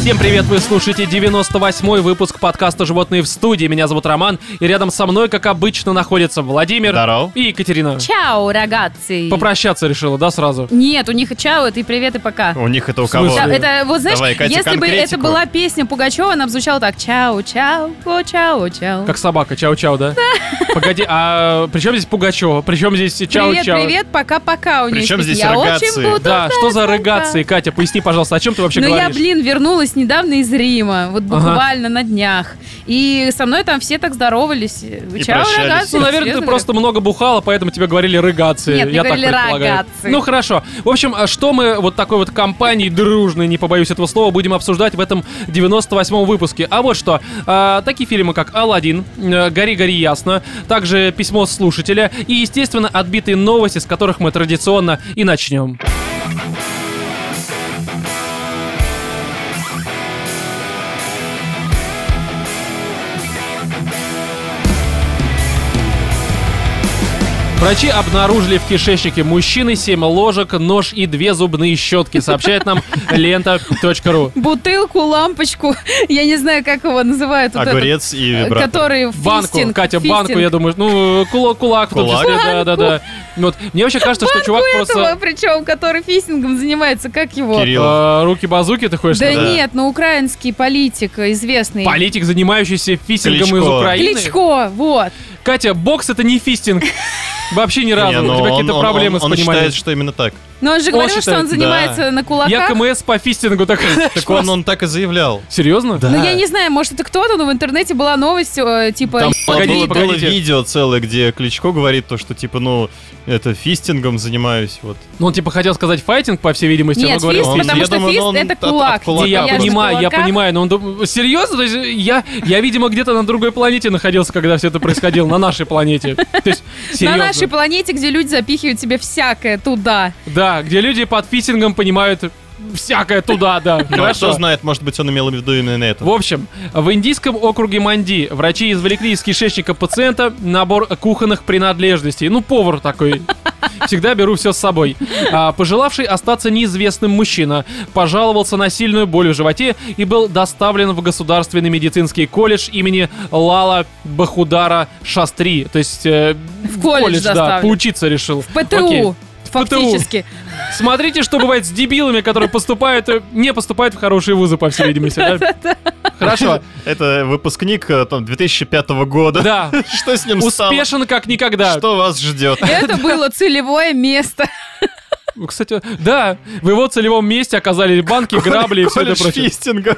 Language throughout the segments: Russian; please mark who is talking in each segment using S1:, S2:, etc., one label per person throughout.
S1: Всем привет, вы слушаете 98-й выпуск подкаста «Животные в студии». Меня зовут Роман, и рядом со мной, как обычно, находятся Владимир
S2: Здорово.
S1: и Екатерина.
S3: Чао, рогатцы.
S1: Попрощаться решила, да, сразу?
S3: Нет, у них чао, это и привет, и пока.
S2: У них это у
S1: В смысле? А,
S2: кого?
S3: Да, это, вот знаешь,
S2: Давай, Катя,
S3: если бы это
S2: конкретику.
S3: была песня Пугачева, она бы звучала так. Чао, чао, о, чао, чао.
S1: Как собака, чау-чау, да? Погоди, а при чем здесь Пугачева? При чем здесь чау-чау?
S3: привет, привет, пока-пока у нее.
S2: Причем
S3: есть.
S2: здесь
S3: Я
S2: рогатцы?
S3: очень буду
S1: Да,
S3: рада,
S1: что за
S3: пока».
S1: рыгации, Катя? Поясни, пожалуйста, о чем ты вообще
S3: Ну я,
S1: говоришь?
S3: блин, вернулась недавно из Рима, вот буквально на днях. И со мной там все так здоровались. Чао,
S2: прощались.
S3: рогатцы.
S1: Ну, наверное, ты
S3: серьезно
S1: просто много бухала, поэтому тебе говорили рыгации.
S3: Нет, мне
S1: я так
S3: говорили
S1: предполагаю.
S3: рогатцы.
S1: Ну, хорошо. В общем, а что мы вот такой вот компанией дружной, не побоюсь этого слова, будем обсуждать в этом 98-м выпуске? А вот что. А, такие фильмы, как «Аладдин», э, «Гори-гори ясно», также «Письмо слушателя» и, естественно, отбитые новости, с которых мы традиционно и начнем. Врачи обнаружили в кишечнике мужчины 7 ложек, нож и две зубные щетки, сообщает нам лента.ру.
S3: Бутылку, лампочку, я не знаю, как его называют.
S1: А
S3: вот этот,
S2: Огурец и
S3: э,
S2: вибратор.
S3: Который
S1: Банку,
S3: фистинг,
S1: Катя, банку,
S3: фистинг.
S1: я думаю, ну, кулак, кулак, в том
S2: Кулак?
S1: числе, да, да, да. Вот, мне вообще кажется, что чувак
S3: этого,
S1: просто
S3: причем, который фистингом занимается, как его?
S2: Кирилл.
S1: э, руки-базуки, ты хочешь
S3: Да
S1: сказать?
S2: Да.
S3: нет, но украинский политик э, известный.
S1: Политик, занимающийся фистингом
S2: Кличко.
S1: из Украины.
S3: Кличко, вот.
S1: Катя, бокс это не фистинг. Вообще ни разу.
S2: Не,
S1: У
S2: ну
S1: тебя
S2: он-
S1: какие-то
S2: он-
S1: проблемы
S2: он-
S1: с
S2: Он
S1: пониманием.
S2: считает, что именно так.
S3: Но он же
S1: Он
S3: говорил,
S1: считает,
S3: что он занимается на кулаках.
S1: Я КМС по фистингу так.
S2: Так он, он так и заявлял.
S1: Серьезно?
S2: Да.
S3: Ну, я не знаю, может, это кто-то, но в интернете была новость, э, типа...
S2: Там
S1: Погодите,
S2: было, было
S1: погодите.
S2: видео целое, где Кличко говорит то, что типа, ну, это фистингом занимаюсь. Вот.
S1: Ну, он типа хотел сказать файтинг, по всей видимости, но
S3: Нет,
S1: говорил
S3: фист,
S2: он-
S3: потому
S2: я
S3: что
S2: думаю,
S3: фист
S2: он от-
S3: это
S2: от
S3: кулак.
S2: кулака
S1: Не, я
S2: Я же в
S1: понимаю, я понимаю, но он дум- серьезно, то есть э, я, я, видимо, где-то на другой планете находился, когда все это происходило, на нашей планете. То есть
S3: На
S1: серьезно.
S3: нашей планете, где люди запихивают себе всякое туда.
S1: Да, где люди под фитингом понимают всякое туда, да.
S2: Ну, а кто
S1: Хорошо.
S2: знает, может быть, он имел в виду именно это.
S1: В общем, в индийском округе Манди врачи извлекли из кишечника пациента набор кухонных принадлежностей. Ну, повар такой. Всегда беру все с собой. А, пожелавший остаться неизвестным мужчина пожаловался на сильную боль в животе и был доставлен в государственный медицинский колледж имени Лала Бахудара Шастри. То есть э, в
S3: колледж
S1: да,
S3: доставлен.
S1: поучиться решил.
S3: ПТУ.
S1: Окей.
S3: Фактически.
S1: Смотрите, что бывает с дебилами, которые поступают, э, не поступают в хорошие вузы, по всей видимости. да? Хорошо.
S2: Это выпускник э, там 2005 года.
S1: Да,
S2: Что с ним стало?
S1: Успешен как никогда.
S2: Что вас ждет?
S3: Это было целевое место.
S1: Ну, Кстати, да, в его целевом месте оказались банки, грабли и все это
S2: Колледж
S1: прочее.
S2: фистинга.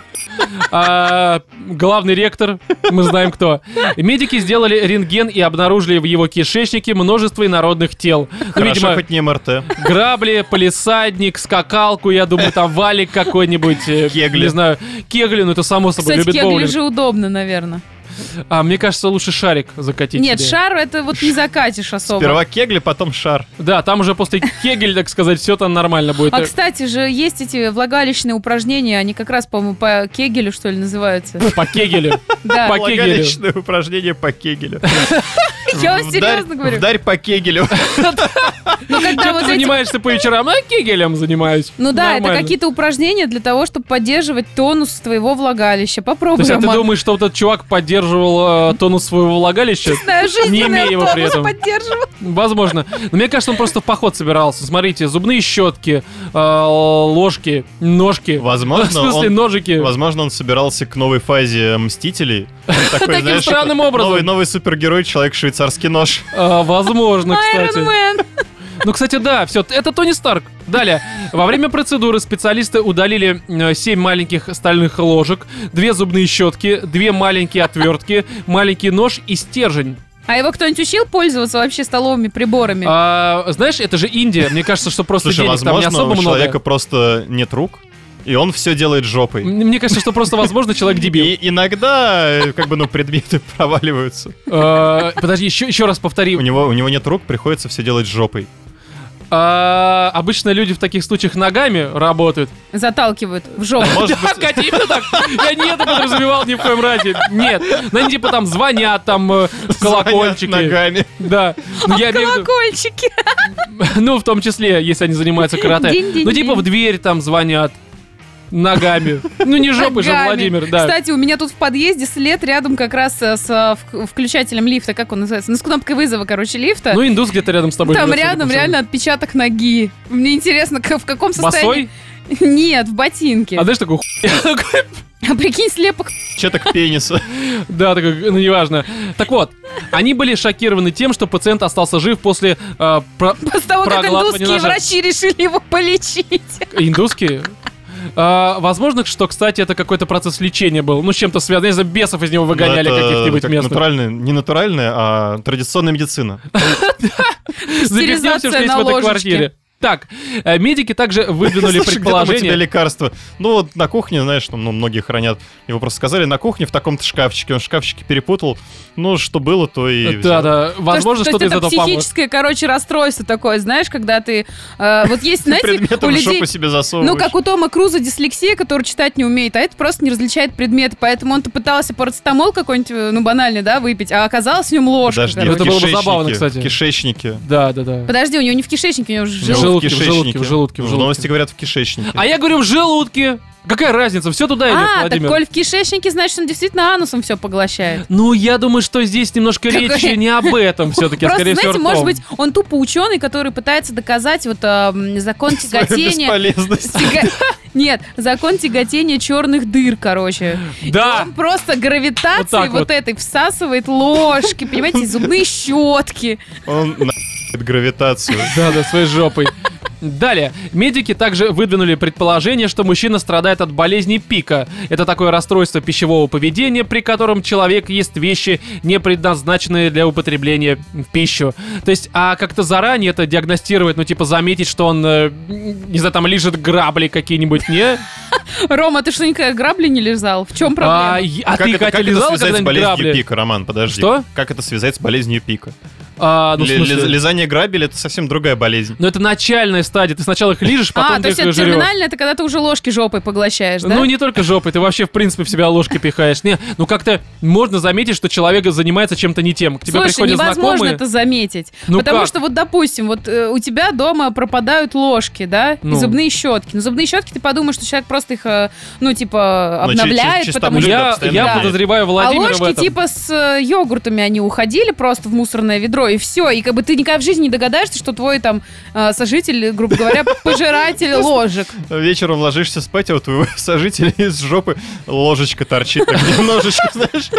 S1: А, главный ректор, мы знаем кто. Медики сделали рентген и обнаружили в его кишечнике множество инородных тел. Ну,
S2: Хорошо,
S1: видимо,
S2: хоть не МРТ.
S1: грабли, полисадник, скакалку, я думаю, там валик какой-нибудь. э,
S2: Кегли.
S1: Не знаю, кегли, ну это само собой,
S3: Кстати,
S1: любит
S3: кегли
S1: боулинг.
S3: же удобно, наверное.
S1: А мне кажется, лучше шарик закатить.
S3: Нет,
S1: себе.
S3: шар это вот не закатишь особо.
S2: Сперва кегли, потом шар.
S1: Да, там уже после кегель, так сказать, все там нормально будет.
S3: А, кстати же, есть эти влагалищные упражнения, они как раз, по-моему, по кегелю, что ли, называются.
S1: По кегелю.
S3: Да,
S1: По кегелю.
S2: Влагалищное упражнение по кегелю.
S3: я вам
S2: Вдарь-
S3: серьезно говорю.
S2: Вдарь по кегелю.
S3: Ну, когда
S1: Чем
S3: вот
S1: ты
S3: эти...
S1: занимаешься по вечерам? А кегелем занимаюсь.
S3: Ну да, это
S1: Нормально.
S3: какие-то упражнения для того, чтобы поддерживать тонус твоего влагалища.
S1: То
S3: Попробуй,
S1: есть, а ты
S3: Роман.
S1: думаешь, что вот этот чувак поддерживал э, тонус своего влагалища?
S3: Знаю,
S1: не
S3: жизненный
S1: имея его при
S3: тонус
S1: этом?
S3: поддерживал.
S1: Возможно. Но мне кажется, он просто в поход собирался. Смотрите, зубные щетки, э, ложки, ножки. В
S2: Возможно,
S1: смысле, ну,
S2: он...
S1: ножики.
S2: Возможно, он собирался к новой фазе «Мстителей». Он такой,
S1: Таким
S2: знаешь,
S1: странным
S2: новый-
S1: образом.
S2: Новый супергерой, человек-швейцарский нож.
S1: Э, возможно, кстати.
S3: Iron Man.
S1: Ну, кстати, да, все, это Тони Старк. Далее. Во время процедуры специалисты удалили 7 маленьких стальных ложек, две зубные щетки, две маленькие отвертки, маленький нож и стержень.
S3: А его кто-нибудь учил пользоваться вообще столовыми приборами?
S1: А, знаешь, это же Индия. Мне кажется, что просто
S2: Слушай,
S1: денег там не
S2: возможно,
S1: особо
S2: у человека
S1: много.
S2: просто нет рук, и он все делает жопой.
S1: М- Мне кажется, что просто, возможно, человек дебил.
S2: И иногда, э, как бы, ну, предметы проваливаются.
S1: Э, Подожди, еще, еще раз
S2: У
S1: повтори.
S2: него, у него нет рук, приходится все делать жопой.
S1: А, обычно люди в таких случаях ногами работают.
S3: Заталкивают в жопу.
S2: Может
S1: Да,
S2: быть,
S1: Катя, именно так. Я не это подразумевал ни в коем разе. Нет. Ну, они типа там звонят, там э, в колокольчики.
S2: звонят ногами.
S1: Да. Ну, я имею в виду-
S3: Колокольчики.
S1: ну, в том числе, если они занимаются карате.
S3: Динь-динь-динь.
S1: Ну, типа в дверь там звонят. Ногами. Ну не жопой же,
S3: Ногами.
S1: Владимир, да.
S3: Кстати, у меня тут в подъезде след рядом как раз э, с э, вк- включателем лифта, как он называется, ну, с кнопкой вызова, короче, лифта.
S1: Ну индус где-то рядом с тобой.
S3: Там
S1: живет, судя по
S3: рядом
S1: всему.
S3: реально отпечаток ноги. Мне интересно, к- в каком состоянии...
S1: Босой?
S3: Нет, в ботинке.
S1: А знаешь, такой хуй-
S3: А прикинь, слепок.
S2: Четок пениса.
S1: Да, такой, ну неважно. Так вот, они были шокированы тем, что пациент остался жив после э, про-
S3: После того, как
S1: Проглатывание
S3: индусские
S1: ножа.
S3: врачи решили его полечить.
S1: индусские. А, возможно, что, кстати, это какой-то процесс лечения был. Ну, с чем-то связан. Я не знаю, бесов из него выгоняли
S2: Ну, это
S1: каких-нибудь
S2: как
S1: местных.
S2: Натуральная, не натуральная, а традиционная медицина.
S1: Запихнем все, что
S3: Стерилизация
S1: есть в
S3: на
S1: этой
S3: ложечке.
S1: квартире. Так, э, медики также выдвинули
S2: Слушай, где там у тебя
S1: предположение.
S2: лекарства? Ну вот на кухне, знаешь, там ну, многие хранят. Его просто сказали, на кухне в таком-то шкафчике. Он шкафчики перепутал. Ну, что было, то и...
S1: Да,
S2: взял.
S1: да. Возможно,
S3: То, что-
S1: что-то из
S3: то есть
S1: этого
S3: это
S1: поможет.
S3: психическое, короче, расстройство такое, знаешь, когда ты... э, вот есть, знаете, у
S2: Предметом в
S3: людей...
S2: жопу себе засовываешь.
S3: Ну, как у Тома Круза дислексия, который читать не умеет, а это просто не различает предметы, поэтому он-то пытался парацетамол какой-нибудь, э, ну, банальный, да, выпить, а оказалось в нем ложка.
S2: Подожди,
S3: короче.
S1: Это было бы
S2: кишечники,
S1: забавно, кстати.
S2: В кишечнике. Ну,
S1: Да, да, да.
S3: Подожди, у него не в кишечнике, у него же
S1: В
S3: желудок.
S1: желудке, в желудке, в желудке, в
S2: Ну,
S1: желудке.
S2: Новости говорят в кишечнике.
S1: А я говорю, в желудке. Какая разница, все туда идет,
S3: А, так
S1: Владимир.
S3: коль в кишечнике, значит, он действительно анусом все поглощает.
S1: Ну, я думаю, что здесь немножко
S3: Какая-
S1: речь не об этом все-таки, а
S3: Просто,
S1: скорее
S3: знаете,
S1: всего,
S3: может
S1: ртом.
S3: быть, он тупо ученый, который пытается доказать вот э, м, закон
S2: Твоя
S3: тяготения...
S2: бесполезность.
S3: Тяга- Нет, закон тяготения черных дыр, короче.
S1: Да,
S3: Он просто
S1: А. Вот так
S3: гравитацией
S1: вот.
S3: вот этой всасывает ложки, понимаете, и зубные щетки.
S2: Он на***ет гравитацию.
S1: да, да, своей жопой. Далее. Медики также выдвинули предположение, что мужчина страдает от болезни пика. Это такое расстройство пищевого поведения, при котором человек ест вещи, не предназначенные для употребления в пищу. То есть, а как-то заранее это диагностировать, ну, типа, заметить, что он, э, не знаю, там лежит грабли какие-нибудь, не?
S3: Рома, ты что, никогда грабли не лизал? В чем проблема?
S1: А, е- а
S2: как
S1: ты,
S2: это,
S1: Катя,
S2: как это
S1: лизала
S2: связать с
S1: когда-нибудь
S2: болезнью
S1: грабли?
S2: пика, Роман? Подожди.
S1: Что?
S2: Как это связать с болезнью пика?
S1: А, ну, в
S2: Ли-
S1: смысле-
S2: лиз- Лизание грабель это совсем другая болезнь.
S1: Но это начальная стадия. Ты сначала их лижешь, потом
S3: А,
S1: ты
S3: то есть
S1: их
S3: это
S1: жрёшь.
S3: терминально, это когда ты уже ложки жопой поглощаешь, да?
S1: Ну, не только жопой, ты вообще, в принципе, в себя ложкой пихаешь. Не, ну как-то можно заметить, что человек занимается чем-то не тем. К тебе
S3: Слушай,
S1: приходят
S3: невозможно
S1: знакомые.
S3: это заметить.
S1: Ну
S3: потому
S1: как?
S3: что, вот, допустим, вот э, у тебя дома пропадают ложки, да, и
S1: Ну.
S3: зубные щетки. Но зубные щетки ты подумаешь, что человек просто их, э, ну, типа,
S2: Ну, чи- чи-
S3: обновляет,
S2: чисто
S3: потому
S1: Ну,
S3: что.
S2: блюдо
S1: Я,
S2: постоянно
S1: я
S2: меняет.
S1: подозреваю
S3: А
S1: Владимира в
S3: ложки
S1: этом.
S3: типа с э, йогуртами они уходили просто в мусорное ведро, и все. И как бы ты никогда в жизни не догадаешься, что твой там э, сожитель, грубо говоря, пожиратель ложек.
S2: Вечером ложишься спать, а у твоего сожителя из жопы ложечка торчит. Так немножечко, знаешь.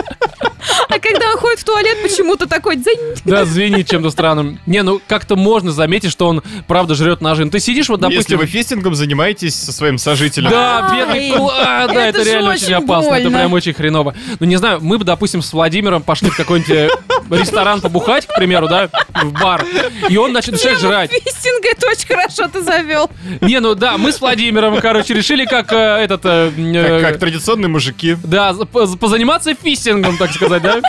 S3: А когда он ходит в туалет, почему-то такой дзынь.
S1: Да, звенит чем-то странным. Не, ну как-то можно заметить, что он правда жрет ножи. Ну, ты сидишь вот,
S2: Если
S1: допустим...
S2: вы фистингом занимаетесь со своим сожителем.
S1: Да,
S3: Ай,
S1: бедный кл- а, да,
S3: это
S1: это
S3: же
S1: реально
S3: очень
S1: очень опасно, это
S3: больно.
S1: прям очень хреново. Ну, не знаю, мы бы, допустим, с Владимиром пошли в какой-нибудь э, ресторан побухать, к примеру, да, в бар, и он нач- начинает жрать.
S3: ну, Фистинг, это очень хорошо ты завел.
S1: Не, ну да, мы с Владимиром, короче, решили, как э, этот... э, э,
S2: Как, как традиционные мужики.
S1: Да, за- по- за- позаниматься фистингом, так сказать, да?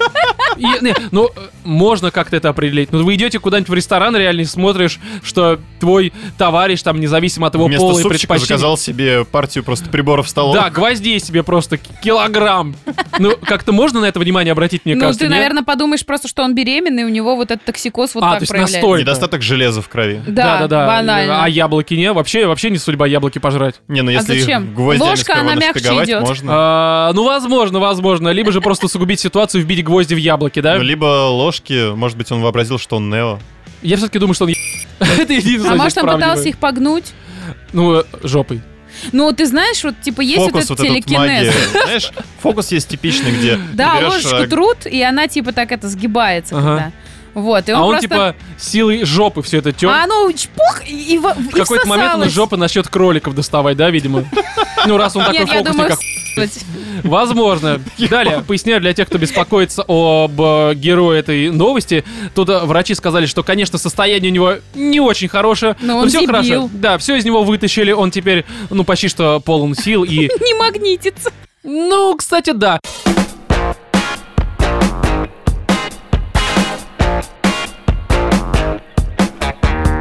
S1: И, не, ну, э, можно как-то это определить. Ну, вы идете куда-нибудь в ресторан реально и смотришь, что твой товарищ, там, независимо от его
S2: Вместо
S1: пола и
S2: супчика
S1: предпочтений...
S2: заказал себе партию просто приборов стола.
S1: Да, гвоздей себе просто к- килограмм. Ну, как-то можно на это внимание обратить, мне
S3: ну,
S1: кажется,
S3: ты,
S1: нет?
S3: наверное, подумаешь просто, что он беременный, у него вот этот токсикоз вот
S1: А,
S3: так
S1: то есть
S3: проявляется.
S1: настолько.
S2: Недостаток железа в крови.
S3: Да,
S1: да, да.
S3: банально.
S1: А яблоки не? Вообще, вообще не судьба яблоки пожрать.
S2: Не, ну если их
S3: А зачем?
S2: гвоздями
S3: Ложка, она
S2: сперва
S3: мягче
S2: нашпиговать
S3: идет.
S2: можно.
S1: А, ну, возможно, возможно. Либо же просто сугубить ситуацию, вбить гвозди в яблоки, да?
S2: Ну, либо ложки, может быть, он вообразил, что он Нео.
S1: Я все-таки думаю, что он е- Это единственное,
S3: А
S1: что
S3: может, он
S1: сравниваю.
S3: пытался их погнуть?
S1: Ну, э, жопой.
S3: Ну, ты знаешь, вот, типа, есть
S2: фокус
S3: вот
S2: вот
S3: этот
S2: этот магия.
S3: телекинез.
S2: Знаешь, фокус есть типичный, где
S3: Да,
S2: берешь,
S3: ложечку
S2: а,
S3: труд, и она, типа, так это сгибается.
S1: Ага.
S3: когда. Вот, и он
S1: а он
S3: просто...
S1: типа силой жопы все это тер.
S3: А оно чпух и, и во- и
S1: в какой-то момент он
S3: всосалось.
S1: жопы насчет кроликов доставать, да, видимо? Ну, раз он такой
S3: Нет, я
S1: фокусник,
S3: думаю,
S1: как... Возможно. Далее, поясняю для тех, кто беспокоится об э, герое этой новости. Тут э, врачи сказали, что, конечно, состояние у него не очень хорошее.
S3: Но он
S1: все
S3: дебил.
S1: хорошо. Да, все из него вытащили. Он теперь, ну, почти что полон сил и...
S3: не магнитится.
S1: Ну, кстати, да.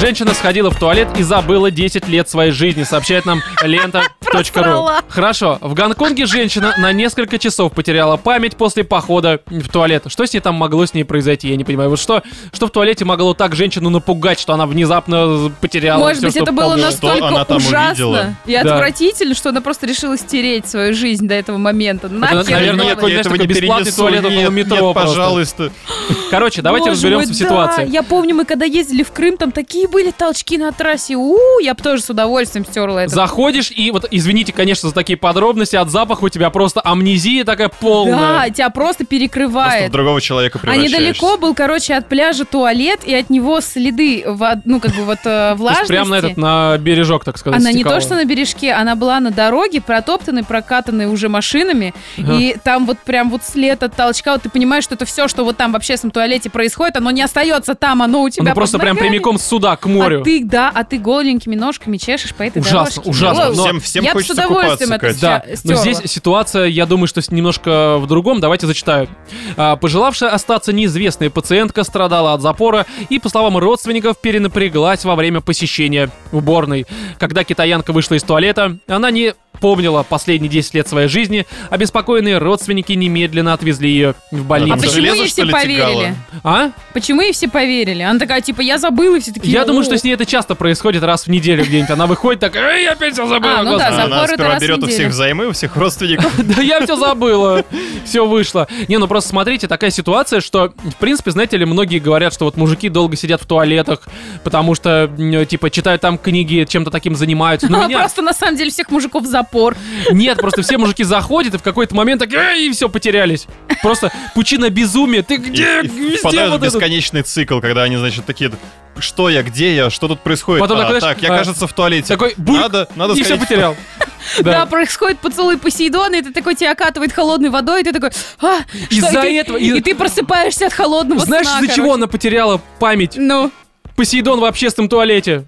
S1: Женщина сходила в туалет и забыла 10 лет своей жизни, сообщает нам лента Ру.
S3: Соврала.
S1: Хорошо. В Гонконге женщина на несколько часов потеряла память после похода в туалет. Что с ней там могло с ней произойти? Я не понимаю. Вот что, что в туалете могло так женщину напугать, что она внезапно потеряла
S3: Может
S1: всё,
S3: быть,
S1: что
S3: это было
S1: помнила?
S2: нас- Что
S3: настолько
S2: она там
S3: ужасно
S2: увидела?
S3: и
S1: Да.
S3: отвратительно, что она просто решила стереть свою жизнь до этого момента. Нахер
S1: наверное,
S3: надо.
S1: какой- знаешь, такой бесплатный
S2: перенесу.
S1: туалет около
S2: Нет,
S1: метро
S2: нет,
S1: просто.
S2: пожалуйста.
S1: Короче, давайте
S3: Боже
S1: разберемся
S3: мой,
S1: в ситуации.
S3: Да, я помню, мы когда ездили в Крым, там такие были толчки на трассе. У, я бы тоже с удовольствием стерла это.
S1: Заходишь и вот, извините, конечно, за такие подробности, от запаха у тебя просто амнезия такая
S3: Да,
S1: полная.
S3: тебя просто
S2: Просто в
S3: перекрывает.
S2: другого человека
S3: А
S2: превращаешься.
S3: недалеко был, короче, от пляжа туалет, и от него следы, вод- ну, как бы вот э,
S1: То есть
S3: влажности.
S1: прям на этот, на бережок, так сказать,
S3: Она не то
S1: стекала.
S3: что на бережке, она была на дороге, протоптанной, прокатанной уже машинами.
S1: Ага.
S3: И там вот прям вот след от толчка, вот ты понимаешь, что это все, что вот там в общественном туалете происходит, оно не остается там, оно у тебя
S1: Она
S3: под
S1: просто прям
S3: ногами.
S1: прямиком сюда, к морю.
S3: А ты, да, а ты голенькими ножками чешешь по этой
S1: Ужасно,
S3: дорожке.
S1: ужасно,
S3: Ой,
S1: но-
S2: Всем- всем
S3: я бы с
S2: хочется
S3: удовольствием
S2: купаться,
S3: это
S2: Кать.
S1: Да,
S3: ся-
S1: но
S3: стерла.
S1: здесь ситуация, я думаю, что с- немножко в другом. Давайте зачитаю. А, Пожелавшая остаться неизвестная пациентка страдала от запора и, по словам родственников, перенапряглась во время посещения уборной. Когда китаянка вышла из туалета, она не помнила последние 10 лет своей жизни. Обеспокоенные родственники немедленно отвезли ее в
S3: А
S2: Им
S1: больницу.
S2: же
S3: почему
S2: железо,
S3: ей
S2: что
S3: все
S2: ли,
S3: поверили?
S2: тягало?
S1: А?
S3: Почему ей все поверили? Она такая, типа, я забыла, и все такие.
S1: Я думаю,
S3: «О».
S1: что с ней это часто происходит раз в неделю где-нибудь. Она выходит такая, «Эй, я опять все забыла.
S3: А, ну да,
S1: господи».
S2: А,
S3: за- Запор
S2: Она
S3: это
S2: сперва
S3: раз в
S2: берет у
S3: неделю.
S2: всех взаймы, у всех родственников.
S1: Да я все забыла. Все вышло. Не, ну просто смотрите, такая ситуация, что, в принципе, знаете ли, многие говорят, что вот мужики долго сидят в туалетах, потому что, м, типа, читают там книги, чем-то таким занимаются. Но
S3: Она
S1: меня...
S3: А просто на самом деле всех мужиков в запор.
S1: Нет, просто все мужики заходят и в какой-то момент так, «Эй, и все, потерялись. Просто пучина безумия. Ты
S2: И-
S1: где?
S2: и
S1: Везде
S2: впадают в
S1: вот этот...
S2: бесконечный цикл, когда они, значит, такие... Что я, где я, что тут происходит?
S1: Потом
S2: А,
S1: такой, знаешь,
S2: так, я,
S1: а,
S2: кажется, в туалете.
S1: Такой бульк,
S2: Надо, надо
S1: и все
S2: сходить в
S1: потерял.
S3: Да, происходит поцелуй Посейдона, и ты такой тебя окатывает холодной водой, и ты такой, а,
S1: Из-за
S3: что?» И ты-
S1: этого- из-
S3: И ты просыпаешься от холодного
S1: Знаешь,
S3: сна,
S1: из-за чего
S3: короче.
S1: она потеряла память?
S3: Ну,
S1: Посейдон в общественном туалете.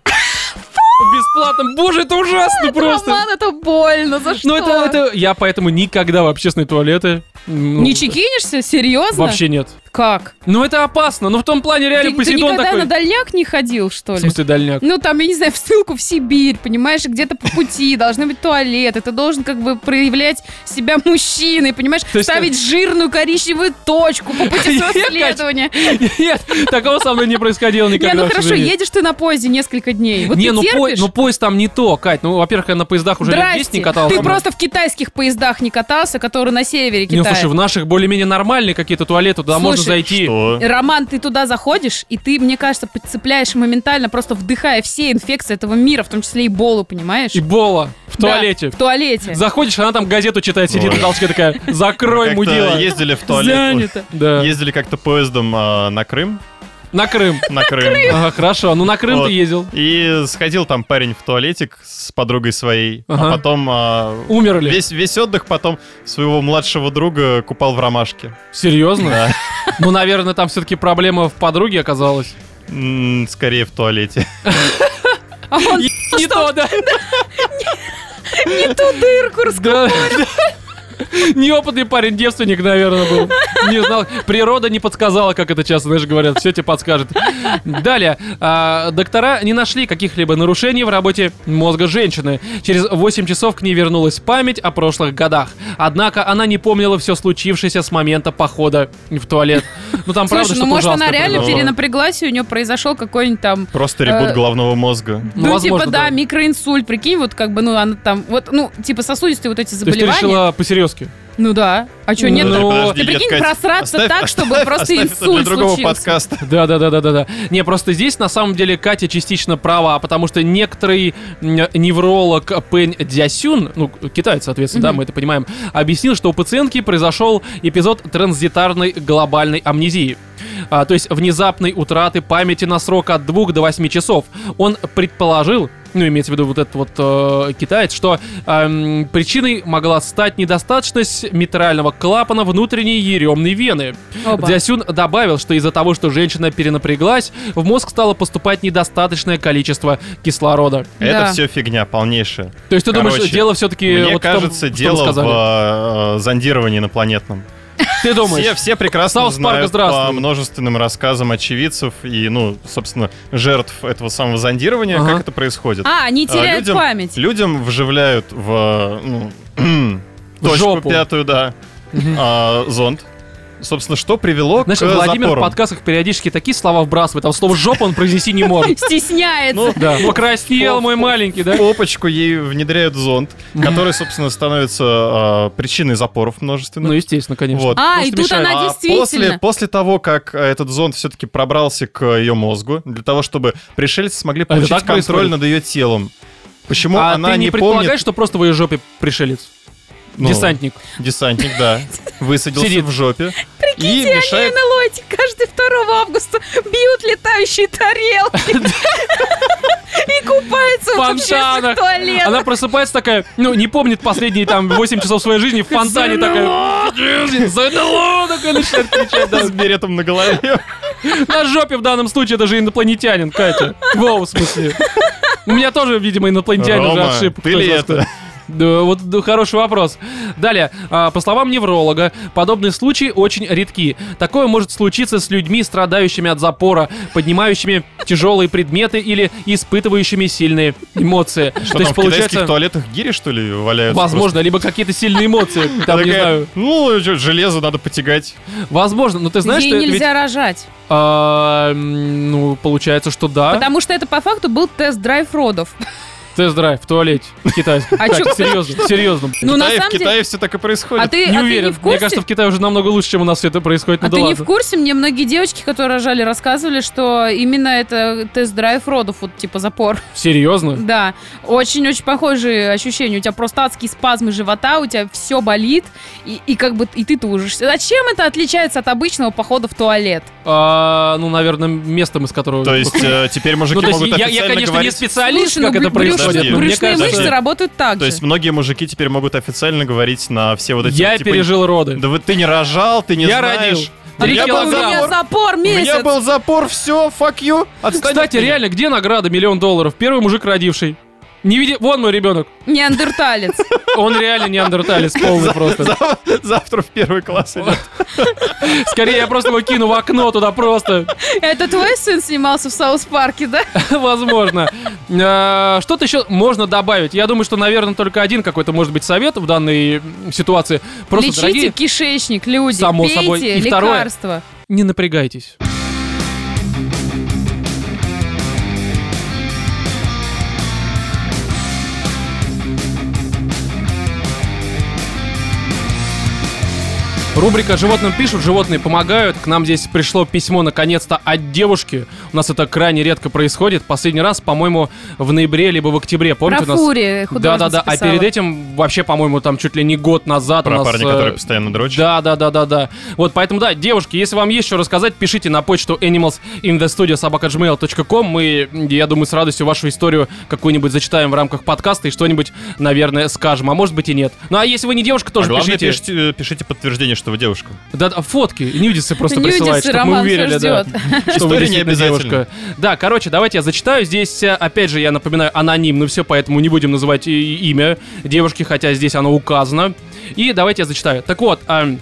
S1: В бесплатном. Боже, это ужасно просто.
S3: Ну, Роман, это больно, за что?
S1: Ну, это, это я поэтому никогда в общественные туалеты... м, ну,
S3: Не чекинешься? Серьезно?
S1: Вообще нет.
S3: Как?
S1: Ну, это опасно. Ну, в том плане
S3: Ты,
S1: реально
S3: ты
S1: Посейдон
S3: никогда
S1: такой...
S3: на дальняк не ходил, что
S1: В
S3: ли?
S1: смысле дальняк?
S3: Ну, там, я не знаю, в ссылку в Сибирь, понимаешь, где-то по пути должны быть туалеты, ты должен как бы проявлять себя мужчиной, понимаешь,
S1: есть- э,
S3: ставить жирную коричневую точку по пути
S1: Я, Кать,
S3: расследования.
S1: Нет, такого со мной не происходило
S3: Не,
S1: никогда.
S3: ну
S1: в
S3: хорошо,
S1: жизни.
S3: едешь ты на поезде несколько дней, вот
S1: не,
S3: ты
S1: ну, по-
S3: терпишь?
S1: ну поезд там не то, Кать. Ну, во-первых, я на поездах уже лет 10 не
S3: Здрасте.
S1: катался.
S3: Ты просто в китайских поездах не катался, которые на севере
S1: Не, ну,
S3: Китая.
S1: слушай, в наших более-менее нормальные какие-то туалеты, туда можно
S3: Слушай,
S1: зайти.
S2: Что?
S3: Роман, ты туда заходишь, и ты, мне кажется, подцепляешь моментально, просто вдыхая все инфекции этого мира, в том числе и болу, понимаешь?
S1: Ибола в
S3: Да,
S1: туалете.
S3: в туалете.
S1: Заходишь, она там газету читает, сидит
S2: Ой.
S1: на толчке такая, закрой,
S2: Как-то
S1: мудила.
S2: ездили в туалет.
S3: Занято.
S1: Да.
S2: Ездили как-то поездом а, на Крым.
S1: На Крым.
S2: На Крым.
S1: Ага, хорошо. Ну, на Крым
S2: Вот.
S1: ты ездил.
S2: И сходил там парень в туалетик с подругой своей,
S1: Ага.
S2: а потом а,
S1: Умерли.
S2: весь, весь отдых потом своего младшего друга купал в ромашке.
S1: Серьезно?
S2: Да.
S1: Ну, наверное, там все-таки проблема в подруге оказалась.
S2: М, Скорее в туалете.
S3: А он
S1: И- Не то, да.
S3: не ту дырку раскрыл.
S1: Да. Неопытный парень, девственник, наверное, был. Не знал. Природа не подсказала, как это часто, знаешь, говорят. Все тебе подскажет. Далее. А, доктора не нашли каких-либо нарушений в работе мозга женщины. Через 8 часов к ней вернулась память о прошлых годах. Однако она не помнила все случившееся с момента похода в туалет. Ну, там правда
S3: Слушай,
S1: что-то
S3: ну может она
S1: ужасное
S3: реально
S1: произошло.
S3: перенапряглась, и у нее произошел какой-нибудь там...
S2: Просто
S3: Э,
S2: ребут головного мозга.
S1: Ну,
S3: Ну,
S1: возможно,
S3: типа, да,
S1: да.
S3: микроинсульт, прикинь, вот как бы, ну, она там, вот, ну, типа сосудистые вот эти
S1: То есть ты
S3: заболевания.
S1: решила посерьезки?
S3: Ну да. А что,
S1: Ну,
S3: нет?
S1: да.
S2: Подожди,
S1: ну,
S2: подожди,
S3: ты
S2: нет,
S3: прикинь,
S2: Кать,
S3: просраться
S2: оставь-
S3: так, чтобы
S2: оставь-
S3: просто
S2: оставь это
S3: инсульт
S2: для другого
S3: случился.
S2: подкаста.
S1: Да, да, да, да, да, да. Не, просто здесь на самом деле Катя частично права, потому что некоторый м, невролог Пэнь Дзясюн, ну, китаец, соответственно, да,
S3: Мгм.
S1: мы это понимаем, объяснил, что у пациентки произошел эпизод транзитарной глобальной амнезии. А, то есть внезапной утраты памяти на срок от 2 до 8 часов. Он предположил, ну, имеется в виду вот этот вот э, китаец, что эм, причиной могла стать недостаточность митрального клапана внутренней еремной вены.
S3: Опа.
S1: Дзясюн добавил, что из-за того, что женщина перенапряглась, в мозг стало поступать недостаточное количество кислорода.
S2: Это
S3: Да.
S2: все фигня полнейшая.
S1: То есть ты думаешь,
S2: Короче,
S1: дело все-таки...
S2: Мне
S1: вот в том, что
S2: кажется,
S1: вы
S2: дело
S1: сказали.
S2: в э, зондировании инопланетном.
S1: Ты думаешь?
S2: Все, все прекрасно
S1: Саус Парк,
S2: знают
S1: здравствуй.
S2: по множественным рассказам очевидцев и, ну, собственно, жертв этого самого зондирования,
S1: Ага.
S2: как это происходит.
S3: А, они
S2: А,
S3: теряют
S2: людям-
S3: память.
S2: Людям вживляют в ну, точку
S1: жопу.
S2: пятую, да, а, зонд. Собственно, что привело
S1: Знаешь,
S2: к
S1: Владимир
S2: запорам.
S1: в подкастах периодически такие слова вбрасывает, там слово «жопа» он произнести не может.
S3: Стесняется.
S2: Ну,
S1: Да. Покраснел мой маленький, да?
S2: В опочку ей внедряют зонд, который, собственно, становится а, причиной запоров множественных.
S1: Ну, естественно, конечно.
S2: Вот.
S3: А,
S1: Потому
S3: и
S1: что
S3: тут
S1: мешает.
S3: она
S2: А
S3: действительно.
S2: После, после того, как э, этот зонд все-таки пробрался к ее мозгу, для того, чтобы пришельцы смогли
S1: А это
S2: получить
S1: так
S2: контроль
S1: происходит?
S2: над ее телом. Почему
S1: А
S2: она
S1: ты не
S2: не
S1: предполагаешь,
S2: помнит...
S1: что просто в ее жопе пришелец?
S2: Ну,
S1: Десантник.
S2: Десантник, да. Высадился
S1: Сидит.
S2: в жопе. и
S3: Они
S2: мешает...
S3: на лоте каждый 2 августа бьют летающие тарелки. И купаются в общественных
S1: фонтанах. Она
S3: туалетах.
S1: просыпается такая, ну, не помнит последние там 8 часов своей жизни в фонтане такая. ЗНО! такая начинает кричать, да.
S2: С беретом на голове.
S1: На жопе в данном случае это же инопланетянин, Катя. Вова, в смысле. У меня тоже, видимо, инопланетянин уже
S2: Рома,
S1: отшиб.
S2: ты
S1: кто
S2: ли
S1: из вас
S2: это?
S1: кто. Да, вот да, хороший вопрос. Далее, а, по словам невролога, подобные случаи очень редки. Такое может случиться с людьми, страдающими от запора, поднимающими тяжелые предметы или испытывающими сильные эмоции.
S2: Что там, в китайских туалетах гири, что ли, валяются?
S1: Возможно, либо какие-то сильные эмоции.
S2: просто?
S1: Там,
S2: Она
S1: не
S2: такая,
S1: знаю.
S2: Ну, чё, железо надо потягать.
S1: Возможно, но ты знаешь,
S3: Ей
S1: что это ведь,
S3: нельзя рожать.
S1: а, м, ну, получается, что
S2: А?
S1: да.
S3: Потому что это по факту был тест-драйв родов.
S1: Тест-драйв в туалете китайский.
S3: А
S1: Так,
S3: чё?
S1: серьезно, серьезно.
S3: Ну,
S2: в
S3: на
S2: Китае,
S3: самом
S2: в
S3: деле...
S2: Китае все так и происходит.
S3: А ты,
S1: не
S3: а ты
S1: уверен.
S3: в курсе?
S1: Мне кажется, в Китае уже намного лучше, чем у нас все это происходит.
S3: а
S1: ну да
S3: ты не
S1: ладно.
S3: в курсе? Мне многие девочки, которые рожали, рассказывали, что именно это тест-драйв родов, вот типа запор.
S1: Серьезно?
S3: Да, очень-очень похожие ощущения. У тебя просто адские спазмы живота, у тебя все болит, и, и как бы и ты тужишься. А чем это отличается от обычного похода в туалет?
S1: А, ну, наверное, местом, из которого...
S2: То есть э, теперь мужики
S1: Ну, то есть
S2: могут
S1: я, я,
S2: официально
S1: конечно,
S2: говорить...
S1: не специалист,
S3: Слушай, ну,
S1: как это
S3: брю- брюшные-
S1: происходит, но мне
S3: брюшные
S1: кажется...
S3: мышцы
S2: Подожди.
S3: работают так
S2: То
S3: же.
S2: есть многие мужики теперь могут официально говорить на все вот эти...
S1: я
S2: вот, типа,
S1: пережил роды.
S2: Да вот ты не рожал, ты не
S1: я
S2: знаешь.
S1: родил.
S3: А
S1: Три
S2: Я
S3: ты такой, у
S2: был
S1: килограмма.
S3: меня
S2: запор.
S3: запор
S2: У
S3: месяц.
S2: меня был запор, все, fuck you. Отстань от
S1: Кстати,
S2: меня.
S1: реально, где награда миллион долларов? Первый мужик, родивший. Не види... Вон мой ребенок.
S3: Неандерталец.
S1: Он реально неандерталец полный просто.
S2: Зав- Завтра в первый класс идет.
S1: Скорее, я просто его кину в окно туда просто.
S3: Это твой сын снимался в Саус Парке, да?
S1: Возможно. А, Что-то еще можно добавить. Я думаю, что, наверное, только один какой-то может быть совет в данной м, ситуации. Просто,
S3: Лечите
S1: дорогие,
S3: кишечник, люди,
S1: Само
S3: пейте
S1: собой. И второе.
S3: лекарства.
S1: не напрягайтесь. Рубрика «Животным пишут, животные помогают». К нам здесь пришло письмо, наконец-то, от девушки. У нас это крайне редко происходит. Последний раз, по-моему, в ноябре либо в октябре. Помните,
S3: Про
S1: у нас...
S3: фури художница
S1: Да-да-да, а
S3: писала.
S1: перед этим вообще, по-моему, там чуть ли не год назад у
S2: Про
S1: нас...
S2: парня,
S1: э,
S2: который постоянно дрочит.
S1: да, да, да, да, да. Вот, поэтому, да, девушки, если вам есть что рассказать, пишите на почту animalsinthestudio.sobaka.gmail.com. Мы, я думаю, с радостью вашу историю какую-нибудь зачитаем в рамках подкаста и что-нибудь, наверное, скажем. А может быть и нет. Ну, а если вы не девушка,
S2: А
S1: тоже
S2: главное,
S1: пишите.
S2: пишите, пишите подтверждение, что вы девушка.
S1: Да, да, фотки, нюдисы просто
S3: Нюдисы,
S1: присылают, чтобы мы
S3: Роман,
S1: уверили, да,
S3: всё
S1: что
S3: ждёт.
S1: вы
S2: История не
S1: действительно
S2: обязательно.
S1: девушка. Да, короче, давайте я зачитаю. Здесь, э, опять же, я напоминаю, анонимно все, поэтому не будем называть и- имя девушки, хотя здесь оно указано. И давайте я зачитаю. Так вот, эм,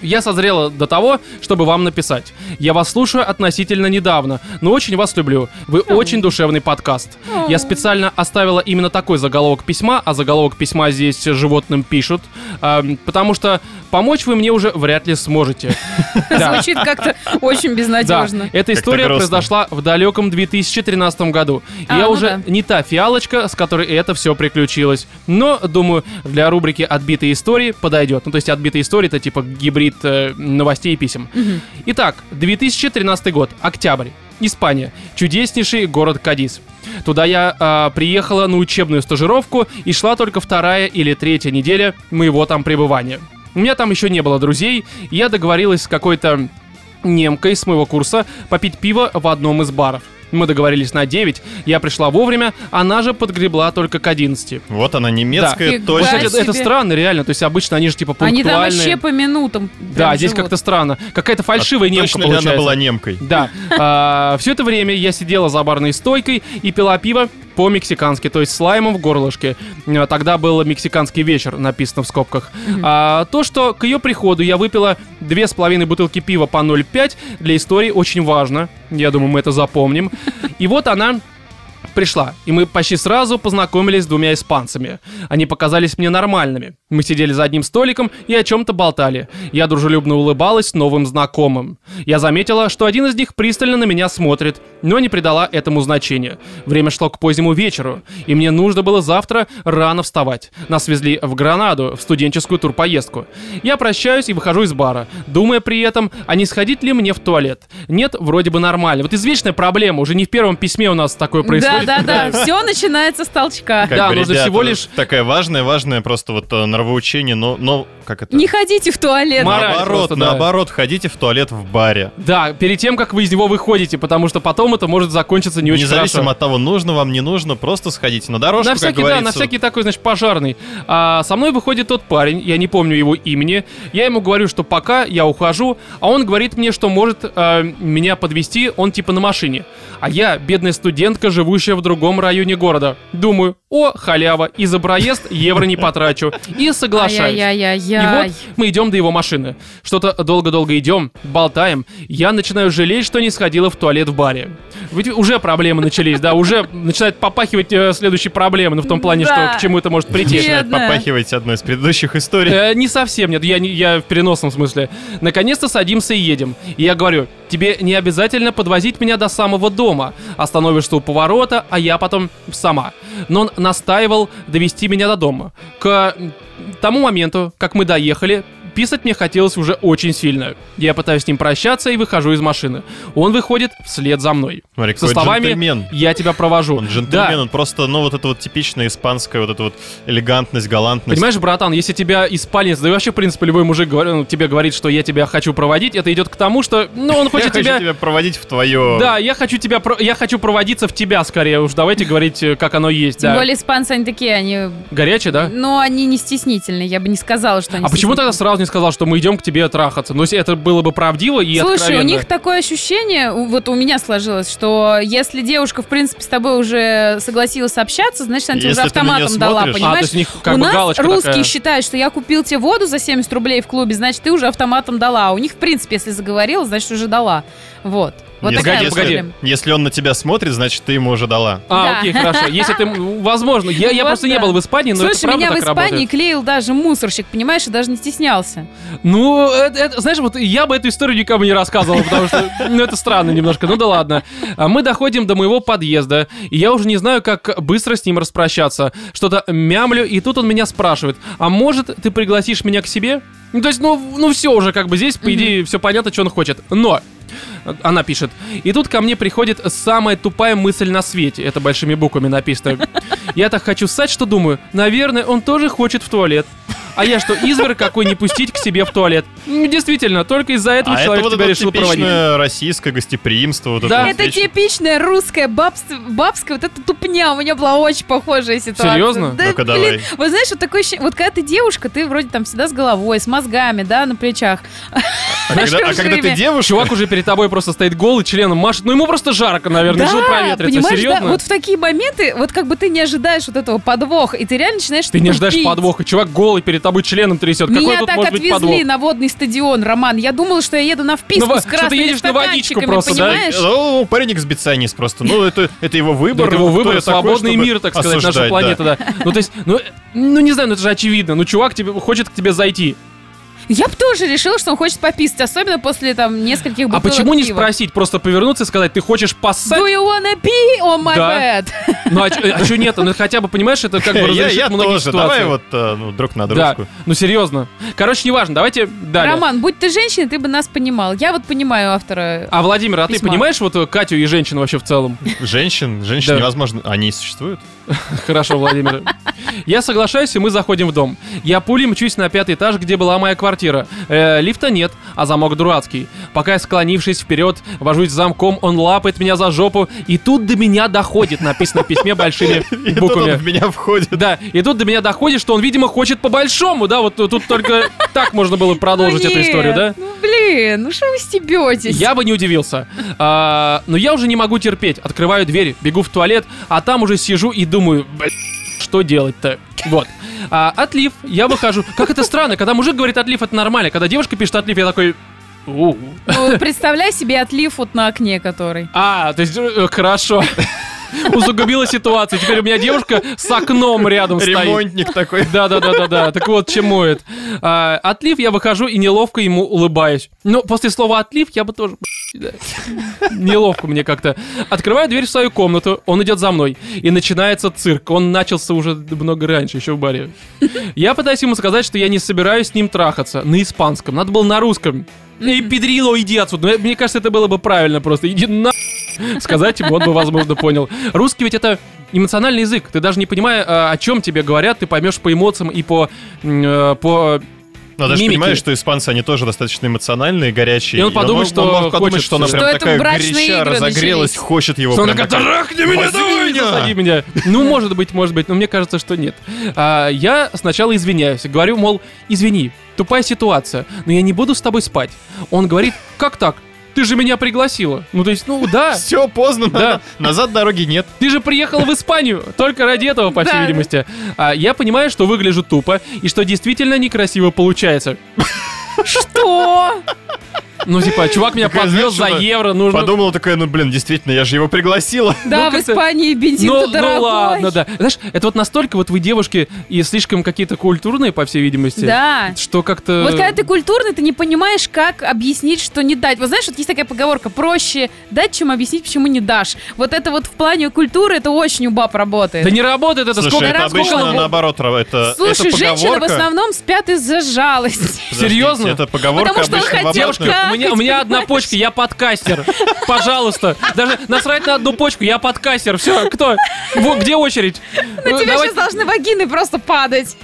S1: я созрела до того, чтобы вам написать. Я вас слушаю относительно недавно, но очень вас люблю. Вы очень душевный подкаст. Я специально оставила именно такой заголовок письма, а заголовок письма здесь животным пишут, эм, потому что помочь вы мне уже вряд ли сможете. Да.
S3: Звучит как-то очень
S1: Да,
S3: безнадежно.
S1: эта
S2: Как-то
S1: история
S2: грустно.
S1: произошла в далеком 2013 году.
S3: А,
S1: Я
S3: ну
S1: уже
S3: да.
S1: не та фиалочка, с которой это все приключилось. Но, думаю, для рубрики «Отбитые истории» подойдет. Ну, то есть «Отбитые истории» — это типа гибрид э, новостей и писем. Итак, 2013 год, октябрь. Испания. Чудеснейший город Кадис. Туда я а, приехала на учебную стажировку и шла только вторая или третья неделя моего там пребывания. У меня там еще не было друзей, и я договорилась с какой-то немкой с моего курса попить пиво в одном из баров. Мы договорились на 9, я пришла вовремя, она же подгребла только к 11.
S2: Вот она, немецкая,
S3: Фига
S2: точно.
S1: Кстати, это, это
S3: себе.
S1: странно, реально, то есть обычно они же типа пунктуальные.
S3: Они там вообще по минутам. прям
S1: Да, здесь
S3: живут.
S1: как-то странно. Какая-то
S2: А
S1: фальшивая немка
S2: Точно ли
S1: получается.
S2: она была немкой?
S1: А, Да. все это время я сидела за барной стойкой и пила пиво по-мексикански, то есть слаймом в горлышке. Э, Тогда был мексиканский вечер, написано в скобках. А, то, что к ее приходу я выпила две с половиной бутылки пива по 0,5, для истории очень важно. Я думаю, мы это запомним. И вот она пришла, и мы почти сразу познакомились с двумя испанцами. Они показались мне нормальными. Мы сидели за одним столиком и о чем-то болтали. Я дружелюбно улыбалась новым знакомым. Я заметила, что один из них пристально на меня смотрит, но не придала этому значения. Время шло к позднему вечеру, и мне нужно было завтра рано вставать. Нас везли в Гранаду, в студенческую турпоездку. Я прощаюсь и выхожу из бара, думая при этом, а не сходить ли мне в туалет. Нет, вроде бы нормально. Вот извечная проблема, уже не в первом письме у нас такое происходит.
S3: Да, да, да. Все начинается с толчка.
S2: Как
S1: Да,
S2: бы,
S1: нужно
S2: ребята, ну,
S1: всего лишь-
S2: Такое важное, важное просто вот э, нравоучение, но, но как это?
S3: Не ходите в туалет.
S1: Ма- Мораль
S2: Наоборот,
S1: просто, да.
S2: наоборот, ходите в туалет в баре.
S1: Да, перед тем, как вы из него выходите, потому что потом это может закончиться не очень
S2: Независимо
S1: хорошо.
S2: от того, нужно вам, не нужно, просто сходите на дорожку,
S1: на
S2: как
S1: всякий, да,
S2: говорится.
S1: на всякий такой, значит, пожарный. А, со мной выходит тот парень, я не помню его имени. Я ему говорю, что пока я ухожу, а он говорит мне, что может э, меня подвести, он типа на машине. А я, бедная студентка, живущая в другом районе города. Думаю, о, халява, и за проезд евро не потрачу. И соглашаюсь. И
S3: Ай-яй-яй-яй.
S1: вот мы идем до его машины. Что-то долго-долго идем, болтаем. Я начинаю жалеть, что не сходила в туалет в баре. Ведь уже проблемы начались, да, уже начинает попахивать э, следующие проблемы, ну в том плане,
S3: Да.
S1: что к чему это может прийти.
S3: Нет.
S2: Начинает
S3: Бедная.
S2: попахивать одной из предыдущих историй.
S1: Э, не совсем, нет, я, не- я в переносном смысле. Наконец-то садимся и едем. И я говорю, тебе не обязательно подвозить меня до самого дома. Остановишься у поворота, а я потом сама. Но он настаивал довести меня до дома. К м, тому моменту, как мы доехали, писать мне хотелось уже очень сильно. Я пытаюсь с ним прощаться и выхожу из машины. Он выходит вслед за мной.
S2: Смотри,
S1: Со
S2: какой
S1: словами
S2: джентльмен.
S1: «Я тебя провожу».
S2: Он джентльмен,
S1: Да.
S2: он просто, ну, вот эта вот типичная испанская вот эта вот элегантность, галантность.
S1: Понимаешь, братан, если тебя испанец, да и вообще, в принципе, любой мужик говорю, ну, тебе говорит, что я тебя хочу проводить, это идет к тому, что, ну, он
S2: я
S1: хочет
S2: хочу
S1: тебя...
S2: тебя проводить в твое...
S1: Да, я хочу тебя, про- я хочу проводиться в тебя скорее, уж давайте говорить, э, как оно есть,
S3: Тем
S1: да.
S3: более испанцы, они такие, они...
S1: Горячий, да?
S3: Но они не стеснительные, я бы не сказала, что они
S1: А почему
S3: стеснительные.
S1: тогда сразу не сказал, что мы идем к тебе трахаться? Ну, если это было бы правдиво и
S3: Слушай, у
S1: откровенно. А,
S3: них такое ощущение, у- вот у меня сложилось, что если девушка, в принципе, с тобой уже согласилась общаться, значит, она тебе уже
S2: Если ты на неё
S3: автоматом дала,
S2: смотришь.
S1: А, то
S3: понимаешь?
S1: есть у них как
S3: у
S1: бы
S3: нас
S1: галочка
S3: русские
S1: такая.
S3: считают, что я купил тебе воду за 70 рублей в клубе, значит, ты уже автоматом дала. А У них, в принципе, если заговорила, значит, уже дала. Вот. Вот
S2: Если-
S3: такая
S1: Погоди,
S3: вот
S1: погоди.
S3: проблема.
S2: Если он на тебя смотрит, значит, ты ему уже дала.
S1: А,
S3: Да.
S1: окей, хорошо. Если ты, ну, возможно, я, я
S3: Вот
S1: просто не
S3: да.
S1: был в Испании, но Ну, это
S3: Слушай,
S1: правда
S3: меня в
S1: так
S3: Испании
S1: работает.
S3: клеил даже мусорщик, понимаешь, и даже не стеснялся.
S1: Ну, это, это- знаешь, вот я бы эту историю никому не рассказывал, потому что, ну, это странно немножко, ну да ладно. А Мы доходим до моего подъезда, и я уже не знаю, как быстро с ним распрощаться. Что-то мямлю, и тут он меня спрашивает, а может, ты пригласишь меня к себе? Ну, то есть, ну, ну все уже, как бы здесь, по идее, все понятно, что он хочет. Но, э, она пишет. И тут ко мне приходит самая тупая мысль на свете. Это большими буквами написано. Я так хочу ссать, что думаю, наверное, он тоже хочет в туалет. А я что, извер какой не пустить к себе в туалет? М, Действительно, только из-за этого
S2: а это
S1: человек
S2: вот
S1: тебя
S2: это
S1: решил
S2: типичное
S1: проводить.
S2: российское гостеприимство. Вот
S1: Да.
S2: вот
S3: это
S2: вечное.
S3: типичная русская бабство, бабская, вот эта тупня. У меня была очень похожая ситуация.
S1: Серьезно?
S3: Да,
S2: Ну-ка,
S3: блин.
S2: давай.
S3: Вот знаешь, вот такое ощущение, вот когда ты девушка, ты вроде там всегда с головой, с мозгами, да, на плечах.
S2: А когда, а
S3: Нашем
S2: когда ты
S3: жире.
S2: девушка,
S1: Чувак уже перед тобой просто стоит голый, членом машет. Ну ему просто жарко, наверное, решил проветриться.
S3: понимаешь, да,
S1: Серьезно?
S3: вот в такие моменты, вот как бы ты не ожидаешь вот этого подвоха, и ты реально начинаешь
S1: Ты не
S3: тупить.
S1: ожидаешь подвоха. Чувак голый перед тобой членом трясет. Какой
S3: Меня
S1: тут
S3: так
S1: может
S3: отвезли
S1: быть подвох?
S3: на водный стадион, Роман. Я думала, что я еду на вписку
S1: Ну,
S3: с
S1: что ты
S3: красными
S1: едешь на водичку
S3: стаканчиками,
S1: просто, да?
S3: понимаешь?
S2: Ну, парень эксбиционист просто. Ну, это, это его выбор.
S1: Да, это его
S2: кто
S1: выбор,
S2: я такой,
S1: свободный
S2: чтобы
S1: мир, так сказать, наша
S2: осуждать,
S1: планета, да. Ну, то есть, ну, э, ну, не знаю, ну, это же очевидно. Ну, чувак тебе, хочет к тебе зайти.
S3: Я бы тоже решила, что он хочет пописать, особенно после там нескольких
S1: А
S3: бутылок
S1: почему не
S3: пива.
S1: спросить, просто повернуться и сказать, ты хочешь
S3: Do
S1: поссать?
S3: you wanna pee on my
S1: Да.
S3: bed?
S1: Ну, а, чё- а что нет? Ну, хотя бы, понимаешь, это как бы
S2: Я- Я,
S1: разрешит
S2: я
S1: многие
S2: тоже. Давай
S1: ситуации.
S2: вот э, ну, друг на
S1: Да,
S2: дружку.
S1: ну, серьезно. Короче, неважно, давайте далее.
S3: Роман, будь ты женщиной, ты бы нас понимал. Я вот понимаю автора.
S1: А, Владимир, а ты
S3: Письма.
S1: понимаешь вот э, Катю и женщин вообще в целом?
S2: Женщин, женщин
S1: Да.
S2: невозможно. Они и существуют.
S1: Хорошо, Владимир. Я соглашаюсь, и мы заходим в дом. Я пулей мчусь на пятый этаж, где была моя квартира. Э, лифта нет, а замок дурацкий. Пока я, склонившись вперед, вожусь замком, он лапает меня за жопу, и тут до меня доходит, написано в письме большими
S2: И тут он в
S1: буквами.
S2: меня входит.
S1: Да, и тут до меня доходит, что он, видимо, хочет по-большому, да, вот тут только так можно было продолжить
S3: Ну
S1: эту историю,
S3: нет,
S1: да?
S3: Ну блин. блин, ну что вы стебетесь?
S1: Я бы не удивился. А, но я уже не могу терпеть. Открываю дверь, бегу в туалет, а там уже сижу и думаю, «Бля, что делать-то? Вот. А, отлив. Я выхожу. Как это странно, когда мужик говорит отлив, это нормально. Когда девушка пишет отлив, я такой... «У».
S3: Ну, представляй себе отлив вот на окне который.
S1: А, то есть э, хорошо. Усугубила ситуацию. Теперь у меня девушка с окном рядом стоит.
S2: Ремонтник такой.
S1: Да, да, да, да, да. Так вот, чему это? А, отлив, я выхожу и неловко ему улыбаюсь. Но после слова отлив я бы тоже. да. Неловко мне как-то. Открываю дверь в свою комнату, он идет за мной. И начинается цирк. Он начался уже много раньше, еще в баре. Я пытаюсь ему сказать, что я не собираюсь с ним трахаться. На испанском. Надо было на русском. Эй, педрило, иди отсюда. Ну, Мне кажется, это было бы правильно просто. Иди на сказать ему, он бы, возможно, понял. Русский ведь это эмоциональный язык. Ты даже не понимая, э, о чем тебе говорят, ты поймешь по эмоциям и по... м, э, по...
S2: Но даже
S1: Мимики.
S2: Ну, а понимаешь, что испанцы, они тоже достаточно эмоциональные, горячие.
S1: И он подумает,
S2: мог- он
S1: что
S2: мог подумать,
S1: хочет
S2: что она
S1: всё.
S2: прям
S3: Что это
S2: такая
S3: брачные
S2: горяча,
S3: игры
S2: разогрелась,
S3: начались.
S2: хочет его.
S1: Что она
S2: прям
S1: такая,
S2: такая,
S1: «Трахни меня,
S2: «Возьми
S1: давай,
S2: меня!»
S1: засади меня. Ну, может быть, может быть, но мне кажется, что нет. А, я сначала извиняюсь, говорю, мол, извини, тупая ситуация, но я не буду с тобой спать. Он говорит, как так? Ты же меня пригласила. Ну, то есть, ну, да.
S2: Все, поздно,
S1: Да.
S2: надо- назад дороги нет.
S1: Ты же приехал в Испанию только ради этого, по всей
S3: Да.
S1: видимости. А, я понимаю, что выгляжу тупо и что действительно некрасиво получается.
S3: Что?
S1: Ну, типа, чувак меня
S2: Такая,
S1: подвез
S2: знаешь,
S1: за
S2: что-то
S1: евро, нужно...
S2: Подумала такая, ну блин, действительно, я же его пригласила.
S3: Да, в
S1: как-то-
S3: Испании
S1: Ну,
S3: бензин-то дорогой.
S1: ну ладно, да. Знаешь, это вот настолько вот вы девушки и слишком какие-то культурные, по всей видимости.
S3: Да.
S1: Что как-то...
S3: Вот когда ты культурный, ты не понимаешь, как объяснить, что не дать. Вот знаешь, вот есть такая поговорка, проще дать, чем объяснить, почему не дашь. Вот это вот в плане культуры, это очень у баб работает.
S1: Да не э, работает это,
S2: Слушай,
S1: сколько...
S2: это
S3: раз
S2: обычно
S3: голову?
S2: наоборот, Ра- это
S3: Слушай,
S2: это
S3: женщины в
S2: поговорка.
S3: основном спят из-за жалости.
S2: Подождите,
S1: Серьезно?
S2: Это поговорка
S3: Потому что он
S2: обычно в
S3: хотел-
S2: обратную.
S1: Девушка, у меня, у меня одна почка, я подкастер. Пожалуйста. Даже насрать на одну почку, я подкастер. Все, кто? Во, где очередь?
S3: На тебя
S1: Давайте-
S3: сейчас должны вагины просто падать.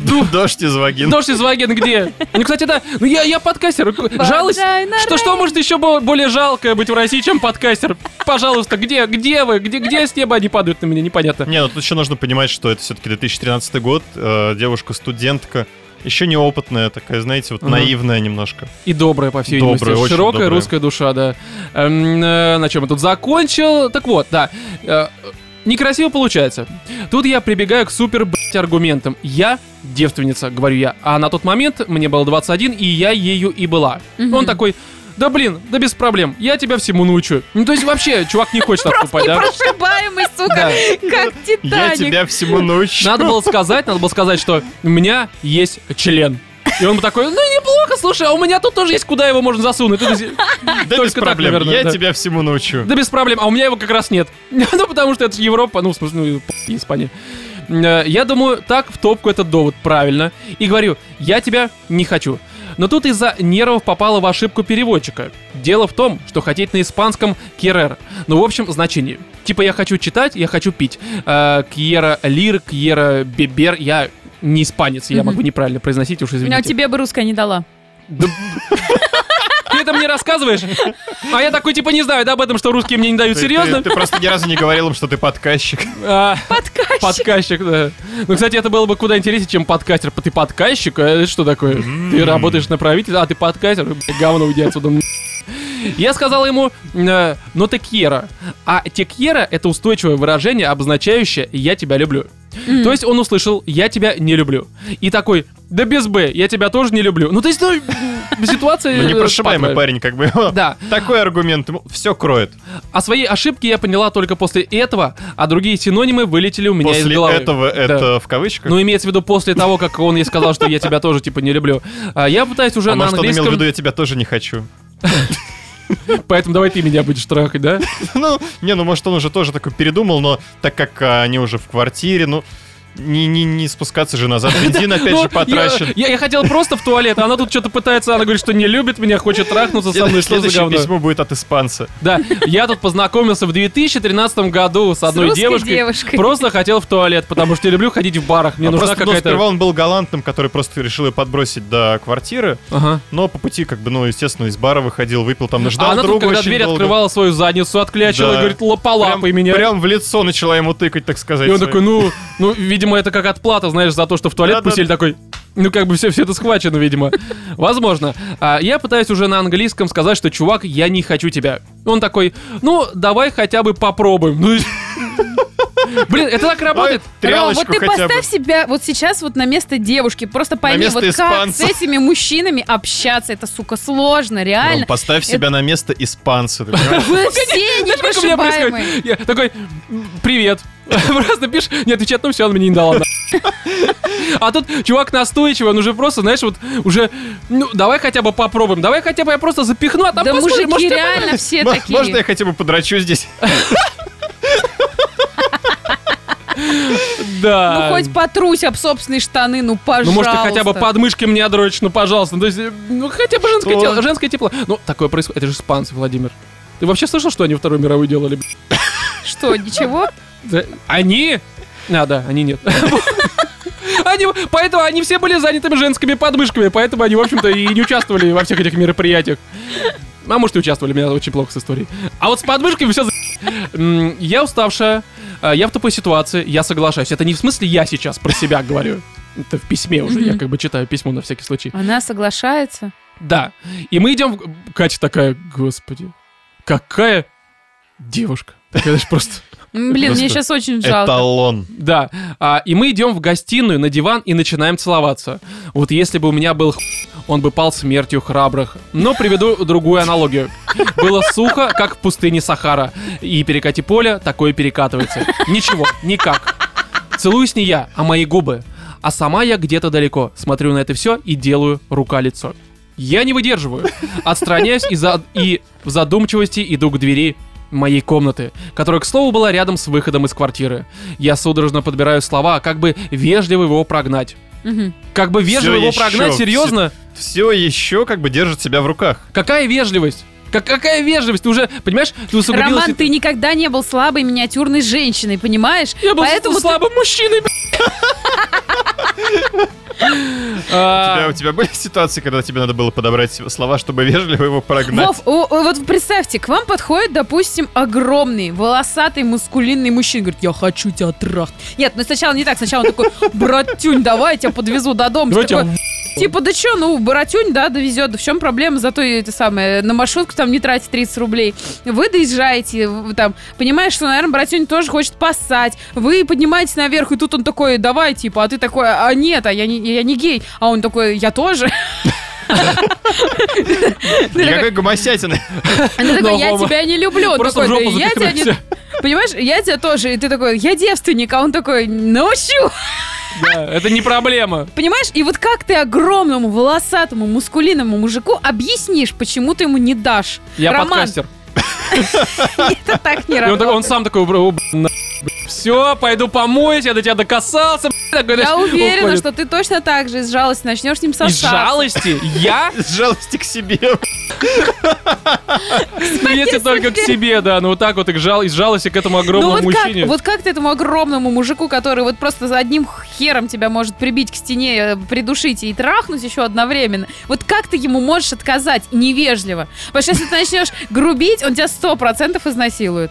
S2: Ду- Дождь из вагин.
S1: Дождь из Ваген где? Ну, кстати, да, ну я, я подкастер. Жалость?
S3: на
S1: Что, что может еще бо- более жалкое быть в России, чем подкастер? Пожалуйста, где, где вы? Где, где с неба они падают на меня? Непонятно.
S2: Не, ну тут еще нужно понимать, что это все-таки 2013 год, э, девушка-студентка, еще неопытная такая, знаете, вот
S1: Мгм.
S2: наивная немножко.
S1: И добрая, по всей
S2: Добрая,
S1: видимости.
S2: очень
S1: Широкая
S2: добрая.
S1: русская душа, да. Эм, э, на чем я тут закончил? Так вот, да. Э, некрасиво получается. Тут я прибегаю к супер, блядь, аргументам. Я девственница, говорю я. А на тот момент мне было 21, и я ею и была.
S3: Мгм.
S1: Он такой... Да блин, да без проблем, я тебя всему научу. Ну то есть вообще, чувак не хочет отступать, да?
S3: Непрошибаемый,
S1: Да.
S3: сука, как
S2: Я
S3: Титаник.
S2: тебя всему научу.
S1: Надо было сказать, надо было сказать, что у меня есть член. И он бы такой, ну неплохо, слушай, а у меня тут тоже есть, куда его можно засунуть. Тут есть-
S2: Да без
S1: только так,
S2: проблем,
S1: наверное, да.
S2: я тебя всему научу.
S1: Да без проблем, а у меня его как раз нет. Ну, потому что это же Европа, ну, в смысле, ну, и п- Испания. Э, Я думаю, так в топку этот довод, правильно. И говорю, я тебя не хочу. Но тут из-за нервов попало в ошибку переводчика. Дело в том, что хотеть на испанском «керер». Ну, в общем, значение. Типа я хочу читать, я хочу пить. Э, Кьера лир, кьера бебер. Я не испанец, я
S3: Мгм.
S1: могу неправильно произносить, уж
S3: Но
S1: извините.
S3: тебе бы русская не дала.
S1: Да- Ты это мне рассказываешь? А я такой, типа, не знаю, да, об этом, что русские мне не дают.
S2: Ты-
S1: Серьезно?
S2: Ты ты просто ни разу не говорил им, что ты подказчик.
S1: А,
S3: Подкаст.
S1: Подкастчик, да. Ну, кстати, это было бы куда интереснее, чем подкастер. Ты подкастчик? а Это что такое? Ты работаешь на правительстве, а ты подкастер? Бля, Говно, уйди отсюда. м. Я сказал ему э, «но текьера». А текьера — это устойчивое выражение, обозначающее «я тебя люблю». То есть он услышал «я тебя не люблю». И такой «да без б, я тебя тоже не люблю». Ну, то есть, ну, ситуация...
S2: Ну,
S1: э,
S2: непрошибаемый
S1: патовая.
S2: парень, как бы.
S1: Да.
S2: Такой аргумент, все кроет.
S1: А свои ошибки я поняла только после этого, а другие синонимы вылетели у меня из
S2: После
S1: головы.
S2: этого
S1: Да.
S2: это в кавычках.
S1: Ну, имеется в виду после того, как он ей сказал, что я тебя тоже, типа, не люблю. А я пытаюсь уже
S2: А
S1: на
S2: может, он имел в
S1: английском,
S2: виду, я тебя тоже не хочу.
S1: поэтому давай ты меня будешь трахать, да?
S2: Ну, не, ну может он уже тоже такой передумал, но так как а, они уже в квартире, ну, не, не, не спускаться же назад. Бензин опять
S1: Ну,
S2: же потрачен.
S1: Я, я, я хотел просто в туалет, а она тут что-то пытается, она говорит, что не любит меня, хочет трахнуться со мной, что за
S2: Следующее
S1: говно?
S2: письмо будет от испанца.
S1: Да, я тут познакомился в 2013 году с одной
S3: русской
S1: девушкой.
S3: девушкой.
S1: Просто хотел в туалет, потому что я люблю ходить в барах, мне
S2: А
S1: нужна
S2: просто, ну, сперва
S1: какая-то...
S2: он был галантным, который просто решил ее подбросить до квартиры,
S1: Ага.
S2: но по пути, как бы, ну, естественно, из бара выходил, выпил там,
S1: А
S2: наждал
S1: она тут,
S2: друга
S1: когда
S2: очень
S1: дверь
S2: долго.
S1: открывала свою задницу, отклячила и
S2: Да.
S1: говорит,
S2: Прям-
S1: лопалапай меня.
S2: Прям в лицо начала ему тыкать, так сказать.
S1: И он
S2: своим.
S1: такой, ну, ну, видимо, это как отплата, знаешь, за то, что в туалет
S2: Да-да.
S1: пустили, такой, Ну, как бы все, все это схвачено, видимо. Возможно. А, я пытаюсь уже на английском сказать, что, чувак, я не хочу тебя. Он такой, ну, давай хотя бы попробуем. Ну, Блин, это так работает.
S3: Ром, вот
S2: Трялочку
S3: ты
S2: хотя бы.
S3: поставь себя вот сейчас вот на место девушки. Просто пойми,
S2: место
S3: вот как с
S2: испанца.
S3: этими мужчинами общаться. Это, сука, сложно,
S2: Ром,
S3: реально.
S2: поставь себя на место испанца. ты понимаешь?
S3: Вы
S1: Знаешь,
S3: все
S1: как у меня
S3: непрошибаемые.
S1: происходит? Я такой, «М, привет. Просто пишешь, не отвечает, ну все, он мне не дал. на. А тут чувак настойчивый, он уже просто, знаешь, вот уже, ну, давай хотя бы попробуем, давай хотя бы я просто запихну, а там
S3: Да
S1: посмотрим,
S3: мужики
S1: может, я
S3: реально все
S2: М- Можно я
S3: такие.
S2: хотя бы подрачу здесь?
S1: пойму». Да.
S3: Ну хоть потрусь об собственные штаны, ну
S1: Ну,
S3: пожалуйста.
S1: может, ты хотя бы подмышки мне дрочь, ну, пожалуйста. Ну, То есть, э, ну, хотя бы женское
S2: Что?
S1: тело, женское тепло. Ну, такое происходит. Это же испанцы, Владимир. Ты вообще слышал, что они Вторую мировую делали? б***ь?
S3: Что, ничего?
S1: Да, Э, Они? А, да, они нет. Они, поэтому они все были занятыми женскими подмышками, поэтому они, в общем-то, и не участвовали во всех этих мероприятиях. А может, и участвовали, у меня очень плохо с историей. А вот с подмышками все за... М, Я уставшая, а, я в тупой ситуации, я соглашаюсь. Это не в смысле я сейчас про себя говорю. Это в письме уже, я
S3: Мгм.
S1: как бы читаю письмо на всякий случай.
S3: Она соглашается.
S1: Да. И мы идем... в- Катя такая, господи, какая девушка. Такая, знаешь, просто...
S3: М, Блин,
S1: Ну,
S2: Просто
S3: мне сейчас очень жалко.
S2: Эталон.
S1: Да. А, и мы идем в гостиную на диван и начинаем целоваться. Вот если бы у меня был х**, он бы пал смертью храбрых. Но приведу другую аналогию. Было сухо, как в пустыне Сахара. И перекати поле такое перекатывается. Ничего, никак. Целуюсь не я, а мои губы. А сама я где-то далеко. Смотрю на это все и делаю рука-лицо. Я не выдерживаю. Отстраняюсь и, за- и в задумчивости иду к двери моей комнаты, которая, к слову, была рядом с выходом из квартиры. Я судорожно подбираю слова, как бы вежливо его прогнать.
S3: Мгм.
S1: Как бы вежливо
S2: Всё
S1: его
S2: ещё,
S1: прогнать,
S2: всё-
S1: серьезно?
S2: Все еще как бы держит себя в руках.
S1: Какая вежливость? Как, какая вежливость? Ты уже, понимаешь, ты усугубила...
S3: Роман,
S1: си-
S3: ты никогда не был слабой миниатюрной женщиной, понимаешь?
S1: Я был
S3: Поэтому ты-
S1: слабым мужчиной, б***ь.
S2: У тебя-
S1: А,
S2: у тебя были ситуации, когда тебе надо было подобрать слова, чтобы вежливо его прогнать?
S3: Вов, о- о, вот представьте, к вам подходит, допустим, огромный, волосатый, мускулинный мужчина. Говорит, я хочу тебя трахнуть. Нет, ну сначала не так. Сначала он такой, братюнь, давай я тебя подвезу до дома. Ты
S1: давайте я
S3: такой, Типа, да чё, ну, баратюнь, да, довезет, да в чем проблема, зато и это самое, на маршрутку там не тратить 30 рублей. Вы доезжаете, вы там, понимаешь, что, наверное, баратюнь тоже хочет поссать, вы поднимаетесь наверх, и тут он такой, давай, типа, а ты такой, а нет, а я не, я не гей, а он такой, я тоже. Ты
S2: Я
S3: такой,
S2: как гомосятина.
S3: она такая, я
S1: Нового.
S3: тебя не люблю. Он
S1: Просто
S3: такой,
S1: в жопу
S3: «Да я тебя
S1: запихнуть
S3: не...
S1: всё.
S3: Понимаешь, я тебя тоже. И ты такой, я девственник. А он такой, научу.
S1: Да, Это не проблема.
S3: Понимаешь, и вот как ты огромному, волосатому, мускулиному мужику объяснишь, почему ты ему не дашь?
S1: Я
S3: Роман,
S1: подкастер.
S3: Это так не
S1: И он, такой- он
S3: работает.
S1: сам такой, все, пойду помоюсь, я до тебя докасался. б***ь», такой,
S3: Я
S1: знаешь,
S3: уверена,
S1: уходит.
S3: что ты точно так же из жалости начнешь с ним
S1: Из
S3: сосаться.
S1: жалости я?
S2: Из жалости к себе.
S1: Если только к себе, да. Ну вот так вот и к жал- из жалости к этому
S3: Ну
S1: огромному
S3: вот как,
S1: мужчине.
S3: вот как ты этому огромному мужику, который вот просто за одним хером тебя может прибить к стене, э, придушить и трахнуть еще одновременно, вот как ты ему можешь отказать невежливо? Потому что если ты начнешь грубить, он тебя сто процентов изнасилует.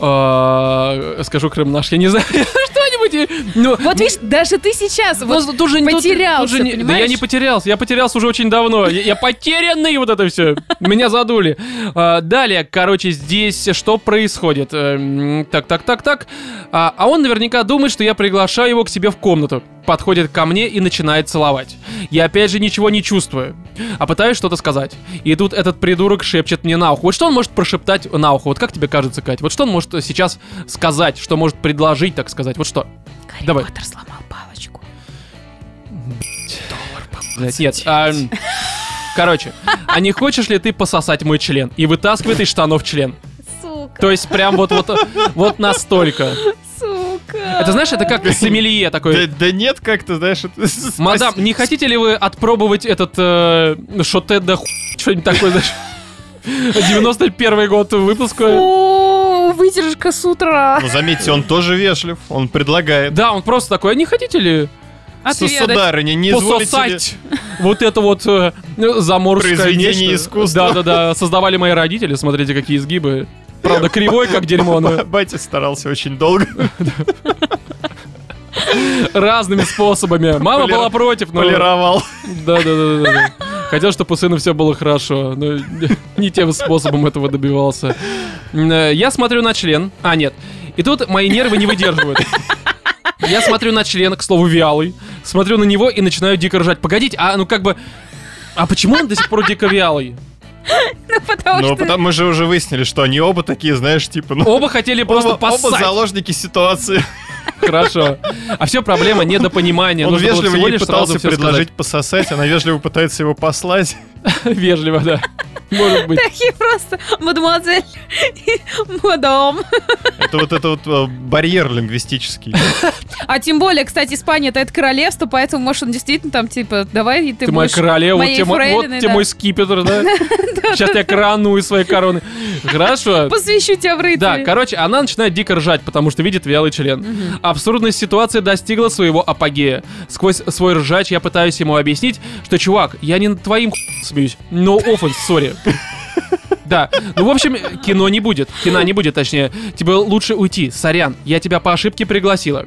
S1: А, Скажу Крым наш, я не знаю. Что-нибудь. и- ну,
S3: Вот видишь, даже ты сейчас,
S1: ну,
S3: вот
S1: тут же- тут- тут же
S3: потерялся,
S1: не- Да я
S3: понимаешь?
S1: не потерялся, я потерялся уже очень давно. Я, я потерянный, вот это все. Меня задули. А, далее, короче, здесь что происходит? Эм, так, так, так, так. А, а он наверняка думает, что я приглашаю его к себе в комнату. Подходит ко мне и начинает целовать. Я опять же ничего не чувствую, а пытаюсь что-то сказать. И тут этот придурок шепчет мне на ухо. Вот что он может прошептать на ухо? Вот как тебе кажется, Кать? Вот что он может сейчас сказать? Что может предложить, так сказать? Вот что?
S3: Гарри
S1: Давай.
S3: Поттер сломал палочку.
S1: Блядь, Нет, а, м, короче, а не хочешь ли ты пососать мой член? И вытаскивает из штанов член.
S3: Сука,
S1: То есть прям вот, вот, вот настолько.
S3: сука.
S1: Это знаешь, это как сомелье
S2: Да
S1: такой.
S2: да нет, как ты знаешь. это-
S1: Мадам, не хотите ли вы отпробовать этот э, шоте да ху... Что-нибудь такое, знаешь? 91 год выпуска.
S3: О, выдержка с утра.
S2: Ну, заметьте, он тоже вежлив. Он предлагает.
S1: Да, он просто такой, а не хотите ли
S2: Су-
S3: Отведать.
S2: Сударыня, не изволите ли-
S1: пососать вот это вот э, ну, заморское
S2: Произведение
S1: нечто?»
S2: искусства.
S1: Да-да-да, создавали мои родители, смотрите, какие изгибы. Правда, кривой, как дерьмо, но...
S2: Ба- Батя старался очень долго.
S1: Разными способами. Мама
S2: Полир-
S1: была против, но...
S2: Полировал.
S1: Да, да, да, да, да. Хотел, чтобы у сына все было хорошо, но не тем способом этого добивался. М, э, Я смотрю на член. А, нет. И тут мои нервы не выдерживают. Я смотрю на член, к слову, вялый. Смотрю на него и начинаю дико ржать. Погодите, а ну как бы... А почему он до сих пор дико вялый?
S3: Ну, потому
S2: Ну,
S3: что...
S2: потому мы же уже выяснили, что они оба такие, знаешь, типа, ну...
S1: Оба хотели просто
S2: оба- оба
S1: поссать.
S2: заложники ситуации.
S1: Хорошо. А все проблема недопонимания.
S2: Он
S1: Нужно было
S2: вежливо
S1: всего
S2: ей
S1: лишь сразу
S2: пытался
S1: всё
S2: предложить пососать, она вежливо пытается его послать.
S1: сказать. Вежливо, да. Может быть.
S3: Такие просто, мадемуазель и мадам.
S2: Это вот это вот э, барьер лингвистический.
S3: А тем более, кстати, Испания это, это королевство, поэтому, может, он действительно там, типа, давай, и ты,
S1: Ты моя
S3: будешь...
S1: королева, вот
S3: моей
S1: тебе мой- вот
S3: фрейлиной,
S1: тебе
S3: да.
S1: мой скипетр, да? Сейчас я корону из своей короны. Хорошо.
S3: Посвящу тебя в
S1: Да,
S3: рыцаря.
S1: короче, она начинает дико ржать, потому что видит вялый член. Абсурдность ситуации достигла своего апогея. Сквозь свой ржач я пытаюсь ему объяснить, что, чувак, я не над твоим хуй смеюсь. No offense, сори. Да, ну в общем, кино не будет, кино не будет, точнее. Тебе лучше уйти, сорян, я тебя по ошибке пригласила.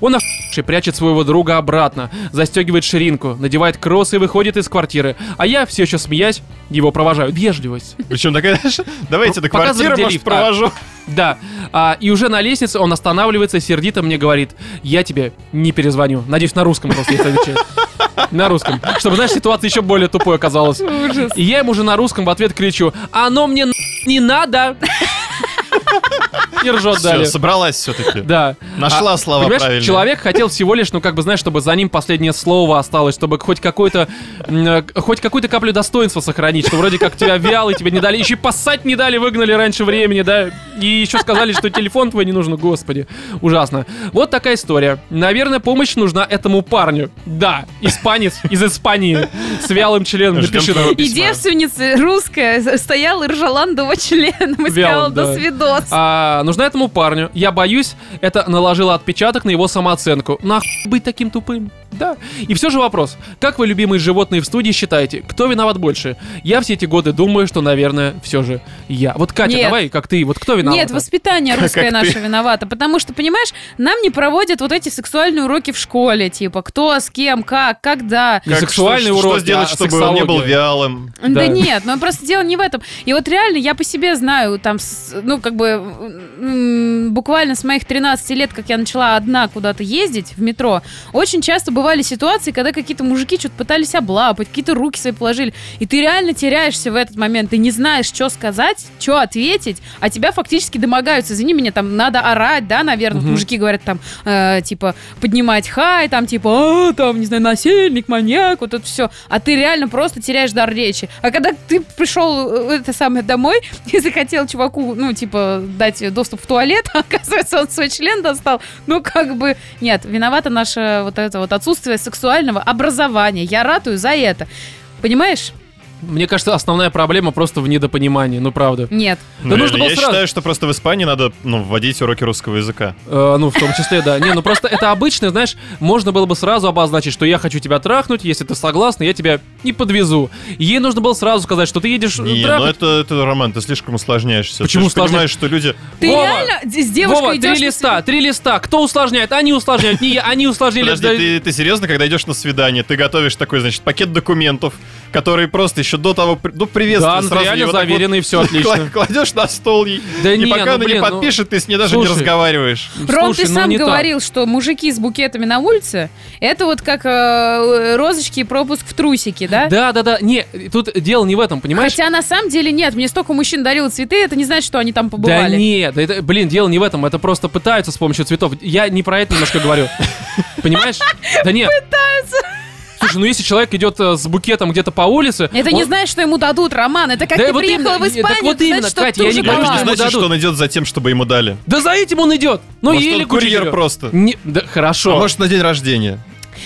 S1: Он охуевший прячет своего друга обратно, застегивает ширинку, надевает кросс и выходит из квартиры. А я, все еще смеясь, его провожаю. Вежливость.
S2: Причем такая, знаешь, давайте до
S1: Показывай,
S2: квартиры,
S1: где
S2: может,
S1: лифт, а.
S2: провожу.
S1: Да, а, и уже на лестнице он останавливается, сердито мне говорит, я тебе не перезвоню. Надеюсь, на русском просто, если отвечает. На русском. Чтобы, знаешь, ситуация еще более тупой оказалась.
S3: Ужас.
S1: И я ему же на русском в ответ кричу, оно мне на- не надо. И ржет
S2: Все,
S1: далее.
S2: собралась все-таки.
S1: Да.
S2: Нашла
S1: А,
S2: слова
S1: Понимаешь,
S2: правильные.
S1: человек хотел всего лишь, ну, как бы, знаешь, чтобы за ним последнее слово осталось, чтобы хоть какой-то, м, э, хоть какую-то каплю достоинства сохранить, что вроде как тебя вялый, тебе не дали, еще и поссать не дали, выгнали раньше времени, да, и еще сказали, что телефон твой не нужен, господи, ужасно. Вот такая история. Наверное, помощь нужна этому парню. Да, испанец из Испании с вялым членом.
S2: Ждем
S1: Напиши нам.
S2: твоего
S3: И
S2: письма.
S3: девственница русская стояла и ржала на его членом и сказала,
S1: Вялым, да.
S3: до свидос.
S1: А, нужна этому парню. Я боюсь, это наложило отпечаток на его самооценку. Нахуй быть таким тупым? Да. И все же вопрос. Как вы, любимые животные в студии, считаете, кто виноват больше? Я все эти годы думаю, что, наверное, все же я. Вот, Катя,
S3: Нет.
S1: давай, как ты, вот кто виноват?
S3: Нет, воспитание
S2: Как-
S3: русское
S2: как
S3: наше
S2: ты.
S3: виновато, потому что, понимаешь, нам не проводят вот эти сексуальные уроки в школе, типа, кто, с кем, как, когда.
S1: Не сексуальный
S2: что,
S1: урок,
S2: Что сделать,
S1: а
S2: чтобы он не был
S1: сексология.
S2: вялым?
S3: Да.
S1: Да.
S3: нет, но просто дело не в этом. И вот реально, я по себе знаю, там, с- ну, как бы, м, буквально с моих 13 лет, как я начала одна куда-то ездить в метро, очень часто бывали ситуации, когда какие-то мужики что-то пытались облапать, какие-то руки свои положили, и ты реально теряешься в этот момент, ты не знаешь, что сказать, что ответить, а тебя фактически домогаются, извини меня, там, надо орать, да, наверное,
S1: Мгм.
S3: мужики говорят там, э, типа, поднимать хай, там, типа, а, там, не знаю, насильник, маньяк, вот это все. А ты реально просто теряешь дар речи. А когда ты пришел э, это самое домой и захотел чуваку, ну, типа, дать доступ в туалет, а оказывается, он свой член достал, ну, как бы, нет, виновата наше вот это вот отсутствие сексуального образования. Я ратую за это. Понимаешь?
S1: Мне кажется, основная проблема просто в недопонимании, ну правда.
S3: Нет.
S1: Да
S2: Ну,
S1: нужно
S2: реально,
S1: было
S2: я
S1: сразу.
S2: считаю, что просто в Испании надо ну, вводить уроки русского языка.
S1: Э, ну, в том числе, да. Не, ну просто это обычно, знаешь, можно было бы сразу обозначить, что я хочу тебя трахнуть, если ты согласна, я тебя не подвезу. Ей нужно было сразу сказать, что ты едешь э,
S2: Не, ну
S1: трахать.
S2: это, это Роман, ты слишком усложняешься.
S1: Почему
S2: ты же понимаешь, что люди...
S3: Ты
S1: Вова!
S3: реально с девушкой
S1: Вова,
S3: идешь...
S1: три
S3: на
S1: листа, три листа. Кто усложняет? Они усложняют, не я, они усложнили.
S2: Подожди,
S1: Да,
S2: ты, ты серьезно, когда идешь на свидание, ты готовишь такой, значит, пакет документов, которые просто еще до того, при- ну, приветствия
S1: Да, ну,
S2: сразу
S1: реально
S2: его так вот
S1: заверенный, все отлично.
S2: кла- Кладешь на стол ей,
S1: Да
S2: и
S1: не,
S2: пока
S1: ну,
S2: она не
S1: блин, ну,
S2: подпишет, ты с ней даже не
S1: слушай.
S2: разговариваешь.
S3: Ром,
S1: Слушай,
S3: ты
S1: ну,
S3: сам
S1: не так.
S3: говорил, что мужики с букетами на улице это вот как э, розочки и пропуск в трусики, да?
S1: Да, да, да. Не, тут дело не в этом, понимаешь?
S3: Хотя на самом деле нет, мне столько мужчин дарило цветы, это не значит, что они там побывали.
S1: Да нет, да это, блин, дело не в этом, это просто пытаются с помощью цветов. Я не про это немножко говорю. Понимаешь? Да нет. Пытаются. Слушай, ну если человек идет э, с букетом где-то по улице...
S3: Это
S1: он-
S3: не значит, что ему дадут, Роман. Это как
S1: Да
S3: ты
S1: вот
S3: приехала
S1: именно, э,
S3: в Испанию,
S1: так вот
S3: это
S1: именно,
S3: значит, что
S1: Катя,
S3: ты
S1: я
S3: уже
S1: не
S2: Это
S1: говорю,
S2: же
S1: ему
S2: не
S3: была.
S1: что
S2: значит, что
S1: дадут.
S2: он идет за тем, чтобы ему дали.
S1: Да за этим он идет. Ну
S2: Может,
S1: или
S2: он курьер
S1: курьеру.
S2: просто.
S1: Не- да, хорошо.
S2: А может, на день рождения.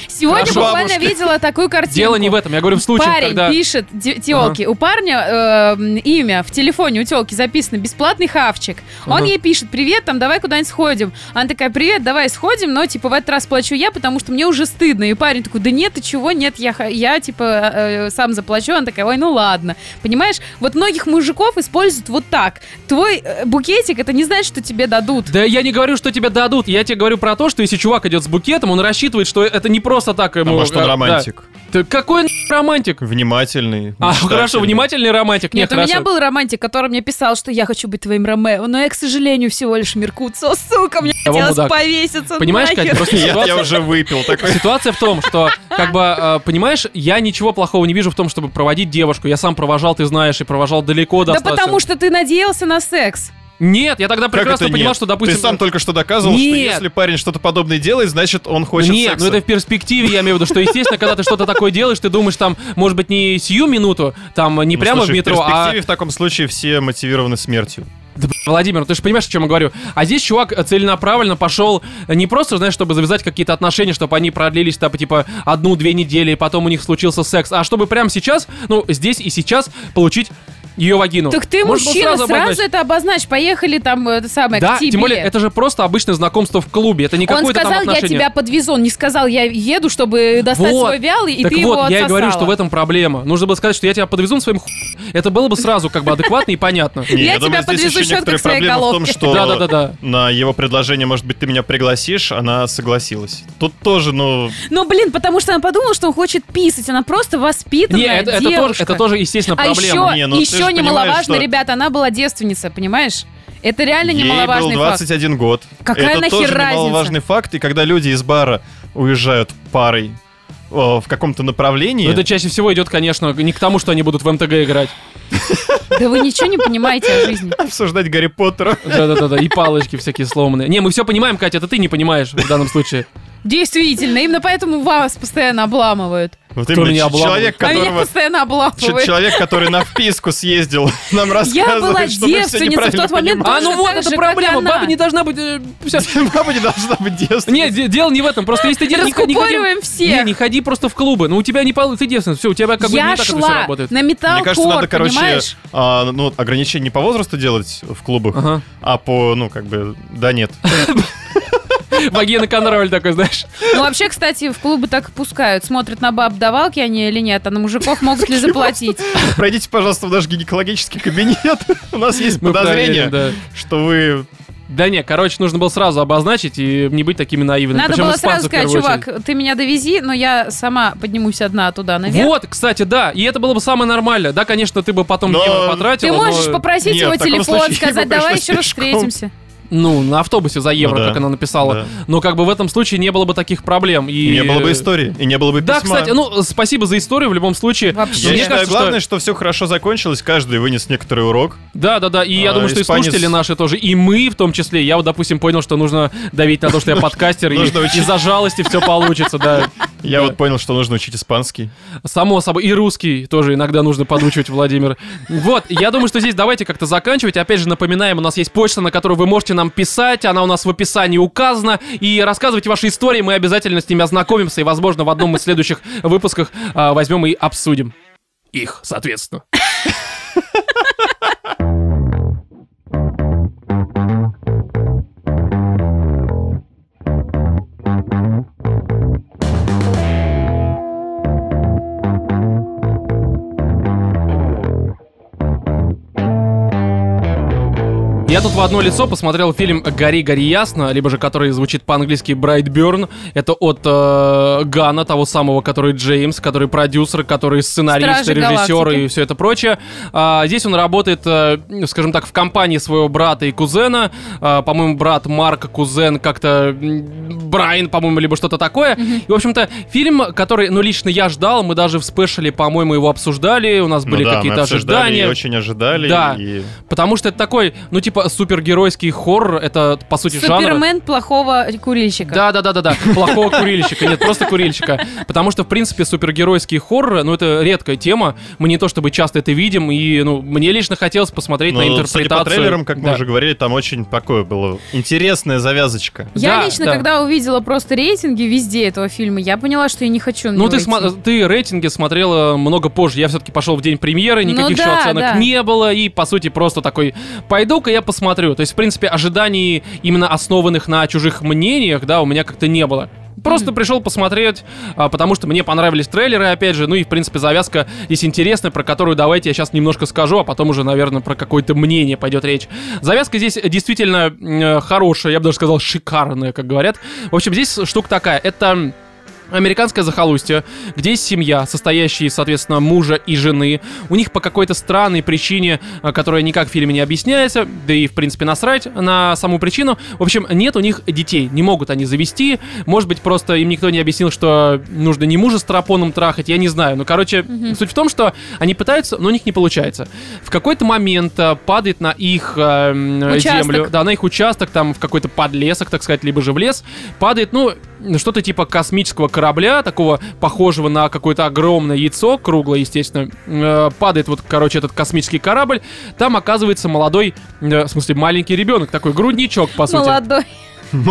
S3: Сегодня
S1: Хорошо,
S3: буквально
S2: бабушка.
S3: видела такую картинку.
S1: Дело не в этом, я говорю в случае,
S3: Парень
S1: когда...
S3: пишет те- телке. У парня э, м, имя в телефоне у телки записано бесплатный хавчик. Он
S1: Ага.
S3: ей пишет: Привет, там давай куда-нибудь сходим. Она такая: Привет, давай сходим, но типа в этот раз плачу я, потому что мне уже стыдно. И парень такой: Да нет, ты чего? Нет, я, ха- я типа э, сам заплачу. Она такая: Ой, ну ладно. Понимаешь, вот многих мужиков используют вот так. Твой э, букетик это не значит, что тебе дадут.
S1: Да я не говорю, что тебе дадут. Я тебе говорю про то, что если чувак идет с букетом, он рассчитывает, что это не просто так ему...
S2: Потому что он
S1: а, да.
S2: романтик.
S1: Ты какой нахуй романтик?
S2: Внимательный.
S1: А,
S2: мечтательный.
S1: хорошо, внимательный романтик.
S3: Нет,
S1: Нет,
S3: у меня
S1: хорошо.
S3: был романтик, который мне писал, что я хочу быть твоим Ромео, но я, к сожалению, всего лишь Меркуцо, сука, мне
S1: Я вам
S3: хотелось
S1: мудак.
S3: повеситься
S1: Понимаешь, Катя,
S3: нахер.
S1: просто
S2: Я, я
S1: ситуация...
S2: уже выпил такой.
S1: Ситуация в том, что, как бы, э, понимаешь, я ничего плохого не вижу в том, чтобы проводить девушку. Я сам провожал, ты знаешь, и провожал далеко
S3: Да
S1: достаточно.
S3: потому что ты надеялся на секс.
S1: Нет, я тогда
S2: Как
S1: прекрасно
S2: это
S1: понимал,
S2: нет?
S1: что, допустим...
S2: Ты сам только что доказывал, что
S1: Нет.
S2: если парень что-то подобное делает, значит, он хочет
S1: Нет,
S2: секса.
S1: ну это в перспективе, я имею в виду, что, естественно, когда ты что-то такое делаешь, ты думаешь, там, может быть, не сию минуту, там, не
S2: Ну,
S1: прямо
S2: слушай,
S1: в метро,
S2: в
S1: а...
S2: перспективе в таком случае все мотивированы смертью.
S1: Да, блин, Владимир, ну ты же понимаешь, о чем я говорю. А здесь чувак э, целенаправленно пошел э, не просто, знаешь, чтобы завязать какие-то отношения, чтобы они продлились, там, типа, одну-две недели, и потом у них случился секс, а чтобы прямо сейчас, ну, здесь и сейчас получить ее вагину.
S3: Так ты
S1: Можно Ну, было
S3: мужчина, сразу,
S1: обозначить.
S3: это обозначь. Поехали там, э, это самое,
S1: Да,
S3: к тебе.
S1: тем более, это же просто обычное знакомство в клубе, это не
S3: Он
S1: какое-то там
S3: сказал, я
S1: отношение.
S3: тебя подвезу. Он не сказал, я еду, чтобы достать
S1: Вот.
S3: свой вялый, и
S1: так
S3: ты его
S1: вот, я и говорю,
S3: отсосала.
S1: что в этом проблема. Нужно было сказать, что я тебя подвезу на своим ху... Это было бы сразу как бы адекватно и понятно.
S2: Не,
S3: Я
S2: я думаю,
S3: тебя
S2: здесь
S3: подвезу
S2: еще
S3: щеткой
S2: некоторая
S3: к своей
S2: проблема в том,
S3: головке.
S2: что
S1: Да-да-да-да.
S2: на его предложение, может быть, ты меня пригласишь, она согласилась. Тут тоже, ну,
S3: Ну, блин, потому что она подумала, что он хочет писать. Она просто воспитанная
S1: Не, это, это тоже,
S3: девушка.
S1: это тоже, естественно,
S3: А
S1: проблема.
S3: еще,
S2: Не, ну ты ж
S3: еще
S2: понимаешь,
S3: немаловажно,
S2: что-
S3: ребята, она была девственница, понимаешь? Это реально
S2: ей был
S3: немаловажный факт.
S2: 21 год.
S3: Какая
S2: Это
S3: нахер
S2: тоже
S3: разница?
S2: немаловажный факт. И когда люди из бара уезжают парой э, в каком-то направлении...
S1: Но Ну, это чаще всего идет, конечно, не к тому, что они будут в МТГ играть.
S3: Да вы ничего не понимаете о жизни.
S2: обсуждать Гарри Поттера.
S1: Да-да-да, и палочки всякие сломанные. Не, мы все понимаем, Катя, это ты не понимаешь в данном случае.
S3: Действительно, именно поэтому вас постоянно обламывают.
S2: Вот
S1: Кто
S2: именно
S1: меня
S2: ч-
S1: обламывает?
S2: человек,
S3: А меня
S2: которого...
S3: постоянно
S2: ч-
S3: обламывают.
S2: Человек, который на вписку съездил, нам рассказывает,
S3: была
S2: что мы все
S3: девственницей в
S2: неправильно
S3: тот момент,
S2: понимаем.
S1: А ну
S3: Точно
S1: вот,
S3: так
S1: это
S3: же, как
S1: проблема.
S3: она.
S1: Баба не должна быть... э, всё.
S2: Баба не должна быть девственницей.
S1: Нет, де- дело не в этом. Просто если ты де- не ходи- не ходи-
S3: Раскупориваем всех.
S1: Не, не ходи просто в клубы. Ну у тебя не получится, ты девственница. Все, у тебя как бы
S3: Я
S1: не так это все
S3: шла
S1: работает.
S3: на металл
S2: Мне кажется, надо, короче,
S3: понимаешь?
S2: а, ну, ограничения не по возрасту делать в клубах,
S1: Ага.
S2: а по, ну, как бы, да нет.
S1: Вагина контроль такой, знаешь.
S3: Ну, вообще, кстати, в клубы так и пускают. Смотрят на баб, давалки они или нет, а на мужиков могут ли заплатить.
S2: Пройдите, пожалуйста, в наш гинекологический кабинет. У нас есть
S1: Мы
S2: подозрение,
S1: Ну, проверим, да.
S2: что вы...
S1: Да не, короче, нужно было сразу обозначить и не быть такими наивными.
S3: Надо
S1: Причем
S3: было
S1: испанцев
S3: сразу
S1: в первую
S3: сказать,
S1: очередь.
S3: чувак, ты меня довези, но я сама поднимусь одна туда наверх.
S1: Вот, кстати, да. И это было бы самое нормальное. Да, конечно, ты бы потом
S2: Но-
S1: Еву потратил.
S3: Ты можешь
S1: но-
S3: попросить
S2: Нет,
S3: его
S2: в таком
S3: телефон,
S2: случае
S3: сказать,
S2: ему
S3: давай
S2: пришлось
S3: еще раз
S2: пешком.
S3: встретимся.
S1: Ну, на автобусе за евро,
S2: Ну да,
S1: как она написала.
S2: да.
S1: Но как бы в этом случае не было бы таких проблем. И...
S2: Не было бы истории, и не было бы
S1: Да,
S2: письма.
S1: кстати, ну, спасибо за историю в любом случае.
S3: Вообще.
S2: Я
S1: Мне
S2: считаю,
S1: кажется, что-
S2: главное, что... все хорошо закончилось, каждый вынес некоторый урок.
S1: Да, да, да. И я
S2: А,
S1: думаю, что
S2: испанец-
S1: и слушатели наши тоже, и мы в том числе. Я вот, допустим, понял, что нужно давить на то, что я подкастер, и
S2: нужно
S1: и
S2: учить.
S1: за жалости все получится, да.
S2: Я
S1: Да.
S2: вот понял, что нужно учить испанский.
S1: Само собой. И русский тоже иногда нужно подучивать, Владимир. Вот, я думаю, что здесь давайте как-то заканчивать. Опять же, напоминаем, у нас есть почта, на которую вы можете нам писать. Она у нас в описании указана. И рассказывайте ваши истории, мы обязательно с ними ознакомимся. И, возможно, в одном из следующих выпусках а, возьмем и обсудим их, соответственно. Я тут в одно лицо посмотрел фильм «Гори, гори ясно», либо же который звучит по-английски «Брайтберн». Это от э, Гана, того самого, который Джеймс, который продюсер, который сценарист,
S3: Стражи
S1: режиссер и
S3: галактики.
S1: все это прочее. А, здесь он работает, э, скажем так, в компании своего брата и кузена. А, по-моему, брат Марк, кузен как-то м, Брайан, по-моему, либо что-то такое. И, в общем-то, фильм, который, ну, лично я ждал, мы даже в спешле, по-моему, его обсуждали, у нас
S2: Ну
S1: были
S2: да, мы
S1: какие-то
S2: обсуждали и
S1: ожидания.
S2: очень ожидали.
S1: Да.
S2: и-
S1: Потому что это такой, ну, типа, хор- супергеройский хоррор, это, по сути, жанр...
S3: Супермен плохого курильщика.
S1: Да, да, да, да, да. Плохого курильщика. Нет, просто курильщика. Потому что, в принципе, супергеройские хорроры, ну, это редкая тема. Мы не то чтобы часто это видим, и, ну, мне лично хотелось посмотреть на
S2: Ну,
S1: интерпретацию.
S2: кстати, по трейлерам, как мы
S1: Да.
S2: уже говорили, там очень такое было интересная завязочка.
S3: Я
S1: Да,
S3: лично,
S1: да.
S3: когда увидела просто рейтинги везде этого фильма, я поняла, что я не хочу на
S1: Ну,
S3: него
S1: ты,
S3: идти.
S1: сма- ты рейтинги смотрела много позже. Я все-таки пошел в день премьеры,
S3: Ну
S1: никаких
S3: да,
S1: еще оценок
S3: да.
S1: не было. И, по сути, просто такой, пойду-ка я посмотрю. То есть, в принципе, ожиданий, именно основанных на чужих мнениях, да, у меня как-то не было. Просто
S3: Мгм.
S1: пришел посмотреть, а, потому что мне понравились трейлеры, опять же. Ну и, в принципе, завязка здесь интересная, про которую давайте я сейчас немножко скажу, а потом уже, наверное, про какое-то мнение пойдет речь. Завязка здесь действительно м, э, хорошая, я бы даже сказал, шикарная, как говорят. В общем, здесь штука такая. Это Американское захолустье, где есть семья, состоящая, из, соответственно, мужа и жены. У них по какой-то странной причине, а, которая никак в фильме не объясняется, да и, в принципе, насрать на саму причину. В общем, нет у них детей, не могут они завести. Может быть, просто им никто не объяснил, что нужно не мужа с тарапоном трахать, я не знаю. Ну, короче, суть в том, что они пытаются, но у них не получается. В какой-то момент а, падает на их э, м,
S3: Участок.
S1: землю, да, на их участок, там, в какой-то подлесок, так сказать, либо же в лес, падает, ну, что-то типа космического корабля, такого похожего на какое-то огромное яйцо, круглое, естественно. Э, Падает вот, короче, этот космический корабль. Там оказывается молодой, э, в смысле, маленький ребенок, такой грудничок, по сути.
S3: Молодой.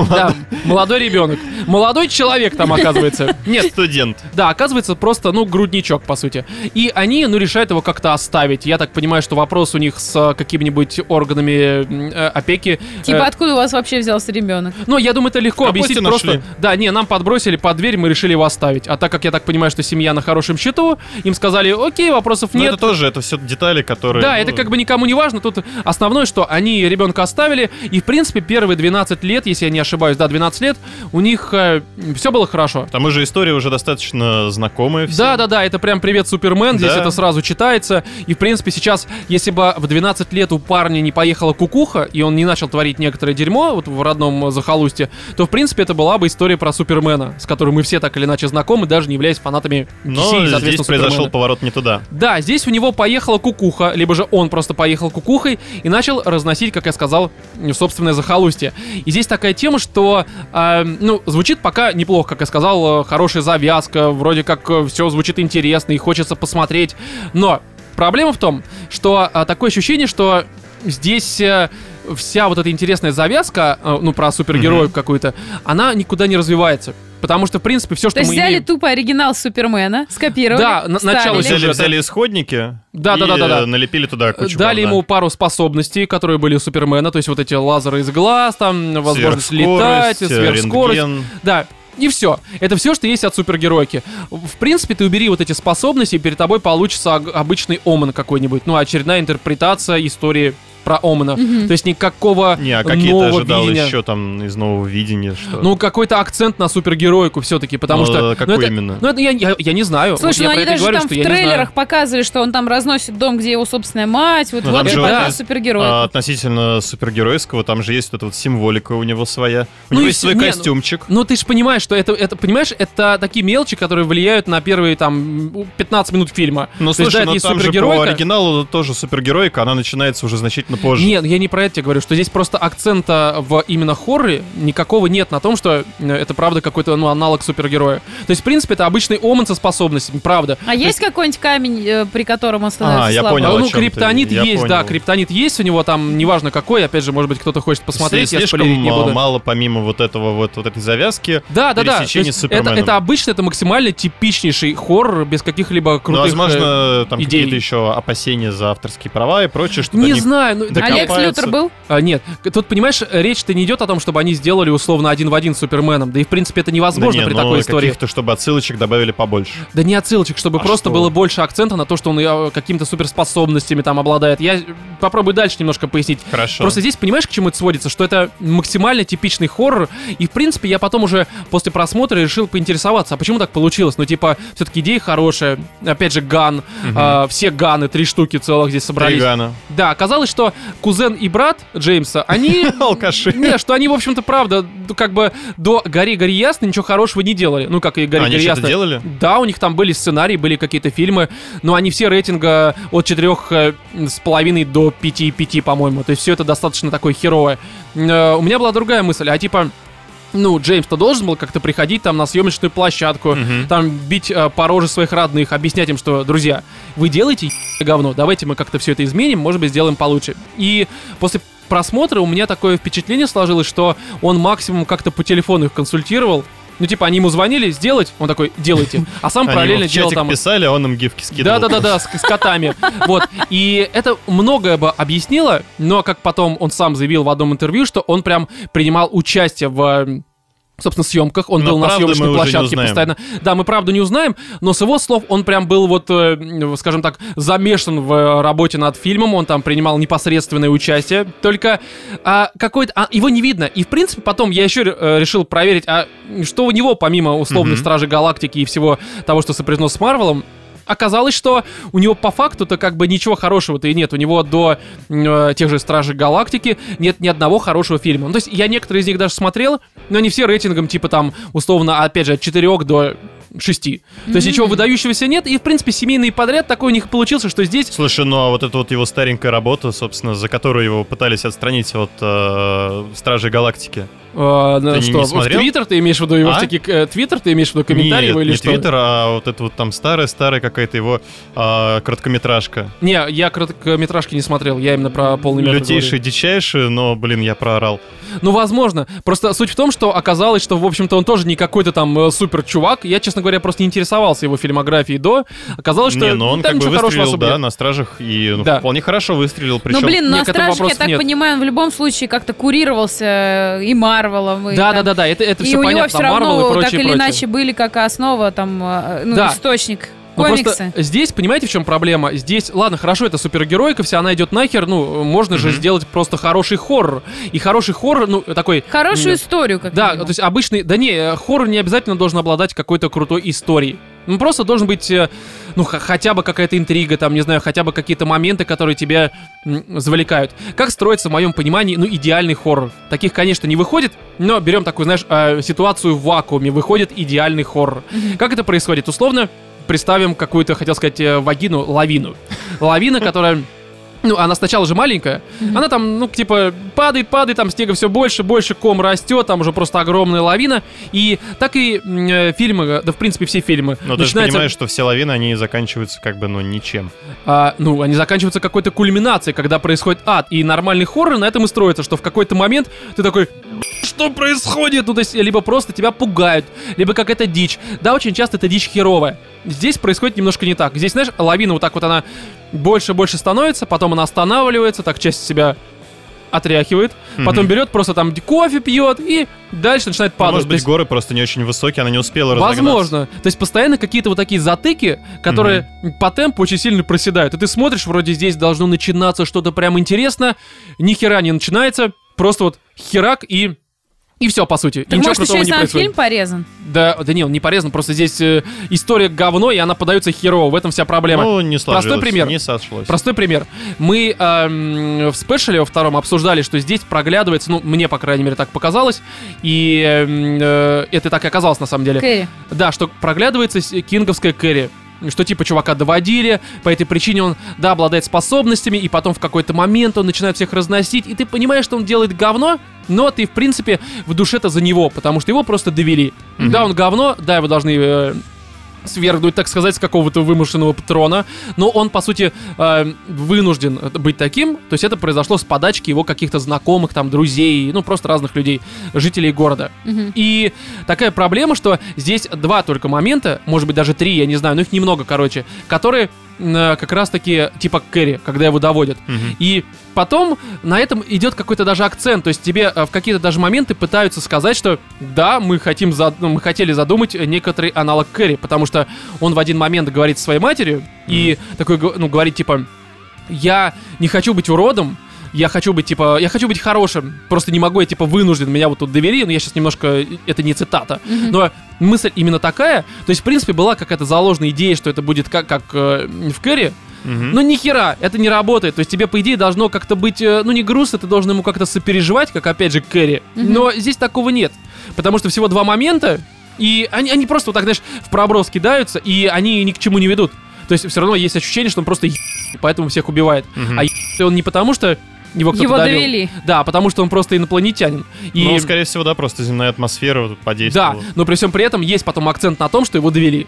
S1: Да, молодой ребенок. Молодой человек там оказывается. Нет,
S2: Студент.
S1: да, оказывается, просто, ну, грудничок, по сути. И они, ну, решают его как-то оставить. Я так понимаю, что вопрос у них с э, какими-нибудь органами м, э, опеки.
S3: Типа,
S1: Э,
S3: откуда у вас вообще взялся ребенок?
S1: ну, я думаю, это легко
S2: Капусте
S1: объяснить
S2: нашли.
S1: просто. Да, не, нам подбросили под дверь, мы решили его оставить. А так как я так понимаю, что семья на хорошем счету, им сказали, окей, вопросов
S2: Но
S1: нет.
S2: Ну, это тоже, это все детали, которые...
S1: Да,
S2: ну,
S1: это как бы никому не важно. Тут основное, что они ребенка оставили, и, в принципе, первые 12 лет, если я не ошибаюсь, да, 12 лет, у них все было хорошо.
S2: К тому же история уже достаточно знакомая. всем.
S1: Да, да, да, это прям привет, Супермен. Здесь
S2: Да.
S1: это сразу читается. И в принципе, сейчас, если бы в 12 лет у парня не поехала кукуха, и он не начал творить некоторое дерьмо вот в родном э, захолустье, то в принципе это была бы история про Супермена, с которой мы все так или иначе знакомы, даже не являясь фанатами DC, и,
S2: Но
S1: соответственно,
S2: здесь произошел
S1: Супермена.
S2: поворот не туда.
S1: Да, здесь у него поехала кукуха, либо же он просто поехал кукухой и начал разносить, как я сказал, собственное захолустье. И здесь такая тема, что, э, ну, звучит пока неплохо, как я сказал, э, хорошая завязка, вроде как все звучит интересно и хочется посмотреть, но проблема в том, что э, такое ощущение, что здесь... э, вся вот эта интересная завязка, э, ну, про супергероев какую-то, она никуда не развивается. Потому что, в принципе, все,
S3: То
S1: что
S3: есть
S1: мы
S3: взяли
S1: имеем...
S3: тупо оригинал Супермена, скопировали,
S1: Да, на-
S3: вставили.
S1: начало
S2: Взяли,
S1: сюжета.
S2: взяли исходники
S1: Да,
S2: и,
S1: да, да, да, да.
S2: э, налепили туда кучу
S1: Дали
S2: говна.
S1: ему пару способностей, которые были у Супермена, то есть вот эти лазеры из глаз, там возможность летать,
S2: Сверхскорость, э,
S1: сверхскорость.
S2: рентген.
S1: Да, и все. Это все, что есть от супергеройки. В принципе, ты убери вот эти способности, и перед тобой получится ог- обычный Омен какой-нибудь. Ну, очередная интерпретация истории про Омена.
S3: Мгм.
S1: То есть никакого
S2: Не, а какие ты
S1: нового
S2: ожидал
S1: видения.
S2: еще там из нового видения? Что?
S1: Ну, какой-то акцент на супергеройку все-таки, потому
S2: Ну,
S1: что...
S2: э,
S1: ну,
S2: какой
S1: это,
S2: именно?
S1: ну, это я, я- я не знаю.
S3: Слушай,
S1: Вот я
S3: ну
S1: про
S3: они
S1: это и
S3: даже
S1: говорю,
S3: там в
S1: что я не знаю.
S3: трейлерах показывали, что он там разносит дом, где его собственная мать. Вот,
S2: Ну,
S3: вот
S2: там
S3: и
S2: же,
S3: потом
S1: да.
S3: супергерой.
S2: А, относительно супергеройского, там же есть вот эта вот символика у него своя.
S1: Ну
S2: У него
S1: и
S2: есть
S1: с-
S2: свой
S1: не, ну-
S2: костюмчик.
S1: Ну, ты же понимаешь, что это, это, понимаешь, это такие мелочи, которые влияют на первые, там, 15 минут фильма.
S2: Ну,
S1: То есть, да,
S2: слушай,
S1: это
S2: но
S1: есть
S2: там же по
S1: супергеройка.
S2: оригиналу тоже супергеройка, она начинается уже значительно позже.
S1: Нет, я не про это тебе говорю, что здесь просто акцента в именно хорроре никакого нет на том, что э, это правда какой-то, ну, аналог супергероя. То есть, в принципе, это обычный оман со способностями, правда.
S3: А есть какой-нибудь камень, э, при котором он становится
S2: А, я
S3: слабым?
S2: понял,
S1: А,
S2: о
S1: ну,
S2: чем ты.
S1: криптонит
S2: Я
S1: есть, да,
S2: понял.
S1: криптонит есть у него там, неважно какой, опять же, может быть, кто-то хочет посмотреть, я
S2: Слишком
S1: спойлерить не
S2: а,
S1: буду.
S2: мало помимо вот этого вот, вот этой завязки. ну,
S1: Да, да, да. То
S2: пересечений
S1: есть
S2: с
S1: Это,
S2: Суперменом.
S1: это обычно, это максимально типичнейший хоррор без каких-либо
S2: Ну,
S1: крутых... э,
S2: возможно, там
S1: идей.
S2: какие-то еще опасения за авторские права и прочее, что
S1: не знаю, ну,
S2: Да
S1: так-
S3: Алекс
S2: докопается.
S3: Лютер был?
S1: А, нет, К- тут, понимаешь, речь-то не идет о том, чтобы они сделали условно один в один с Суперменом. Да и, в принципе, это невозможно
S2: ну,
S1: при такой истории.
S2: то чтобы отсылочек добавили побольше.
S1: Да не отсылочек, чтобы
S2: А
S1: просто
S2: что?
S1: было больше акцента на то, что он э, какими-то суперспособностями там обладает. Я попробую дальше немножко пояснить.
S2: Хорошо.
S1: Просто здесь понимаешь, к чему это сводится, что это максимально типичный хоррор, и в принципе я потом уже после просмотра решил поинтересоваться, а почему так получилось? Ну типа все-таки идея хорошая, опять же ган, а, все ганы три штуки целых здесь собрались.
S2: Тригана.
S1: Да, оказалось, что кузен и брат Джеймса, они...
S2: Алкаши.
S1: Не, что они, в общем-то, правда, ну, как бы до «Гори, гори ясно» ничего хорошего не делали. Ну, как и «Гори,
S2: Они
S1: гори
S2: что-то
S1: ясно».
S2: делали?
S1: Да, у них там были сценарии, были какие-то фильмы, но они все рейтинга от четырех э, с половиной до пяти и пяти, по-моему. То есть все это достаточно такое херовое. Э, у меня была другая мысль, а типа, ну, Джеймс-то должен был как-то приходить там на съемочную площадку,
S2: Мгм.
S1: там бить э, по роже своих родных, объяснять им, что, друзья, вы делаете ебаное говно, давайте мы как-то все это изменим, может быть, сделаем получше. И после просмотра у меня такое впечатление сложилось, что он максимум как-то по телефону их консультировал, ну, типа, они ему звонили, сделать, он такой, делайте, а сам
S2: Они
S1: параллельно
S2: его в
S1: делал
S2: чатик
S1: там...
S2: писали, а он им гифки скидывал.
S1: Да-да-да-да, с, с котами. Вот. И это многое бы объяснило, но как потом он сам заявил в одном интервью, что он прям принимал участие в э, собственно, съемках. Он
S2: Но
S1: был на
S2: правды
S1: съемочной
S2: мы уже не
S1: площадке
S2: узнаем.
S1: постоянно. Да, мы правду не узнаем, но с его слов он прям был вот, э, скажем так, замешан в э, работе над фильмом. Он там принимал непосредственное участие. Только а, какой-то... а, его не видно. И, в принципе, потом я еще э, решил проверить, а что у него, помимо условной
S2: Мгм.
S1: Стражи Галактики и всего того, что сопряжено с Марвелом, оказалось, что у него по факту-то как бы ничего хорошего-то и нет. У него до э, тех же Стражей Галактики нет ни одного хорошего фильма. Ну, то есть я некоторые из них даже смотрел, но они все рейтингом типа там, условно, опять же, от 4 до 6. То есть
S3: Мгм.
S1: ничего выдающегося нет, и, в принципе, семейный подряд такой у них получился, что здесь... э,
S2: Слушай, ну а вот эта вот его старенькая работа, собственно, за которую его пытались отстранить от э, Стражей Галактики.
S1: э, на-
S2: не-
S1: что,
S2: не
S1: в
S2: смотрел?
S1: Твиттер ты имеешь в виду его
S2: А?
S1: всякие... э, Твиттер ты имеешь в виду комментарии
S2: Нет,
S1: его или
S2: не
S1: что?
S2: Твиттер, а вот эта вот там старая-старая какая-то его а, короткометражка.
S1: Не, я короткометражки не смотрел, я именно про полный метр
S2: Лютейший, дичайший, но, блин, я проорал.
S1: Ну, возможно. Просто суть в том, что оказалось, что, в общем-то, он тоже не какой-то там э, супер чувак. Я, честно говоря, просто не интересовался его фильмографией до. Оказалось, что
S2: не, но он
S1: там
S2: как бы
S1: ничего хорошего
S2: выстрелил,
S1: особо
S2: да,
S1: нет.
S2: на Стражах, и ну,
S1: Да.
S2: вполне хорошо выстрелил, причем...
S3: ну, блин,
S1: мне
S3: на
S1: к этому
S3: стражах, я
S1: вопросов
S3: так
S1: нет.
S3: понимаю, он в любом случае как-то курировался э, и Марвелом. и
S1: Да,
S3: там-
S1: да, да, да, это, это
S3: И
S1: все
S3: у него
S1: понятно,
S3: все
S1: Marvel
S3: равно
S1: и прочее,
S3: так или
S1: прочее.
S3: иначе были как основа, там, э, ну,
S1: Да.
S3: источник.
S1: Ну,
S3: Комиксы.
S1: просто здесь, понимаете, в чем проблема? Здесь, ладно, хорошо, это супергероика, вся она идет нахер, ну, можно же
S2: Мгм.
S1: сделать просто хороший хоррор. И хороший хоррор, ну, такой...
S3: Хорошую
S1: м,
S3: историю, как
S1: Да,
S3: минимум.
S1: то есть обычный... Да не, э, хоррор не обязательно должен обладать какой-то крутой историей. Ну, просто должен быть, э, ну, х- хотя бы какая-то интрига, там, не знаю, хотя бы какие-то моменты, которые тебя м, завлекают. Как строится, в моем понимании, ну, идеальный хоррор? Таких, конечно, не выходит, но берем такую, знаешь, э, ситуацию в вакууме, выходит идеальный хоррор. Как это происходит? Условно, представим какую-то, хотел сказать, э, вагину, лавину. Лавина, которая... Ну, она сначала же маленькая,
S3: Мгм.
S1: она там, ну, типа, падает, падает, там снега все больше, больше, ком растет, там уже просто огромная лавина. И так и м, э, фильмы, э, да, в принципе, все фильмы
S2: Но Ну, ты же
S1: начинаются...
S2: понимаешь, что все лавины, они заканчиваются как бы, ну, ничем.
S1: а, ну, они заканчиваются какой-то кульминацией, когда происходит ад. И нормальный хоррор на этом и строится, что в какой-то момент ты такой, что происходит? Ну, то есть, либо просто тебя пугают, либо какая-то дичь. Да, очень часто это дичь херовая. Здесь происходит немножко не так. Здесь, знаешь, лавина вот так вот она больше-больше становится, потом она останавливается, так часть себя отряхивает, потом
S2: Мгм.
S1: берет, просто там кофе пьет и дальше начинает
S2: Ну,
S1: падать.
S2: Может
S1: То
S2: быть,
S1: есть-
S2: горы просто не очень высокие, она не успела разогнаться.
S1: Возможно. То есть постоянно какие-то вот такие затыки, которые по темпу очень сильно проседают. И ты смотришь, вроде здесь должно начинаться что-то прям интересно, ни хера не начинается, просто вот херак и... И все, по сути. И
S3: Так
S1: ничего
S3: может,
S1: крутого
S3: еще и
S1: не
S3: сам
S1: происходит.
S3: фильм порезан?
S1: Да, да не, он не порезан, просто здесь э, история говно, и она подается херово. В этом вся проблема.
S2: Ну, не сложилось.
S1: пример.
S2: Не сошлось.
S1: Простой пример. Мы эм, в спешле во втором обсуждали, что здесь проглядывается, ну, мне, по крайней мере, так показалось, и эм, э, это так и оказалось на самом деле.
S3: Кэрри.
S1: Да, что проглядывается с- э, кинговская Кэрри. Что типа чувака доводили, по этой причине он, да, обладает способностями, и потом в какой-то момент он начинает всех разносить, и ты понимаешь, что он делает говно, но ты, в принципе, в душе-то за него, потому что его просто довели.
S2: Мгм.
S1: Да, он говно, да, его должны э, свергнуть, так сказать, с какого-то вымышленного патрона, но он, по сути, э, вынужден это- быть таким, то есть это произошло с подачки его каких-то знакомых, там, друзей, ну, просто разных людей, жителей города.
S3: Мгм.
S1: И такая проблема, что здесь два только момента, может быть даже три, я не знаю, но их немного, короче, которые э, как раз таки типа Кэрри, когда его доводят.
S2: Мгм.
S1: И потом на этом идет какой-то даже акцент, то есть тебе э, в какие-то даже моменты пытаются сказать, что да, мы хотим, зад- ну, мы хотели задумать некоторый аналог Кэрри, потому что он в один момент говорит со своей матерью и такой, г- ну, говорит типа, я не хочу быть уродом, я хочу быть, типа, я хочу быть хорошим, просто не могу, я, типа, вынужден, меня вот тут довели, но я сейчас немножко, э, это не цитата,
S3: Мгм.
S1: но мысль именно такая, то есть, в принципе, была какая-то заложенная идея, что это будет как, как э, в Кэрри,
S2: Мгм.
S1: Ну ни хера, это не работает. То есть тебе, по идее, должно как-то быть, э, ну не грустно, ты должен ему как-то сопереживать, как опять же Кэрри.
S3: Мгм.
S1: Но здесь такого нет. Потому что всего два момента, и они, они просто вот так, знаешь, в проброс кидаются, и они ни к чему не ведут. То есть все равно есть ощущение, что он просто е- поэтому всех убивает.
S2: Мгм.
S1: А е- он не потому, что его кто-то
S3: Его
S1: давил.
S3: довели.
S1: Да, потому что он просто инопланетянин. И...
S2: Ну, скорее всего, да, просто земная атмосфера вот
S1: да,
S2: подействовала.
S1: но при всем при этом есть потом акцент на том, что его довели.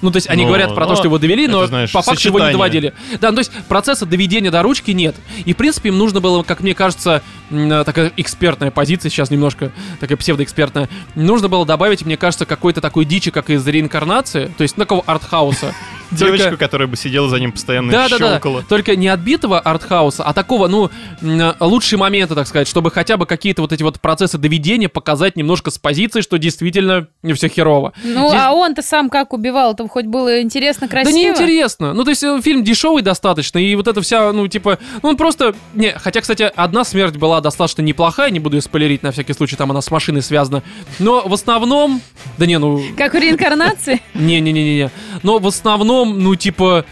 S1: Ну, то есть они
S2: Ну,
S1: говорят про то,
S2: ну,
S1: что его довели,
S2: это,
S1: но
S2: знаешь,
S1: по факту его не
S2: сочетание.
S1: доводили. Да, ну, то есть процесса доведения до ручки нет. И, в принципе, им нужно было, как мне кажется, м, э, такая экспертная позиция сейчас немножко, такая псевдоэкспертная, нужно было добавить, мне кажется, какой-то такой дичи, как из реинкарнации, то есть такого артхауса.
S2: Девочку,
S1: Только-
S2: которая бы сидела за ним постоянно и
S1: Да-да-да,
S2: щелкала.
S1: только не отбитого артхауса, а такого, ну, м, лучшие моменты, так сказать, чтобы хотя бы какие-то вот эти вот процессы доведения показать немножко с позиции, что действительно все херово.
S3: Ну,
S1: Здесь-
S3: а он-то сам как убивал? Там хоть было интересно, красиво?
S1: Да неинтересно. Ну, то есть э, фильм дешевый достаточно, и вот эта вся, ну, типа, ну, он просто... Не, хотя, кстати, одна смерть была достаточно неплохая, не буду ее спойлерить на всякий случай, там она с машиной связана. Но в основном... Да не, ну...
S3: Как в реинкарнации?
S1: Не-не-не-не. Но в основном, ну, типа...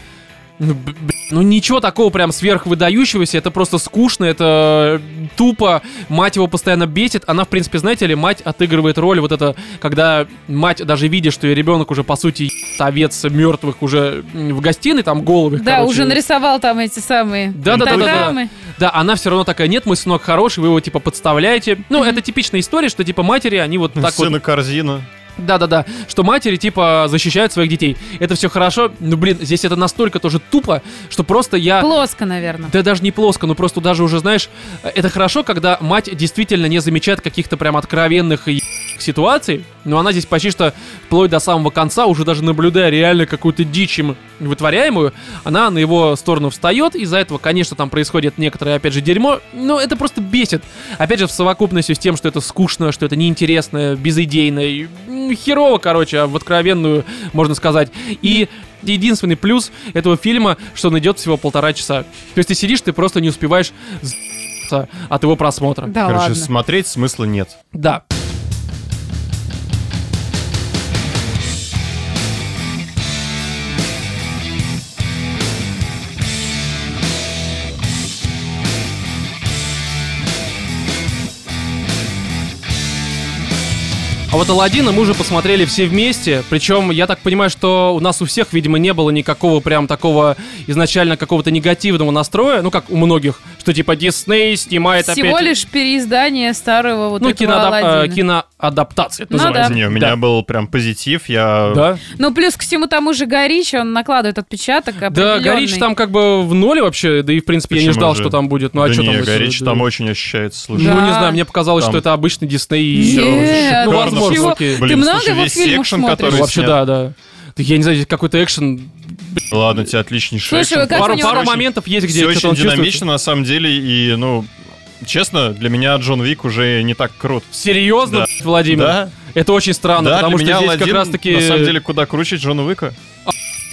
S1: Ну, б- б- ну, ничего такого прям сверхвыдающегося, это просто скучно, это тупо, мать его постоянно бесит, она, в принципе, знаете ли, мать отыгрывает роль вот это, когда мать, даже видя, что ее ребенок уже, по сути, ебет овец мертвых уже м, в гостиной, там головы,
S3: Да,
S1: короче.
S3: уже нарисовал там эти самые
S1: Да-да-да-да-да.
S3: пентаграммы.
S1: Да, она все равно такая, нет, мой сынок хороший, вы его, типа, подставляете. Ну,
S3: Мгм.
S1: это типичная история, что, типа, матери, они вот так вот
S2: Сына корзина.
S1: да-да-да, что матери, типа, защищают своих детей. Это все хорошо, но, блин, здесь это настолько тоже тупо, что просто я...
S3: Плоско, наверное.
S1: Да даже не плоско, ну просто даже уже, знаешь, э, это хорошо, когда мать действительно не замечает каких-то прям откровенных и ситуаций, но она здесь почти что вплоть до самого конца, уже даже наблюдая реально какую-то дичь им вытворяемую, она на его сторону встает, из-за этого, конечно, там происходит некоторое, опять же, дерьмо, но это просто бесит. Опять же, в совокупности с тем, что это скучно, что это неинтересно, безыдейно, и, м, херово, короче, а в откровенную, можно сказать. И единственный плюс этого фильма, что он идет всего полтора часа. То есть ты сидишь, ты просто не успеваешь за***ться от его просмотра.
S3: Да
S2: Короче,
S3: ладно.
S2: смотреть смысла нет.
S1: Да. А вот Алладина мы уже посмотрели все вместе, причем я так понимаю, что у нас у всех, видимо, не было никакого прям такого изначально какого-то негативного настроя, ну как у многих, что типа Дисней снимает
S3: Всего
S1: опять...
S3: лишь переиздание старого вот
S1: Ну,
S3: этого
S1: киноадап- э,
S3: Аладдина.
S1: киноадаптация это
S3: Ну
S1: называется.
S3: да.
S2: Не, у меня э, был прям позитив, я...
S1: Да.
S3: Ну, плюс ко всему тому же Горич, он накладывает отпечаток
S1: Да,
S3: определенный.
S1: Горич там как бы в ноле вообще, да и в принципе я не
S2: Почему
S1: ждал,
S2: же?
S1: что там будет. Ну а
S2: да
S1: что
S2: не,
S1: там? если-
S2: Горич
S1: да.
S2: там очень ощущается, слушай.
S1: Ну
S3: Да.
S1: не знаю, мне показалось,
S2: Там-
S1: что это обычный Дисней.
S3: Нет,
S1: ну
S2: Шикарно
S1: возможно,
S3: чего?
S1: окей.
S3: Ты много
S2: слушай,
S3: его
S2: весь
S3: фильмов
S2: экшен,
S3: смотришь?
S2: который
S1: Вообще
S2: снят.
S1: да, да. Да Я не знаю, здесь какой-то экшен.
S2: Ладно, тебе отличнейший
S3: Слушай,
S2: экшен.
S3: как у
S1: Пару,
S3: него
S1: пару
S3: очень-
S1: моментов есть, где
S2: Все
S1: что-то
S2: очень
S1: он
S2: динамично,
S1: чувствует.
S2: на самом деле, и, ну, честно, для меня Джон Вик уже не так крут.
S1: Серьезно,
S2: Да.
S1: блядь, Владимир?
S2: Да,
S1: Это очень странно,
S2: да,
S1: потому что
S2: для меня
S1: здесь как
S2: Аладдин,
S1: раз таки...
S2: на самом деле, куда круче Джона Уика.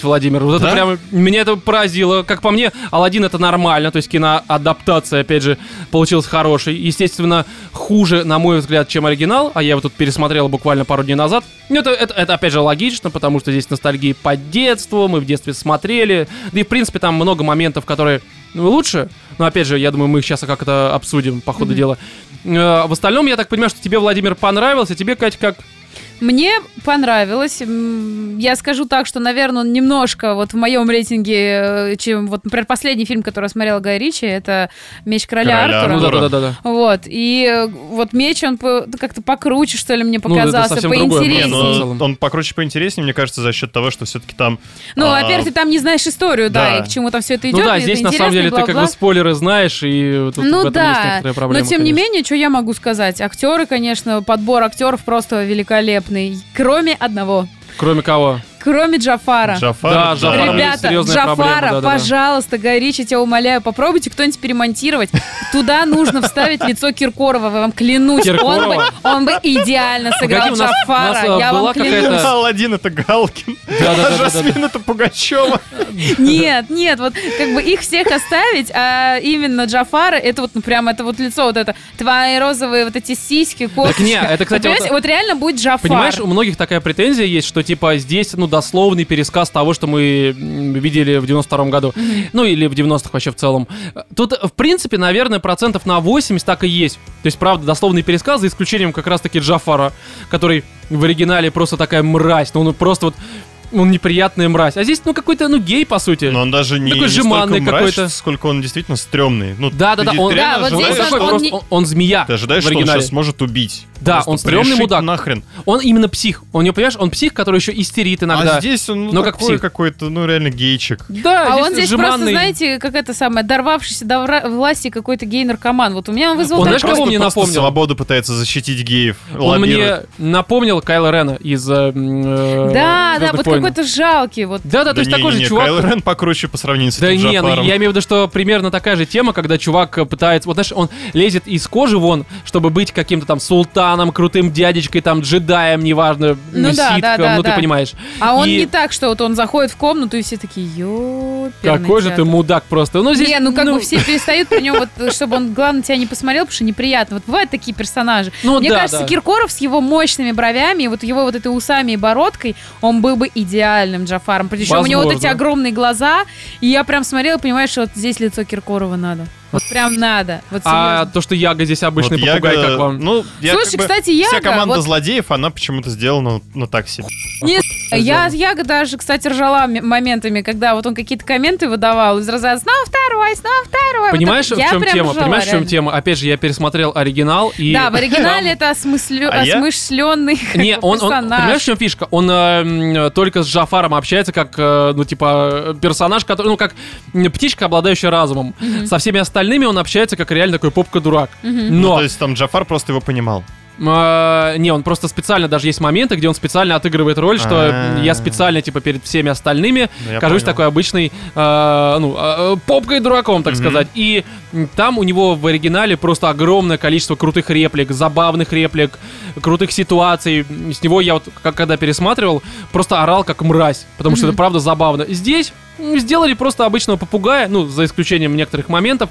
S1: Владимир. Вот это
S2: Да?
S1: прям меня это поразило. Как по мне, Алладин это нормально, то есть киноадаптация, опять же, получилась хорошей. Естественно, хуже, на мой взгляд, чем оригинал, а я его тут пересмотрел буквально пару дней назад. Ну, это, это, это, опять же, логично, потому что здесь ностальгии по детству, мы в детстве смотрели. Да и, в принципе, там много моментов, которые ну, лучше. Но, опять же, я думаю, мы их сейчас как-то обсудим по ходу дела. Э, В остальном, я так понимаю, что тебе, Владимир, понравился, тебе, Кать, как?
S3: Мне понравилось. М, Я скажу так, что, наверное, он немножко вот в моем рейтинге, э, чем вот, например, последний фильм, который я смотрела Гай Ричи, это «Меч короля,
S2: Короля
S3: Артура».
S1: Ну,
S2: Артура.
S1: да-да-да-да.
S3: Вот, и э, вот меч, он по- ну, как-то покруче, что ли, мне
S1: Ну, это
S3: показался,
S1: совсем другое
S2: Не,
S1: Интереснее. мнение,
S2: ну,
S3: поинтереснее.
S1: В
S3: Ну,
S1: целом.
S2: он покруче поинтереснее, мне кажется, за счет того, что все-таки там... а,
S3: Ну, во-первых, ты там не знаешь историю, да,
S2: да.
S3: и к чему там все это идет.
S1: Ну да,
S3: и это
S1: здесь на самом
S3: интересно,
S1: деле
S3: и
S1: ты как
S3: бла-бла.
S1: бы спойлеры знаешь, и тут в
S3: ну
S1: этом есть
S3: да,
S1: некоторая проблема.
S3: но тем не
S1: конечно.
S3: менее, что я могу сказать? Актеры, конечно, подбор актеров просто великолепный. Кроме одного.
S1: Кроме кого?
S3: Кроме Джафара.
S1: Да,
S2: Джафар,
S1: Джафар.
S3: Ребята,
S1: серьезная
S3: Джафара,
S1: проблема, да-да-да.
S3: пожалуйста, горичи, тебя умоляю, попробуйте кто-нибудь перемонтировать. Туда нужно вставить лицо Киркорова, я вам клянусь. Он бы,
S1: Киркорова?
S3: он бы идеально
S1: Погоди,
S3: сыграл
S1: у нас- у нас,
S3: Джафара,
S1: а,
S3: я
S1: была
S3: вам клянусь.
S1: какая-то-
S2: Аладдин это Галкин, а
S1: Да-да-да-да-да.
S2: Жасмин это Пугачева.
S3: Нет, нет, вот как бы их всех оставить, а именно Джафара, это вот ну, прям это вот лицо, вот это твои розовые вот эти сиськи, косточка.
S1: не, это, кстати,
S3: Вот, понимаете,
S1: вот-
S3: вот реально будет Джафар.
S1: Понимаешь, у многих такая претензия есть, что типа здесь, ну дословный пересказ того, что мы м, видели в 92 году. Ну, или в 90-х вообще в целом. Тут, в принципе, наверное, процентов на 80 так и есть. То есть, правда, дословный пересказ, за исключением как раз-таки Джафара, который в оригинале просто такая мразь. Ну, он просто вот... Он неприятная мразь. А здесь, ну, какой-то, ну, гей, по сути.
S2: Но он даже не,
S1: Такой
S2: не
S1: жеманный
S2: столько мрач,
S1: какой-то.
S2: сколько он действительно стрёмный. Ну,
S1: Да, да, да,
S2: ты
S1: он,
S2: реально
S3: Да, вот
S2: ожидаешь,
S3: здесь он-
S1: такой
S2: что
S3: он
S2: он,
S1: просто-
S3: не-
S1: он- он змея.
S2: ты ожидаешь,
S1: в
S2: что он
S1: оригинале.
S2: сейчас может убить.
S1: Да,
S2: Просто
S1: он стрёмный
S2: порешить
S1: мудак.
S2: нахрен.
S1: Он именно псих. Он, не понимаешь, он псих, который еще истерит иногда.
S2: А здесь он ну,
S1: Но как
S2: такой
S1: псих.
S2: какой-то, ну реально гейчик.
S1: Да,
S3: А он здесь просто,
S1: жеманный.
S3: знаете, как это самое, дорвавшийся до вра- власти какой-то гей-наркоман. Вот у меня он вызвал...
S1: Он,
S3: такой-
S1: знаешь, кого
S2: Просто-
S1: мне
S2: просто
S1: напомнил?
S2: свободу пытается защитить геев.
S1: Он
S2: лоббирует.
S1: мне напомнил Кайла Рена из э, м, э,
S3: Да, да,
S1: «Звездных
S3: вот
S1: войн».
S3: какой-то жалкий. Вот.
S1: Да, да, то есть
S2: не,
S1: такой
S2: не,
S1: же
S2: не,
S1: чувак.
S2: Кайло Рен покруче по сравнению с
S1: Да
S2: этим
S1: не, ну
S2: Джафаром.
S1: я имею в виду, что примерно такая же тема, когда чувак э, пытается, вот знаешь, он лезет из кожи вон, чтобы быть каким-то там султаном, крутым дядечкой, там джедаем, неважно,
S3: Ну
S1: э,
S3: да, да,
S1: ситхом,
S3: да,
S1: ну ты
S3: да.
S1: понимаешь.
S3: А он
S1: И
S3: не так, что вот он заходит в комнату и все такие, ё
S1: Какой же ты мудак просто. Ну здесь,
S3: не, ну как бы все перестают при нем, вот, чтобы он, главное, тебя не посмотрел, потому что неприятно. Вот бывают такие персонажи.
S1: Ну
S3: Мне
S1: да,
S3: кажется,
S1: да.
S3: Киркоров с его мощными бровями и вот его вот этой усами и бородкой, он был бы идеальным Джафаром. Причем у него вот эти
S1: Возможно.
S3: огромные глаза, и я прям смотрела, понимаешь, что вот здесь лицо Киркорова надо. Вот прям надо. Вот
S1: А
S3: серьезно.
S1: то, что Яга здесь обычный
S2: Вот
S1: попугай,
S2: Яга,
S1: как вам?
S2: Ну, я
S3: Слушай,
S2: как бы-
S3: кстати, Яга,
S2: Вся команда
S3: вот-
S2: злодеев, она почему-то сделана, ну, так себе.
S3: Не, я,
S1: сделано.
S3: я даже, кстати, ржала м- моментами, когда вот он какие-то комменты выдавал из разряда «Снова второй, снова второй». Вот
S1: Понимаешь,
S3: это-
S1: в
S3: я
S1: чем
S3: прям
S1: тема?
S3: ржала,
S1: Понимаешь, в чем
S3: реально.
S1: тема? Опять же, я пересмотрел оригинал и.
S3: Да, в оригинале это
S2: А я?
S3: осмысленный
S1: Не, он, он- понимаешь, в чем фишка? Он э, м, только с Джафаром общается как, э, ну, типа, э, персонаж, который, ну, как м, птичка, обладающая разумом. Со всеми остальными он общается как реально такой попка-дурак.
S2: Ну,
S1: Но,
S2: то есть там Джафар просто его понимал.
S1: э, не, он просто специально, даже есть моменты, где он специально отыгрывает роль, что
S2: А-а-а.
S1: я специально, типа, перед всеми остальными
S2: А. Ну, я
S1: кажусь
S2: понял.
S1: такой обычной, э, ну, э, попкой дураком, так
S2: Мгм.
S1: сказать. И м, там у него в оригинале просто огромное количество крутых реплик, забавных реплик, крутых ситуаций. С него я вот, как- когда пересматривал, просто орал как мразь, потому что это правда забавно. Здесь м, сделали просто обычного попугая, ну, за исключением некоторых моментов.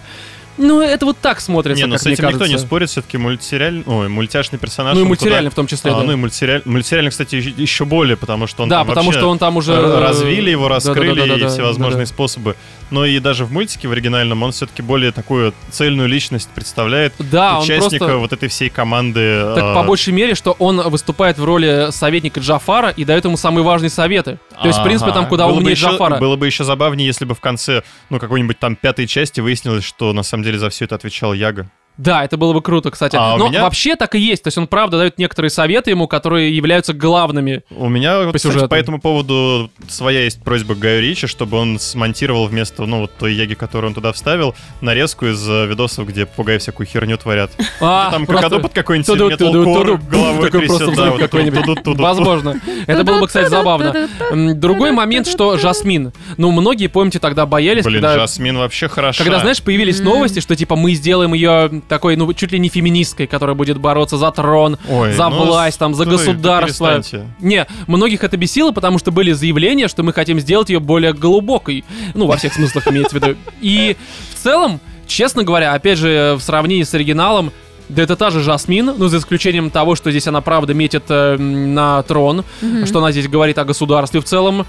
S1: Ну, это вот так смотрится,
S2: Не, ну
S1: как
S2: с
S1: мне
S2: этим никто не
S1: кажется.
S2: спорит, все-таки мультсериальный, ой, мультяшный персонаж.
S1: Ну и
S2: он туда-
S1: мультсериальный в том числе,
S2: А,
S1: да.
S2: Ну и мультсериальный, мультсериальный, кстати, еще- еще более, потому что он
S1: да,
S2: там
S1: потому
S2: вообще
S1: что он там уже...
S2: р-
S1: э,
S2: развили его, раскрыли
S1: да-да-да-да-да,
S2: и всевозможные
S1: да-да.
S2: способы. Но и даже в мультике в оригинальном он все-таки более такую цельную личность представляет.
S1: Да, он
S2: участника
S1: просто...
S2: вот этой всей команды.
S1: Так,
S2: а,
S1: по большей мере, что он выступает в роли советника Джафара и дает ему самые важные советы. То есть, в принципе,
S2: Ага.
S1: там куда
S2: было бы
S1: умнее
S2: еще-
S1: Джафара.
S2: Было бы еще забавнее, если бы в конце, ну, какой-нибудь там пятой части выяснилось, что на самом деле за все это отвечал Яга.
S1: Да, это было бы круто, кстати.
S2: А у
S1: Но
S2: меня-
S1: вообще так и есть. То есть он правда дает некоторые советы ему, которые являются главными.
S2: У меня, вот, кстати,
S1: сюжету.
S2: по этому поводу своя есть просьба к Гаю Ричи, чтобы он смонтировал вместо, ну, вот той Яги, которую он туда вставил, нарезку из э, видосов, где попугай всякую херню творят.
S1: А,
S2: Там
S1: просто
S2: крокодил под какой-нибудь
S1: туду- туду-
S2: металкор
S1: туду-
S2: головой
S1: такой просто
S2: трясет. да,
S1: взрыв
S2: вот это
S1: какой-нибудь.
S2: вот туду-туду.
S1: Возможно. Это было бы, кстати, забавно. М, Другой момент, что Жасмин. Ну, многие, помните, тогда боялись,
S2: Блин,
S1: когда...
S2: Жасмин вообще хороша.
S1: Когда, знаешь, появились новости, что, типа, мы сделаем ее такой, ну, чуть ли не феминисткой, которая будет бороться за трон,
S2: Ой,
S1: за
S2: ну,
S1: власть, там, за
S2: стой, да
S1: государство.
S2: перестаньте.
S1: Не, многих это бесило, потому что были заявления, что мы хотим сделать ее более глубокой. Ну, во всех смыслах имеется в виду. И в целом, честно говоря, опять же, в сравнении с оригиналом, да это та же Жасмин, ну, за исключением того, что здесь она, правда, метит э, м, на трон, что она здесь говорит о государстве в целом.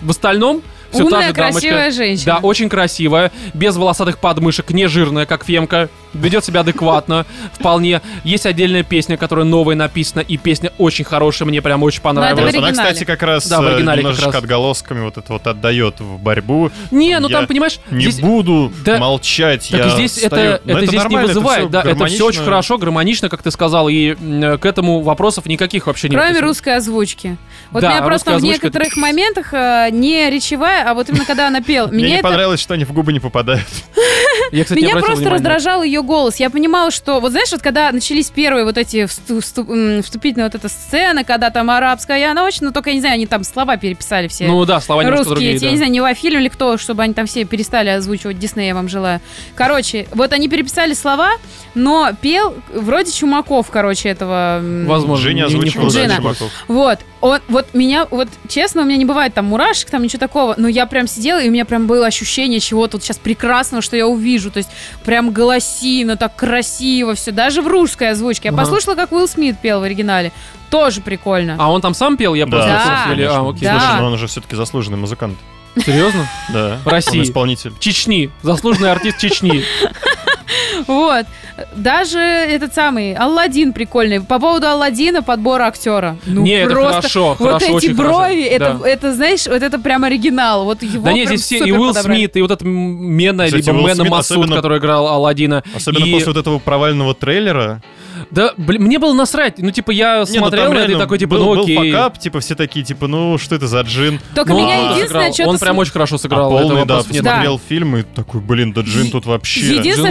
S1: В остальном, все та
S3: Умная,
S1: же дамочка.
S3: красивая
S1: Да,
S3: женщина.
S1: очень красивая, без волосатых подмышек, не жирная, как Фемка, ведет себя адекватно, вполне. Есть отдельная песня, которая новая написана, и песня очень хорошая, мне прям очень
S3: Ну, это
S1: понравилась.
S3: в
S2: Она,
S3: оригинале.
S2: кстати, как раз
S1: Да, в
S2: э,
S1: оригинале как
S2: немножечко
S1: раз.
S2: отголосками вот это вот отдает в борьбу.
S1: Не, ну
S2: Я
S1: там, понимаешь,
S2: Не
S1: здесь...
S2: буду
S1: Да.
S2: молчать,
S1: Так
S2: я
S1: и здесь это,
S2: встаю.
S1: это,
S2: Но
S1: здесь не
S2: нормально, это
S1: вызывает,
S2: всё
S1: да, это все
S2: гармонично.
S1: очень хорошо, гармонично, как ты сказал, и м, к этому вопросов никаких вообще нет.
S3: Кроме русской озвучки. Вот
S1: Да,
S3: меня просто в
S1: русская озвучка-
S3: некоторых моментах э, не речевая, а вот именно когда она пела.
S2: Мне
S3: Меня
S2: не
S3: это
S2: понравилось, что они в губы не попадают.
S1: Я, кстати, не
S3: Меня
S1: обратил
S3: просто
S1: внимания.
S3: раздражал ее голос. Я понимала, что вот знаешь, вот когда начались первые вот эти всту- всту- м, вступительные вот эта сцена, когда там арабская ночь, ну только я не знаю, они там слова переписали все.
S1: Ну да, слова немножко
S3: Русские,
S1: другие,
S3: эти, я не
S1: да.
S3: знаю, не во фильме или кто, чтобы они там все перестали озвучивать Дисней, я вам желаю. Короче, вот они переписали слова, но пел вроде Чумаков, короче, этого... м,
S1: Возможно.
S2: Женя
S1: не- не
S2: озвучивала
S1: в курсе.
S3: Джина.
S2: Чумаков.
S3: Вот, он, вот меня, вот честно, у меня не бывает там мурашек, там ничего такого, но я прям сидела, и у меня прям было ощущение чего-то вот сейчас прекрасного, что я увижу. вижу. То есть прям голосина, так красиво все. Даже в русской озвучке. Я
S1: Ага.
S3: послушала, как Уилл Смит пел в оригинале. Тоже прикольно.
S1: А он там сам пел, я
S2: Да,
S1: просто
S3: Да,
S1: слышал, или- а, окей.
S3: да.
S2: Слушай, но он же все-таки заслуженный музыкант.
S1: Серьезно?
S2: Да.
S1: В России.
S2: Он исполнитель.
S1: Чечни. Заслуженный артист Чечни.
S3: Вот. Даже этот самый Алладин прикольный. По поводу Алладина подбор актера. Ну
S1: Не, это
S3: просто.
S1: хорошо,
S3: вот
S1: хорошо,
S3: эти
S1: очень хорошо.
S3: брови, это,
S1: Да.
S3: это, знаешь, вот это прям оригинал. Вот его
S1: Да нет,
S3: прям
S1: здесь все, и
S3: супер
S1: Уилл
S3: подобрали.
S1: Смит, и вот этот м, Мена,
S2: Кстати,
S1: либо
S2: Уилл
S1: Мена
S2: Смит
S1: Масуд,
S2: особенно-
S1: который играл Алладина.
S2: Особенно
S1: И-
S2: после вот этого провального трейлера.
S1: Да, блин, мне было насрать. Ну, типа, я
S2: Не, ну там
S1: смотрел на это и
S2: реально
S1: такой, типа,
S2: был,
S1: ну
S2: был
S1: окей.
S2: факап, типа все такие, типа, ну что это за джин?
S3: Только
S1: Ну, он
S3: меня
S1: круто
S3: единственное,
S1: сыграл.
S3: что-то...
S1: Он прям очень хорошо сыграл.
S2: а
S1: этого
S2: полный, да,
S1: вопросов нет.
S2: посмотрел фильм и такой, блин, да джин
S3: Е-
S2: тут вообще.
S3: Единственное,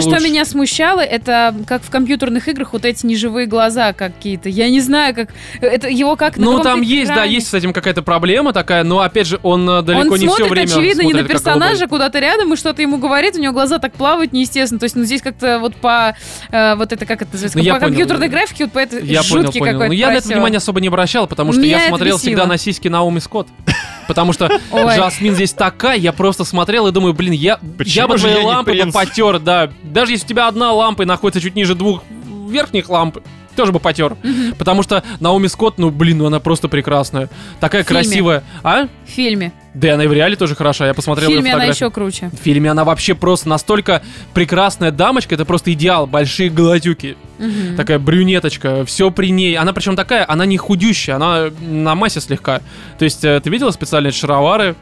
S1: Джин
S3: что
S1: лучше.
S3: меня смущало, это как в компьютерных играх вот эти неживые глаза какие-то. Я не знаю, как... Это его как... на
S1: Ну,
S3: каком-то
S1: там есть, да,
S3: экране.
S1: есть с этим какая-то проблема такая, но, опять же, он э, далеко
S3: он
S1: не
S3: смотрит,
S1: все время
S3: очевидно, не на
S1: смотрит, как
S3: персонажа,
S1: долбоеб.
S3: куда-то рядом, и что-то ему говорит, у него глаза так плавают неестественно. То есть, ну, здесь как-то вот по... э, вот это, как это называется?
S1: Ну, я
S3: по
S1: понял.
S3: компьютерной графике, вот по этой
S1: Я понял,
S3: жутки
S1: понял.
S3: какой-то
S1: Но я на это
S3: просёл.
S1: внимание особо не обращал, потому что
S3: Меня
S1: я
S3: это
S1: смотрел
S3: бесило.
S1: всегда на сиськи Наоми Скотт. Потому что
S3: Ой.
S1: Жасмин здесь такая, я просто смотрел и думаю, блин, я, я
S2: Почему
S1: бы
S2: же
S1: твои
S2: я не
S1: лампы бы
S2: принц?
S1: потер, да. Даже если у тебя одна лампа и находится чуть ниже двух верхних ламп, тоже бы потер. Потому что Наоми Скотт, ну блин, ну она просто прекрасная. Такая
S3: В фильме.
S1: красивая. А?
S3: В фильме.
S1: Да и она и в реале тоже хороша, я
S3: В
S1: посмотрел ее
S3: фильме она
S1: фотографии.
S3: еще круче.
S1: В фильме она вообще просто настолько прекрасная дамочка, это просто идеал, большие гладюки,
S3: Мгм.
S1: такая брюнеточка, все при ней. Она причем такая, она не худющая, она на массе слегка. То есть э, ты видела специальные шаровары?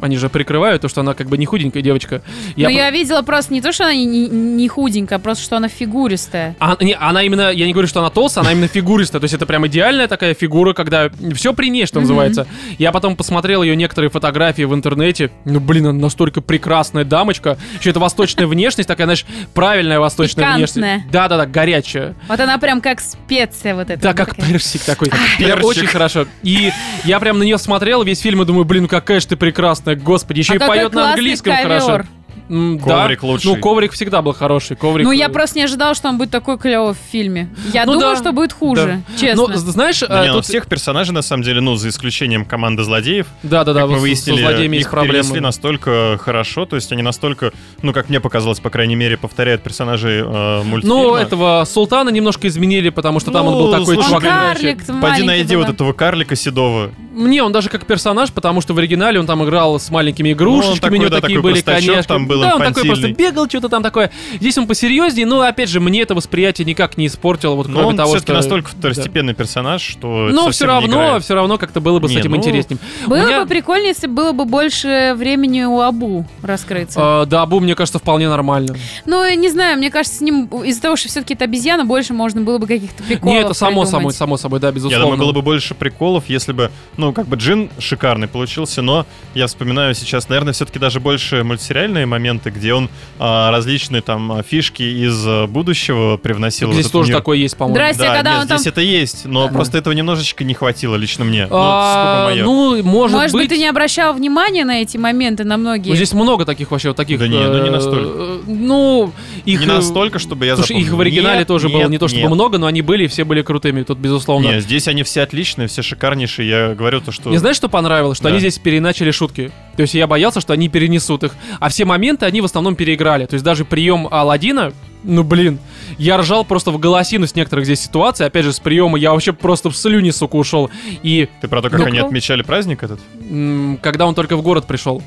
S1: Они же прикрывают то, что она как бы не худенькая девочка. Я про-
S3: Но Ну, я видела просто не то, что она не, не- не худенькая, а просто что она фигуристая.
S1: А, не, она именно, я не говорю, что она толстая, она именно фигуристая. То есть это прям идеальная такая фигура, когда все при ней, что
S3: Мгм.
S1: называется. Я потом посмотрел ее некоторые фотографии в интернете. Ну, блин, она настолько прекрасная дамочка. Еще это восточная внешность, такая, знаешь, правильная восточная
S3: Пикантная.
S1: внешность. Да-да-да, горячая.
S3: Вот она прям как специя вот эта.
S1: Да, как персик такой. Прям
S2: персик.
S1: Очень хорошо. И я прям на нее смотрел весь фильм и думаю, блин, какая же ты прекрасная, господи. Еще
S3: А
S1: и
S3: какой
S1: поет на
S3: классный
S1: английском
S3: ковер.
S1: хорошо. М, да.
S2: Коврик лучший.
S1: Ну, коврик всегда был хороший. Коврик.
S3: Ну, я
S1: э,
S3: просто не ожидала, что он будет такой клевый в фильме. Я
S1: Ну
S3: думала,
S1: да.
S3: что будет хуже, честно.
S1: Ну, з- знаешь, э,
S2: Да не, ну,
S1: тут-
S2: всех персонажей, на самом деле, ну, за исключением команды злодеев,
S1: Да, да, да,
S2: как мы
S1: А вот с- со
S2: выяснили,
S1: злодеями есть
S2: их перенесли
S1: проблемы.
S2: настолько хорошо, то есть они настолько, ну, как мне показалось, по крайней мере, повторяют персонажей э, мультфильма.
S1: Ну, этого султана немножко изменили, потому что там он был
S2: Ну,
S1: такой
S2: слушай,
S3: он
S1: чувак.
S2: Чувака,
S3: карлик
S2: Пойди
S3: маленький
S2: найди
S3: был,
S2: вот
S3: да.
S2: этого карлика седого.
S1: Мне он даже как персонаж, потому что в оригинале он там играл с маленькими игрушечками,
S2: Ну, такой,
S1: у него
S2: да,
S1: такие
S2: такой
S1: были
S2: простачок
S1: конечно.
S2: там был
S1: да, он такой просто
S2: инфантильный.
S1: бегал, что-то там такое. Здесь он посерьезнее, но опять же, мне это восприятие никак не испортило, вот
S2: Но
S1: кроме
S2: он
S1: того,
S2: все-таки
S1: что.
S2: настолько второстепенный персонаж, что это
S1: Но
S2: совсем
S1: все
S2: не
S1: равно,
S2: играет.
S1: все равно как-то было бы с
S2: Не,
S1: этим
S2: ну,
S1: интереснее.
S3: Было
S1: У меня-
S3: бы прикольно, если бы было бы больше времени у Абу раскрыться.
S1: Э, да, Бу, мне кажется, вполне нормально.
S3: Ну, я не знаю, мне кажется, с ним из-за того, что все-таки это обезьяна, больше можно было бы каких-то приколов
S1: Не, это само собой,
S3: придумать.
S1: само собой, да,
S2: Я
S1: безусловно.
S2: думаю, было бы больше приколов, если бы, ну, как бы Джин шикарный получился, но я вспоминаю сейчас, наверное, все-таки даже больше мультсериальные моменты, где он а, различные там а, фишки из а, будущего привносил. в
S1: Здесь
S2: этот
S1: тоже
S2: мир.
S1: такое есть, по-моему.
S3: Здрасте. Если
S2: Да,
S3: когда
S2: нет,
S3: он там-
S2: здесь это есть, но просто этого немножечко не хватило лично мне. Ну,
S1: А,
S2: сколько моё.
S1: ну, может,
S3: Может быть, ты не обращал внимания на эти моменты, на многие.
S1: Ну, Здесь много таких вообще вот таких.
S2: Да не, ну не
S1: э,
S2: настолько.
S1: э, Ну, их...
S2: не
S1: э,
S2: настолько, чтобы я
S1: Слушай,
S2: запомнил.
S1: их в оригинале
S2: Нет,
S1: тоже было
S2: нет,
S1: не то чтобы
S2: нет.
S1: много, но они были, и все были крутыми. Тут, безусловно.
S2: Не, здесь они все отличные, все шикарнейшие. Я говорю то, что...
S1: Мне знаешь, что понравилось? Что
S2: Да.
S1: они здесь переначали шутки. То есть я боялся, что они перенесут их. А все моменты они в основном переиграли. То есть даже прием Алладина, ну блин, я ржал просто в голосину с некоторых здесь ситуаций. Опять же, с приема я вообще просто в слюни, сука, ушел. И
S2: Ты про то, как
S1: Ну-ка.
S2: они отмечали праздник этот?
S1: м, когда он только в город пришел,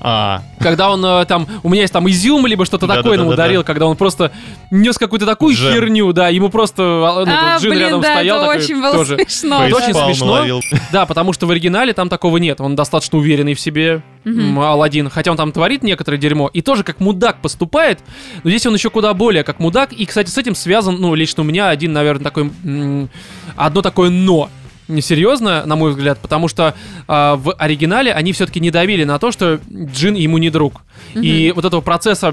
S2: А,
S1: когда он э, там, у меня есть там изюм, либо что-то
S2: Да,
S1: такое
S2: да,
S1: нам
S2: да, да,
S1: ударил,
S2: да.
S1: когда он просто нес какую-то такую
S2: Джем.
S1: херню, да, ему просто а, ну,
S3: а,
S1: этот джин
S3: блин,
S1: рядом
S3: да,
S1: стоял,
S3: это
S1: такой
S3: очень было
S1: тоже.
S3: смешно.
S1: Это Ну, очень
S3: да.
S2: фейспалм
S1: смешно.
S2: ловил.
S1: Да, потому что в оригинале там такого нет. Он достаточно уверенный в себе,
S3: Мгм.
S1: м, Аладдин. Хотя он там творит некоторое дерьмо. И тоже как мудак поступает. Но здесь он еще куда более как мудак. И, кстати, с этим связан, ну, лично у меня один, наверное, такой... м, Одно такое «но». Несерьезно, на мой взгляд, потому что а, в оригинале они все-таки не давили на то, что Джин ему не друг. И вот этого процесса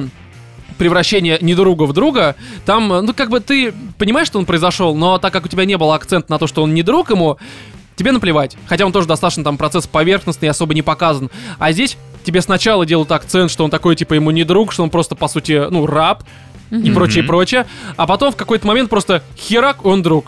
S1: превращение недруга в друга, там, э, ну, как бы ты понимаешь, что он произошел, но так как у тебя не было акцента на то, что он не друг ему, тебе наплевать. Хотя он тоже достаточно там процесс поверхностный, особо не показан. А здесь тебе сначала делают акцент, что он такой, типа, ему не друг, что он просто, по сути, ну, раб и
S3: Мгм.
S1: прочее,
S2: Мгм.
S1: прочее. А потом в какой-то момент просто херак, он друг.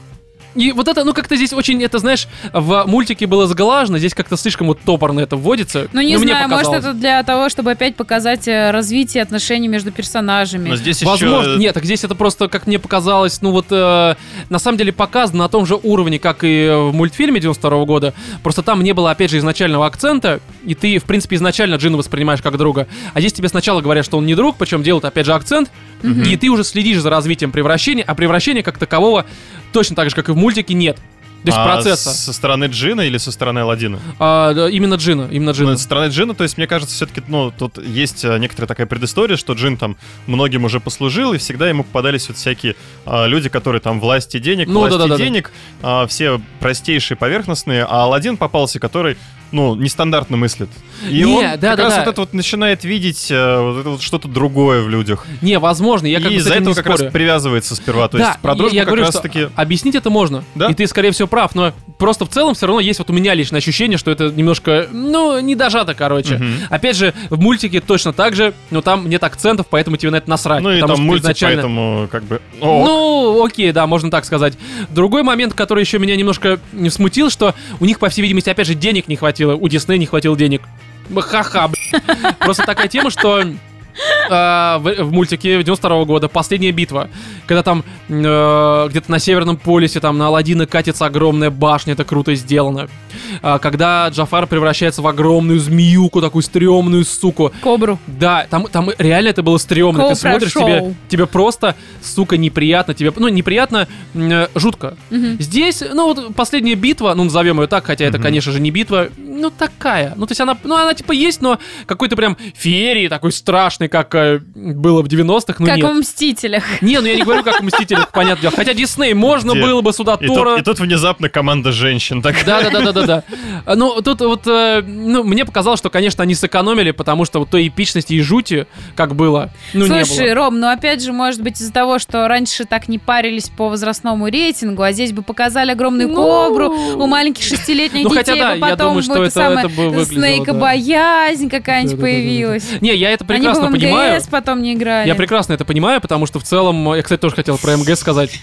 S1: И вот это, ну, как-то здесь очень, это, знаешь, в мультике было сглажено, здесь как-то слишком вот топорно это вводится.
S3: Ну, не
S1: мне
S3: знаю, может,
S1: показалось.
S3: это для того, чтобы опять показать э, развитие отношений между персонажами.
S2: Но здесь
S1: Возможно,
S2: еще...
S1: нет, так здесь это просто, как мне показалось, ну вот, э, на самом деле показано на том же уровне, как и э, в мультфильме 92 года, просто там не было, опять же, изначального акцента, и ты, в принципе, изначально Джина воспринимаешь как друга, а здесь тебе сначала говорят, что он не друг, причем делают, опять же, акцент, и ты уже следишь за развитием превращения, а превращения как такового точно так же, как и в мультике, нет. То есть
S2: А
S1: процесса.
S2: Со стороны Джина или со стороны Аладдина?
S1: А, да, именно Джина, именно Джина.
S2: Ну, со стороны Джина, то есть, мне кажется, все-таки, ну, тут есть э, некоторая такая предыстория, что Джин там многим уже послужил, и всегда ему попадались вот всякие э, люди, которые там власти денег,
S1: Ну,
S2: власти
S1: да-да-да-да.
S2: денег, э, все простейшие, поверхностные, а Алладин попался, который ну, нестандартно мыслит. И
S1: Не,
S2: он как
S1: да-да-да.
S2: раз вот это вот начинает видеть э, вот это вот что-то другое в людях.
S1: Не, возможно, я как
S2: и
S1: бы с
S2: из-за
S1: этим
S2: этого
S1: не
S2: как
S1: спорю.
S2: раз привязывается сперва. То
S1: да,
S2: есть про
S1: я-
S2: дружбу
S1: я
S2: как
S1: говорю,
S2: раз
S1: что
S2: таки...
S1: объяснить это можно.
S2: Да?
S1: И ты, скорее всего, прав, но просто в целом все равно есть вот у меня лично ощущение, что это немножко, ну, не дожато, короче.
S2: Мгм.
S1: Опять же, в мультике точно так же, но там нет акцентов, поэтому тебе на это насрать.
S2: Ну и
S1: а, потому
S2: там
S1: что
S2: мультик,
S1: изначально-
S2: поэтому как бы... О,
S1: Ну, окей, да, можно так сказать. Другой момент, который еще меня немножко не смутил, что у них, по всей видимости, опять же, денег не хватило. У Диснея не хватило денег. Ха-ха, блин. Просто такая тема, что э, в, в мультике 92 года «Последняя битва», когда там э, где-то на Северном полюсе там на Аладдина катится огромная башня, это круто сделано. А, когда Джафар превращается в огромную змеюку, такую стрёмную суку,
S3: Кобру.
S1: да, там, там реально это было стрёмно.
S3: Копра
S1: Ты смотришь,
S3: шоу.
S1: тебе, тебе просто, сука, неприятно. Тебе, ну, неприятно, м, э, жутко.
S3: Мгм.
S1: Здесь, ну, вот последняя битва, ну, назовем ее так, хотя это,
S2: Мгм.
S1: конечно же, не битва, ну, такая. Ну, то есть она, ну, она типа есть, но какой-то прям феерии такой страшный, как э, было в 90-х, ну,
S3: как
S1: нет.
S3: в «Мстителях».
S1: Не, ну, я не говорю, как в «Мстителях», понятное дело. Хотя Дисней можно
S2: Где?
S1: было бы сюда
S2: и,
S1: Тора...
S2: тут, и тут внезапно команда женщин так
S1: Да, да, да, да, да, да. Ну, тут вот, э, ну, мне показалось, что, конечно, они сэкономили, потому что вот той эпичности и жути, как было, ну, не
S3: Слушай,
S1: было.
S3: Ром, ну опять же, может быть, из-за того, что раньше так не парились по возрастному рейтингу, а здесь бы показали огромную
S1: Ну.
S3: кобру у маленьких шестилетних
S1: Ну,
S3: детей,
S1: хотя да,
S3: бы
S1: я
S3: потом
S1: думаю, что
S3: бы
S1: это-
S3: самое
S1: это бы выглядело,
S3: Снейкобоязнь какая-нибудь
S1: Да-да-да-да-да.
S3: появилась.
S1: Не, я это прекрасно
S3: Они бы в МГС
S1: понимаю.
S3: потом не играли.
S1: Я прекрасно это понимаю, потому что в целом, э, я, кстати, тоже хотел про МГС сказать,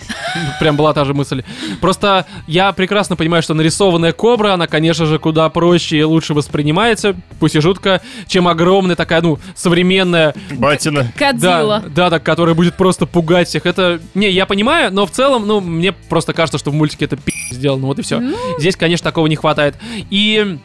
S1: прям была та же мысль. Просто я прекрасно понимаю, что нарисованная кобра, она, конечно же, куда проще и лучше воспринимается, пусть и жутко, чем огромная такая, ну, современная,
S2: батина.
S1: да,
S3: Кадзилла.
S1: да, да, которая будет просто пугать всех. Это, не, я понимаю, но в целом, ну, мне просто кажется, что в мультике это пи*** сделано, вот и все.
S3: Ну.
S1: Здесь, конечно, такого не хватает. И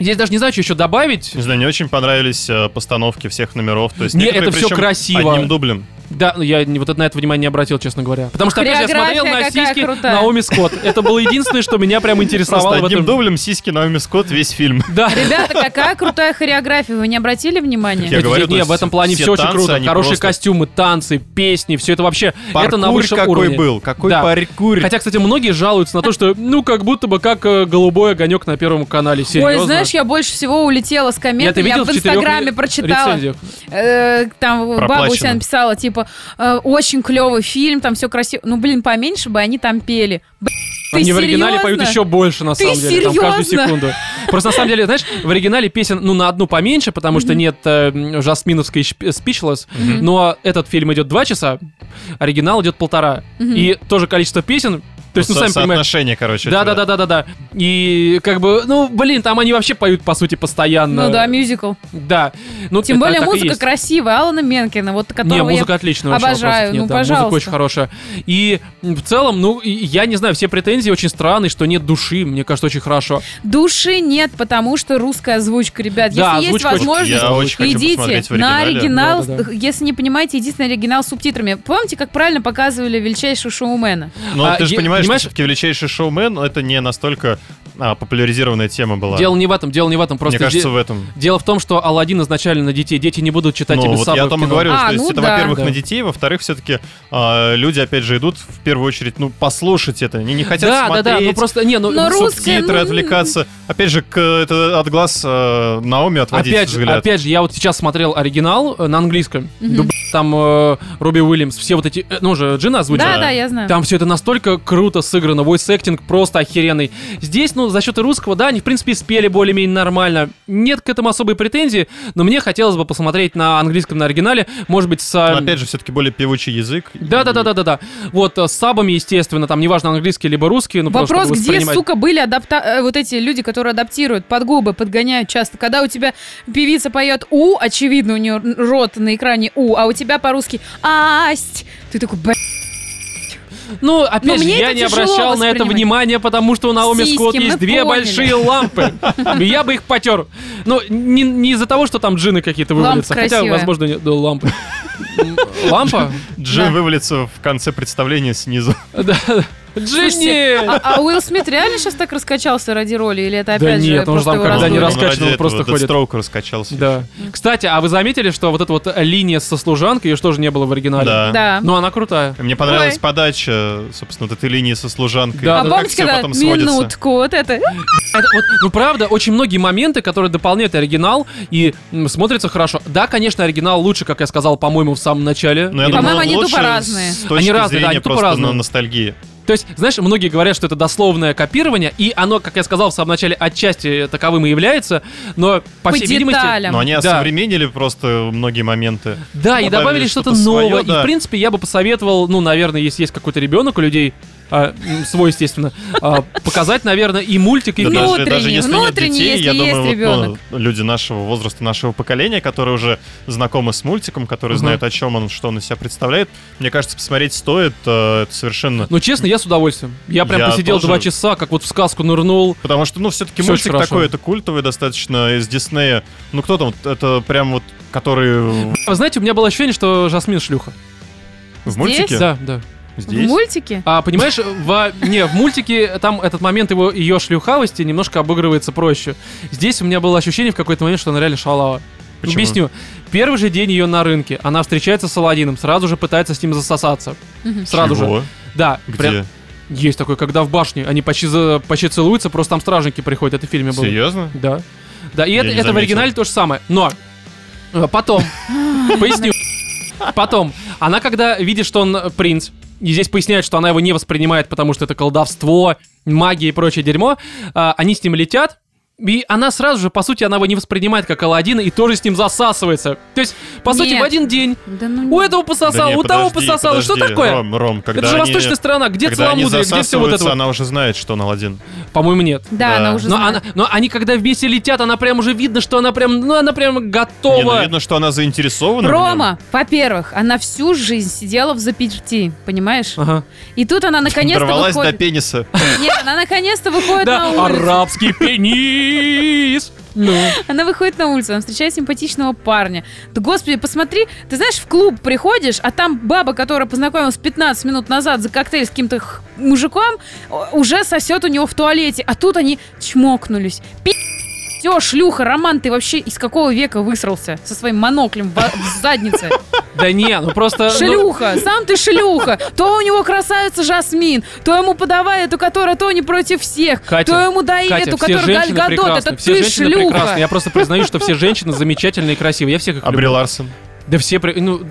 S1: здесь даже не знаю, что еще добавить.
S2: Не знаю, не очень понравились э, постановки всех номеров. То есть
S1: Не,
S2: некоторые,
S1: это всё
S2: причём,
S1: красиво.
S2: Одним дублем.
S1: Да, ну я не- вот это- на это внимание не обратил, честно говоря. Потому что, опять же, я
S3: Хореография
S1: смотрел на
S3: какая
S1: сиськи
S3: крутая.
S1: Наоми Скотт. Это было единственное, что меня прям интересовало
S2: Просто
S1: в
S2: одним
S1: этом.
S2: дублем сиськи Наоми Скотт весь фильм.
S1: Да.
S3: Ребята, какая крутая хореография, вы не обратили внимания?
S2: Я говорю, то
S1: не,
S2: есть
S1: в этом плане
S2: все
S1: все очень
S2: танцы,
S1: круто.
S2: они
S1: Хорошие
S2: просто-
S1: костюмы, танцы, песни, все это вообще. это на
S2: Паркур
S1: высшем
S2: какой
S1: уровне.
S2: был, какой
S1: Да.
S2: паркур.
S1: Хотя, кстати, многие жалуются на то, что ну как будто бы как э, голубой огонек на первом канале. Серьезно.
S3: Ой, знаешь, я больше всего улетела
S1: я
S3: с
S1: это
S3: комментами, я
S1: видел
S3: в
S1: четырёх
S3: Инстаграме
S1: ре-
S3: прочитала.
S1: рецензиях.
S3: Э, там баба у себя
S2: Проплачено.
S3: написала, типа, «Э, очень клевый фильм, там все красиво. Ну, блин, поменьше бы они там пели. Блин, ты
S1: Они в оригинале
S3: серьёзно?
S1: поют еще больше, на
S3: Ты
S1: самом деле, там каждую
S3: серьёзно?
S1: секунду. Просто на самом деле, знаешь, в оригинале песен, ну, на одну поменьше, потому что нет э, м, жасминовской шп- speechless, но этот фильм идет два часа, оригинал идет полтора. И тоже количество песен, то есть, ну,
S2: Со-
S1: сами понимаете.
S2: Соотношение, короче. у
S1: Да, да,
S2: тебя.
S1: да, да, да, да. И как бы, ну, блин, там они вообще поют, по сути, постоянно.
S3: Ну да, мюзикл.
S1: Да. Ну,
S3: Тем
S1: это
S3: более
S1: так и
S3: музыка
S1: есть.
S3: красивая, Алана Менкина, вот
S1: Не,
S3: которого
S1: музыка отличная. вообще,
S3: обожаю,
S1: вопросов нет,
S3: ну,
S1: да,
S3: пожалуйста.
S1: Музыка очень хорошая. И м, в целом, ну, и- я не знаю, все претензии очень странные, что нет души. Мне кажется, очень хорошо.
S3: я... Души нет, потому что русская озвучка, ребят.
S1: Да,
S3: Если есть
S1: озвучка очень-
S3: возможность,
S2: Я очень хочу
S3: идите
S2: посмотреть в
S3: на
S2: оригинале.
S3: оригинал,
S1: Да-да-да.
S3: если не понимаете, идите на оригинал с субтитрами. Помните, как правильно показывали величайшего шоумена?
S2: Но
S1: А,
S2: ты же
S1: е- понимаешь-
S2: понимаешь, что все-таки величайший шоумен это не настолько а, популяризированная тема была.
S1: Дело не в этом, дело не в этом. Просто
S2: Мне кажется,
S1: де-
S2: в этом.
S1: дело в том, что Алладин изначально на детей. Дети не будут читать
S2: Ну,
S1: тебе
S2: вот я о том и говорю,
S3: А,
S2: что то есть
S3: ну
S2: это,
S3: да.
S2: во-первых,
S1: Да.
S2: на детей, во-вторых, все-таки люди, опять же, идут в первую очередь, ну, послушать это. Они не хотят
S1: Да, да,
S2: смотреть.
S1: да, ну просто, не, ну...
S3: Но
S1: ну,
S3: русская,
S2: субтитры,
S3: ну,
S2: отвлекаться. Опять же, к, это от глаз э, Наоми отводить
S1: Опять же,
S2: взгляд.
S1: опять же, я вот сейчас смотрел оригинал э, на английском. Да, б***ь, Там э, Робби Уильямс, все вот эти, э, ну же, Джина озвучила.
S3: Да, да, я знаю.
S1: Там все это настолько круто сыграно, войс-эктинг просто охеренный. Здесь, ну, ну, за счет и русского, да, они, в принципе, спели более-менее нормально. Нет к этому особой претензии, но мне хотелось бы посмотреть на английском, на оригинале, может быть, с...
S2: Но,
S1: а,
S2: Ну, опять же, все-таки более певучий язык.
S1: Да, да, да, да, да, да. Вот а, с сабами, естественно, там неважно английский либо русский, ну просто
S3: Вопрос,
S1: чтобы
S3: где,
S1: воспринимать.
S3: сука, были адапта... э, вот эти люди, которые адаптируют под губы, подгоняют часто. Когда у тебя певица поет «У», очевидно, у нее рот на экране «У», а у тебя по-русски «Асть». Ты такой, блядь,
S1: Ну, опять
S3: Но
S1: же,
S3: мне
S1: я
S3: это
S1: не
S3: тяжело
S1: обращал на это
S3: воспринимать.
S1: внимания, потому что у Наоми
S3: Сиськи,
S1: Скотт
S3: мы
S1: есть две
S3: поняли.
S1: большие лампы. И Я бы их потер. Ну, не, не из-за того, что там джины какие-то
S3: Лампа
S1: вывалятся, хотя,
S3: красивая.
S1: возможно, не- да, лампы. М, Лампа?
S2: Джин
S3: Да.
S2: вывалится в конце представления снизу.
S1: Да. Джинни!
S3: а, а Уилл Смит реально сейчас так раскачался ради роли? Или это
S1: Да
S3: опять же
S1: нет, он же
S3: просто
S1: там
S3: его
S1: когда не
S3: раздули?
S1: раскачан,
S2: Он ради
S1: он
S2: этого
S1: просто ходит.
S2: Deathstroke раскачался.
S1: Да. Кстати, а вы заметили, что вот эта вот линия со служанкой, ее же тоже не было в оригинале?
S2: Да.
S3: Да.
S1: Но она крутая.
S2: И Мне понравилась
S3: Ой.
S2: подача, собственно, вот этой линии со служанкой.
S1: Да,
S3: а
S1: да,
S2: как
S3: помните,
S2: всё
S3: когда
S2: потом сводится.
S3: минутку вот это? э,
S1: Это вот, ну правда, очень многие моменты, которые дополняют оригинал и м, смотрятся хорошо. Да, конечно, оригинал лучше, как я сказал, по-моему, в самом начале.
S2: Но Ну, я
S3: По-моему,
S2: думаю,
S3: они
S2: лучше
S3: тупо разные.
S2: С
S1: Они
S2: точки
S1: разные, да,
S2: зрения
S1: они тупо
S2: просто
S1: разные.
S2: на ностальгии.
S1: То есть, знаешь, многие говорят, что это дословное копирование, и оно, как я сказал в самом начале, отчасти таковым и является, но по,
S3: По
S1: всей видимости...
S3: деталям.
S2: Но они
S1: Да.
S2: осовременили просто многие моменты.
S1: Да, и
S2: Добавили
S1: добавили что-то
S2: что-то своё,
S1: новое. И,
S2: да.
S1: в принципе, я бы посоветовал, ну, наверное, если есть какой-то ребенок у людей, а, м, свой, естественно, а, показать, наверное, и мультик, и
S2: Да
S1: фильм.
S2: даже-
S3: Внутренний,
S2: даже если нет
S3: внутренний,
S2: детей,
S3: если
S2: я
S3: есть
S2: думаю, вот,
S3: ребёнок.
S2: ну, люди нашего возраста, нашего поколения, которые уже знакомы с мультиком, которые
S1: Мгм.
S2: знают, о чем он, что он из себя представляет, мне кажется, посмотреть стоит. э, Это совершенно...
S1: Ну, честно, я с удовольствием. Я прям
S2: Я
S1: посидел
S2: тоже.
S1: два часа, как вот в сказку нырнул.
S2: Потому что, ну, все-таки
S1: Всё
S2: мультик
S1: очень хорошо.
S2: такой, это культовый достаточно, из Диснея. Ну, кто там, вот это прям вот, который
S1: Вы знаете, у меня было ощущение, что Жасмин шлюха.
S2: в мультике?
S1: Да, да.
S2: Здесь?
S3: В мультике?
S1: А понимаешь, во- не, в мультике там этот момент его ее шлюхавости немножко обыгрывается проще. Здесь у меня было ощущение в какой-то момент, что она реально шалава.
S2: Почему?
S1: Объясню. Первый же день ее на рынке, она встречается с Аладдином, сразу же пытается с ним засосаться. Сразу же.
S2: Чего?
S1: Да,
S2: Где?
S1: прям- есть такой, когда в башне они почти, за- почти целуются, просто там стражники приходят, это в фильме было.
S2: Серьезно?
S1: Да. Да, и
S2: Я
S1: это,
S2: не
S1: это в
S2: заметил.
S1: оригинале то же самое. Но э, потом, поясню, потом, она когда видит, что он э, принц, и здесь поясняют, что она его не воспринимает, потому что это колдовство, магия и прочее дерьмо, а, они с ним летят, и она сразу же, по сути, она его не воспринимает как Алладина и тоже с ним засасывается. То есть, по сути,
S3: Нет.
S1: в один день
S3: Да ну
S1: у
S3: нет.
S1: этого пососал,
S2: Да не,
S1: у того
S2: подожди,
S1: пососал. Что
S2: подожди,
S1: такое?
S2: Ром, Ром, когда
S1: это же
S2: они-
S1: восточная страна, где
S2: когда они
S1: целомудрие, где все вот это
S2: засасываются,
S1: вот?
S2: она уже знает, что он Аладдин.
S1: По-моему, нет.
S3: Да,
S2: Да.
S3: она уже
S1: Но,
S3: знает.
S1: Ну, она, но они когда вместе летят, она прям уже видно, что она прям, ну она прям
S2: Не, ну,
S1: готова.
S2: видно, что она заинтересована. в нем.
S3: Рома, во-первых, она всю жизнь сидела в заперти, понимаешь?
S1: Ага.
S3: И тут она наконец-то
S2: Дорвалась до
S3: выходит.
S2: пениса.
S3: Нет, она наконец-то выходит на
S1: Да,
S3: улицу.
S1: арабский пенис. Ну,
S3: Она выходит на улицу, она встречает симпатичного парня. Да господи, посмотри, ты знаешь, в клуб приходишь, а там баба, которая познакомилась 15 минут назад за коктейль с каким-то х- мужиком, о- уже сосет у него в туалете. А тут они чмокнулись. Все, шлюха, Роман, ты вообще из какого века высрался со своим моноклем в, а, в заднице?
S1: да не, ну просто... ну,
S3: Шлюха, сам ты шлюха. То у него красавица Жасмин, то ему подавай эту, которая то не против всех,
S1: Катя,
S3: то ему дай
S1: Катя,
S3: эту,
S1: все
S3: которая Галь
S1: женщины
S3: Гадот.
S1: прекрасны,
S3: Это
S1: все
S3: ты
S1: женщины прекрасны.
S3: шлюха.
S1: Я просто признаюсь, что все женщины замечательные и красивые. Я всех их
S2: А Бри
S1: люблю.
S2: Ларсон?
S1: Да все... при- ну,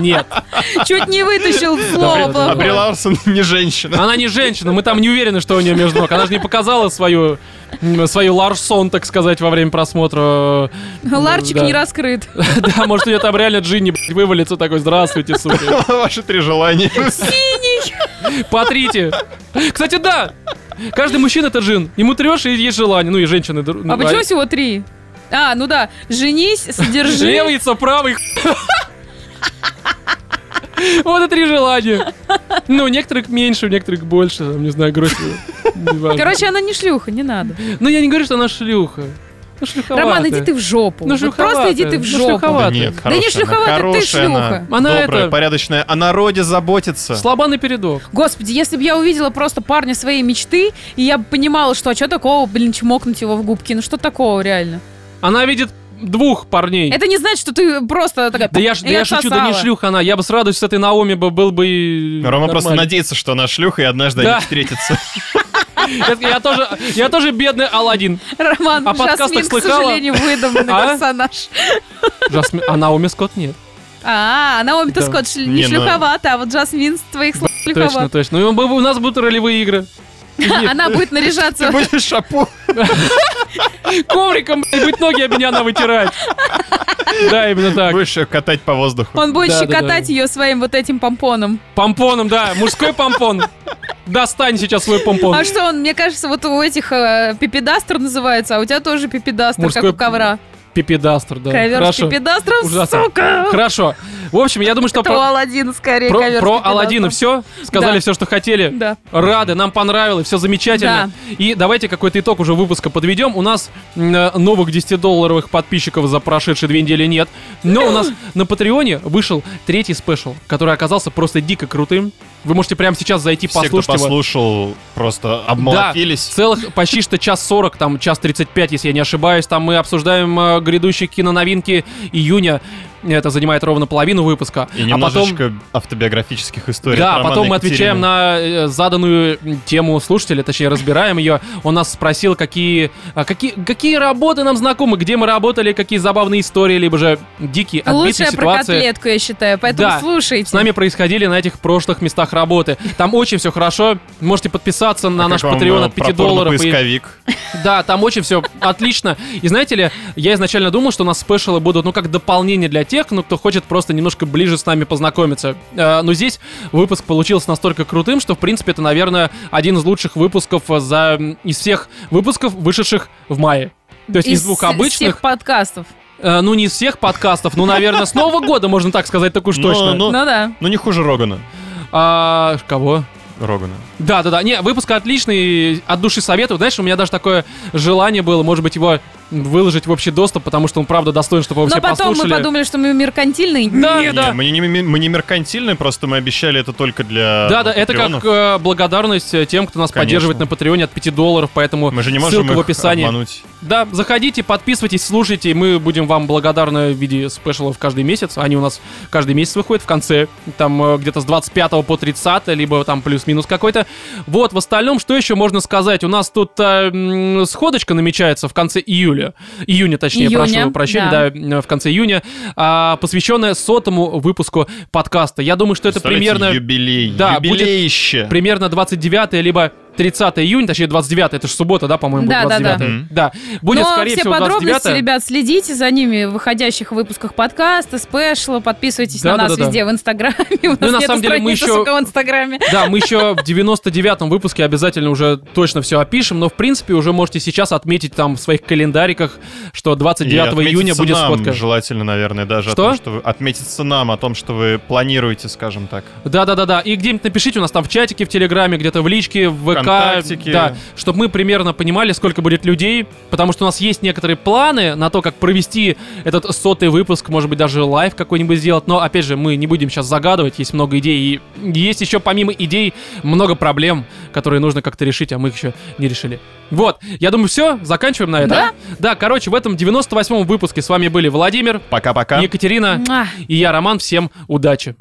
S1: Нет,
S3: Чуть не вытащил
S1: Добре,
S3: слово.
S1: добре.
S2: А Бри
S3: плохое.
S2: Ларсон не женщина.
S1: она не женщина, мы там не уверены, что у нее между ног. Она же не показала свою, м, свою Ларсон, так сказать, во время просмотра.
S3: Ларчик
S1: Да. Ну,
S3: не раскрыт.
S1: Да, может, у нее там реально Джинни блядь, вывалится такой, здравствуйте, сука.
S2: Ваши три желания.
S1: Потрите. Кстати, да, каждый мужчина это джин. Ему трешь и есть желание. Ну и женщины. дру- ну,
S3: А почему всего три? А, ну да. Женись, содержи.
S1: Левый, яйцо, правый. Вот и три желания. Ну, у некоторых меньше, у некоторых больше. Там, Не знаю, грош.
S3: Короче, она не шлюха, не надо.
S1: Ну, я не говорю, что она шлюха. Ну, шлюховатая.
S3: Роман, иди ты в жопу.
S1: Ну,
S3: Вот Просто
S1: шлюховатая.
S3: иди ты в
S1: Ну,
S3: жопу.
S1: шлюховатая.
S2: Да
S1: Ладно.
S2: нет,
S1: Да
S2: хорошая
S3: не
S2: она,
S3: шлюховатая, ты
S2: хорошая
S3: шлюха.
S2: Она,
S1: Она
S2: добрая,
S1: это-
S2: порядочная. О народе заботится.
S1: Слаба на передок.
S3: Господи, если бы я увидела просто парня своей мечты, и я бы понимала, что а что такого, блин, чмокнуть его в губки? Ну что такого реально?
S1: Она видит двух парней.
S3: Это не значит, что ты просто такая...
S1: Да я, ж- да я шучу, да не
S3: отсосала.
S1: шлюха она. Я бы с радостью с этой Наоми бы был бы и
S2: Рома просто
S1: нормально.
S2: надеется, что она шлюха, и однажды
S1: Да.
S2: они встретятся.
S1: Я, я тоже, я тоже бедный Алладин.
S3: Роман,
S1: О А подкастах
S3: Жасмин, к
S1: слыхала?
S3: сожалению, выдуманный
S1: А?
S3: персонаж.
S1: Жасмин, а Наоми Скотт нет.
S3: А, Наоми-то
S1: Да.
S3: Скотт шли-
S2: Не,
S3: не
S2: ну-
S3: шлюховата, а вот Жасмин с твоих слов
S1: Точно,
S3: шлюховата.
S1: точно. Ну, и мы бы- у нас будут ролевые игры.
S3: Она будет наряжаться.
S2: Ты будешь шапу.
S1: Ковриком, блядь, будет ноги об меня она вытирать. Да, именно так.
S2: Будешь её катать по воздуху.
S3: Он будет
S1: Да, да, да.
S3: щекотать ее своим вот этим помпоном.
S1: Помпоном, да, мужской помпон. Достань сейчас свой помпон.
S3: А что он, мне кажется, вот у этих э, пипедастр называется, а у тебя тоже пипедастр,
S1: Мужской
S3: как у ковра.
S1: Пипедастр, да.
S3: Ковер
S1: Хорошо.
S3: с пипедастром,
S1: Ужасно.
S3: сука!
S1: Хорошо. В общем, я думаю, что
S3: Это у
S1: про,
S3: Аладдина скорее
S1: про,
S3: ковер с
S1: про
S3: пипедастром.
S1: Аладдина все. Сказали
S3: Да.
S1: все, что хотели.
S3: Да.
S1: Рады, нам понравилось, все замечательно. И давайте какой-то итог уже выпуска подведем. У нас м, э, новых 10-долларовых подписчиков за прошедшие две недели нет. Но у нас на Патреоне вышел третий спешл, который оказался просто дико крутым. Вы можете прямо сейчас зайти
S2: Все, кто
S1: послушать его.
S2: послушал, просто
S1: Да,
S2: обмолотились.
S1: целых почти что час 40, там час 35, если я не ошибаюсь. Там мы обсуждаем э, грядущие киноновинки июня. э, Это занимает ровно половину выпуска.
S2: И немножечко автобиографических историй.
S1: а Да,
S2: от Романа
S1: потом мы отвечаем
S2: Екатерины.
S1: на э, заданную м, тему слушателя, точнее, разбираем ее. Он нас спросил, какие, а, какие, какие работы нам знакомы, где мы работали, какие забавные истории, либо же дикие, отбитые
S3: Лучшая про
S1: ситуации.
S3: котлетку, я считаю, поэтому
S1: Да.
S3: слушайте.
S1: С нами происходили на этих прошлых местах работы. Там очень все хорошо. Можете подписаться на
S2: А
S1: наш
S2: как вам,
S1: Patreon
S2: э,
S1: от 5
S2: про
S1: долларов. и-
S2: порно-поисковик?
S1: да, там очень все отлично. И знаете ли, я изначально думал, что у нас спешалы будут, ну, как дополнение для тех, ну, кто хочет просто немножко ближе с нами познакомиться. Э, Но здесь выпуск получился настолько крутым, что, в принципе, это, наверное, один из лучших выпусков за... м, из всех выпусков, вышедших в мае. То есть из, двух
S3: всех
S1: обычных,
S3: подкастов.
S1: э, ну, не из всех подкастов, ну, наверное, с Нового года, можно так сказать, так уж
S2: Ну,
S1: точно.
S2: ну,
S3: Ну да.
S2: Ну, не хуже Рогана.
S1: А, кого?
S2: Рогана.
S1: Да, да, да. Не, выпуск отличный, от души советую. Знаешь, у меня даже такое желание было, может быть, его выложить в общий доступ, потому что он правда достоин, чтобы его
S3: Но
S1: все
S3: потом
S1: послушали.
S3: мы подумали, что мы меркантильные.
S1: Да,
S2: Не,
S1: Э, да.
S2: Мы не, мы не- мы не меркантильные, просто мы обещали это только для
S1: Да, да, это как
S2: патреонов.
S1: э, благодарность э, тем, кто нас
S2: Конечно.
S1: поддерживает на Патреоне от 5 долларов, поэтому
S2: Мы же не можем
S1: э, ссылка в
S2: их
S1: описании.
S2: обмануть.
S1: Да, заходите, подписывайтесь, слушайте, и мы будем вам благодарны в виде спешалов каждый месяц. Они у нас каждый месяц выходят в конце, там э, где-то с 25 по 30, либо там плюс-минус какой-то. Вот, в остальном, что еще можно сказать? У нас тут э, м, сходочка намечается в конце июля. Июня, точнее,
S3: Июня,
S1: прошу прощения, да.
S3: да.
S1: э, в конце июня, а, посвященная сотому выпуску подкаста. Я думаю, что это
S2: Представляете,
S1: примерно...
S2: Юбилей.
S1: Да, будет
S2: Юбилейще.
S1: Примерно 29 либо 30 июня, точнее 29, это же суббота, да, по-моему,
S3: Да,
S1: будет
S3: да,
S1: 29
S3: да.
S2: Мгм.
S1: да. Будет,
S3: Но
S1: скорее
S3: все
S1: всего,
S3: подробности,
S1: 29
S3: ребят, следите за ними в выходящих выпусках подкаста, спешла, подписывайтесь
S1: Да,
S3: на
S1: да,
S3: нас
S1: да, да.
S3: везде в Инстаграме. У нас
S1: Ну и на
S3: нету
S1: самом деле мы
S3: страницы,
S1: еще-
S3: сука, в Инстаграме.
S1: Да, мы еще в 99-м выпуске обязательно уже точно все опишем, но в принципе уже можете сейчас отметить там в своих календариках, что
S2: И
S1: 29 июня
S2: отметиться
S1: будет
S2: нам
S1: сходка.
S2: Желательно, наверное, даже
S1: Что?
S2: О том, что вы, отметиться нам о том, что вы планируете, скажем так.
S1: Да, да, да, да. И где-нибудь напишите у нас там в чатике, в Телеграме, где-то в личке, в ВК,
S2: Вконтактике.
S1: да, чтобы мы примерно понимали, сколько будет людей, потому что у нас есть некоторые планы на то, как провести этот сотый выпуск, может быть даже лайв какой-нибудь сделать. Но опять же, мы не будем сейчас загадывать, есть много идей и есть еще помимо идей много проблем, которые нужно как-то решить, а мы их еще не решили. Вот, я думаю, все, заканчиваем на этом.
S3: Да?
S1: Да, короче, в этом 98-м выпуске с вами были Владимир, А.
S2: Пока-пока.
S1: Екатерина
S3: Муа.
S1: и я, Роман. Всем удачи.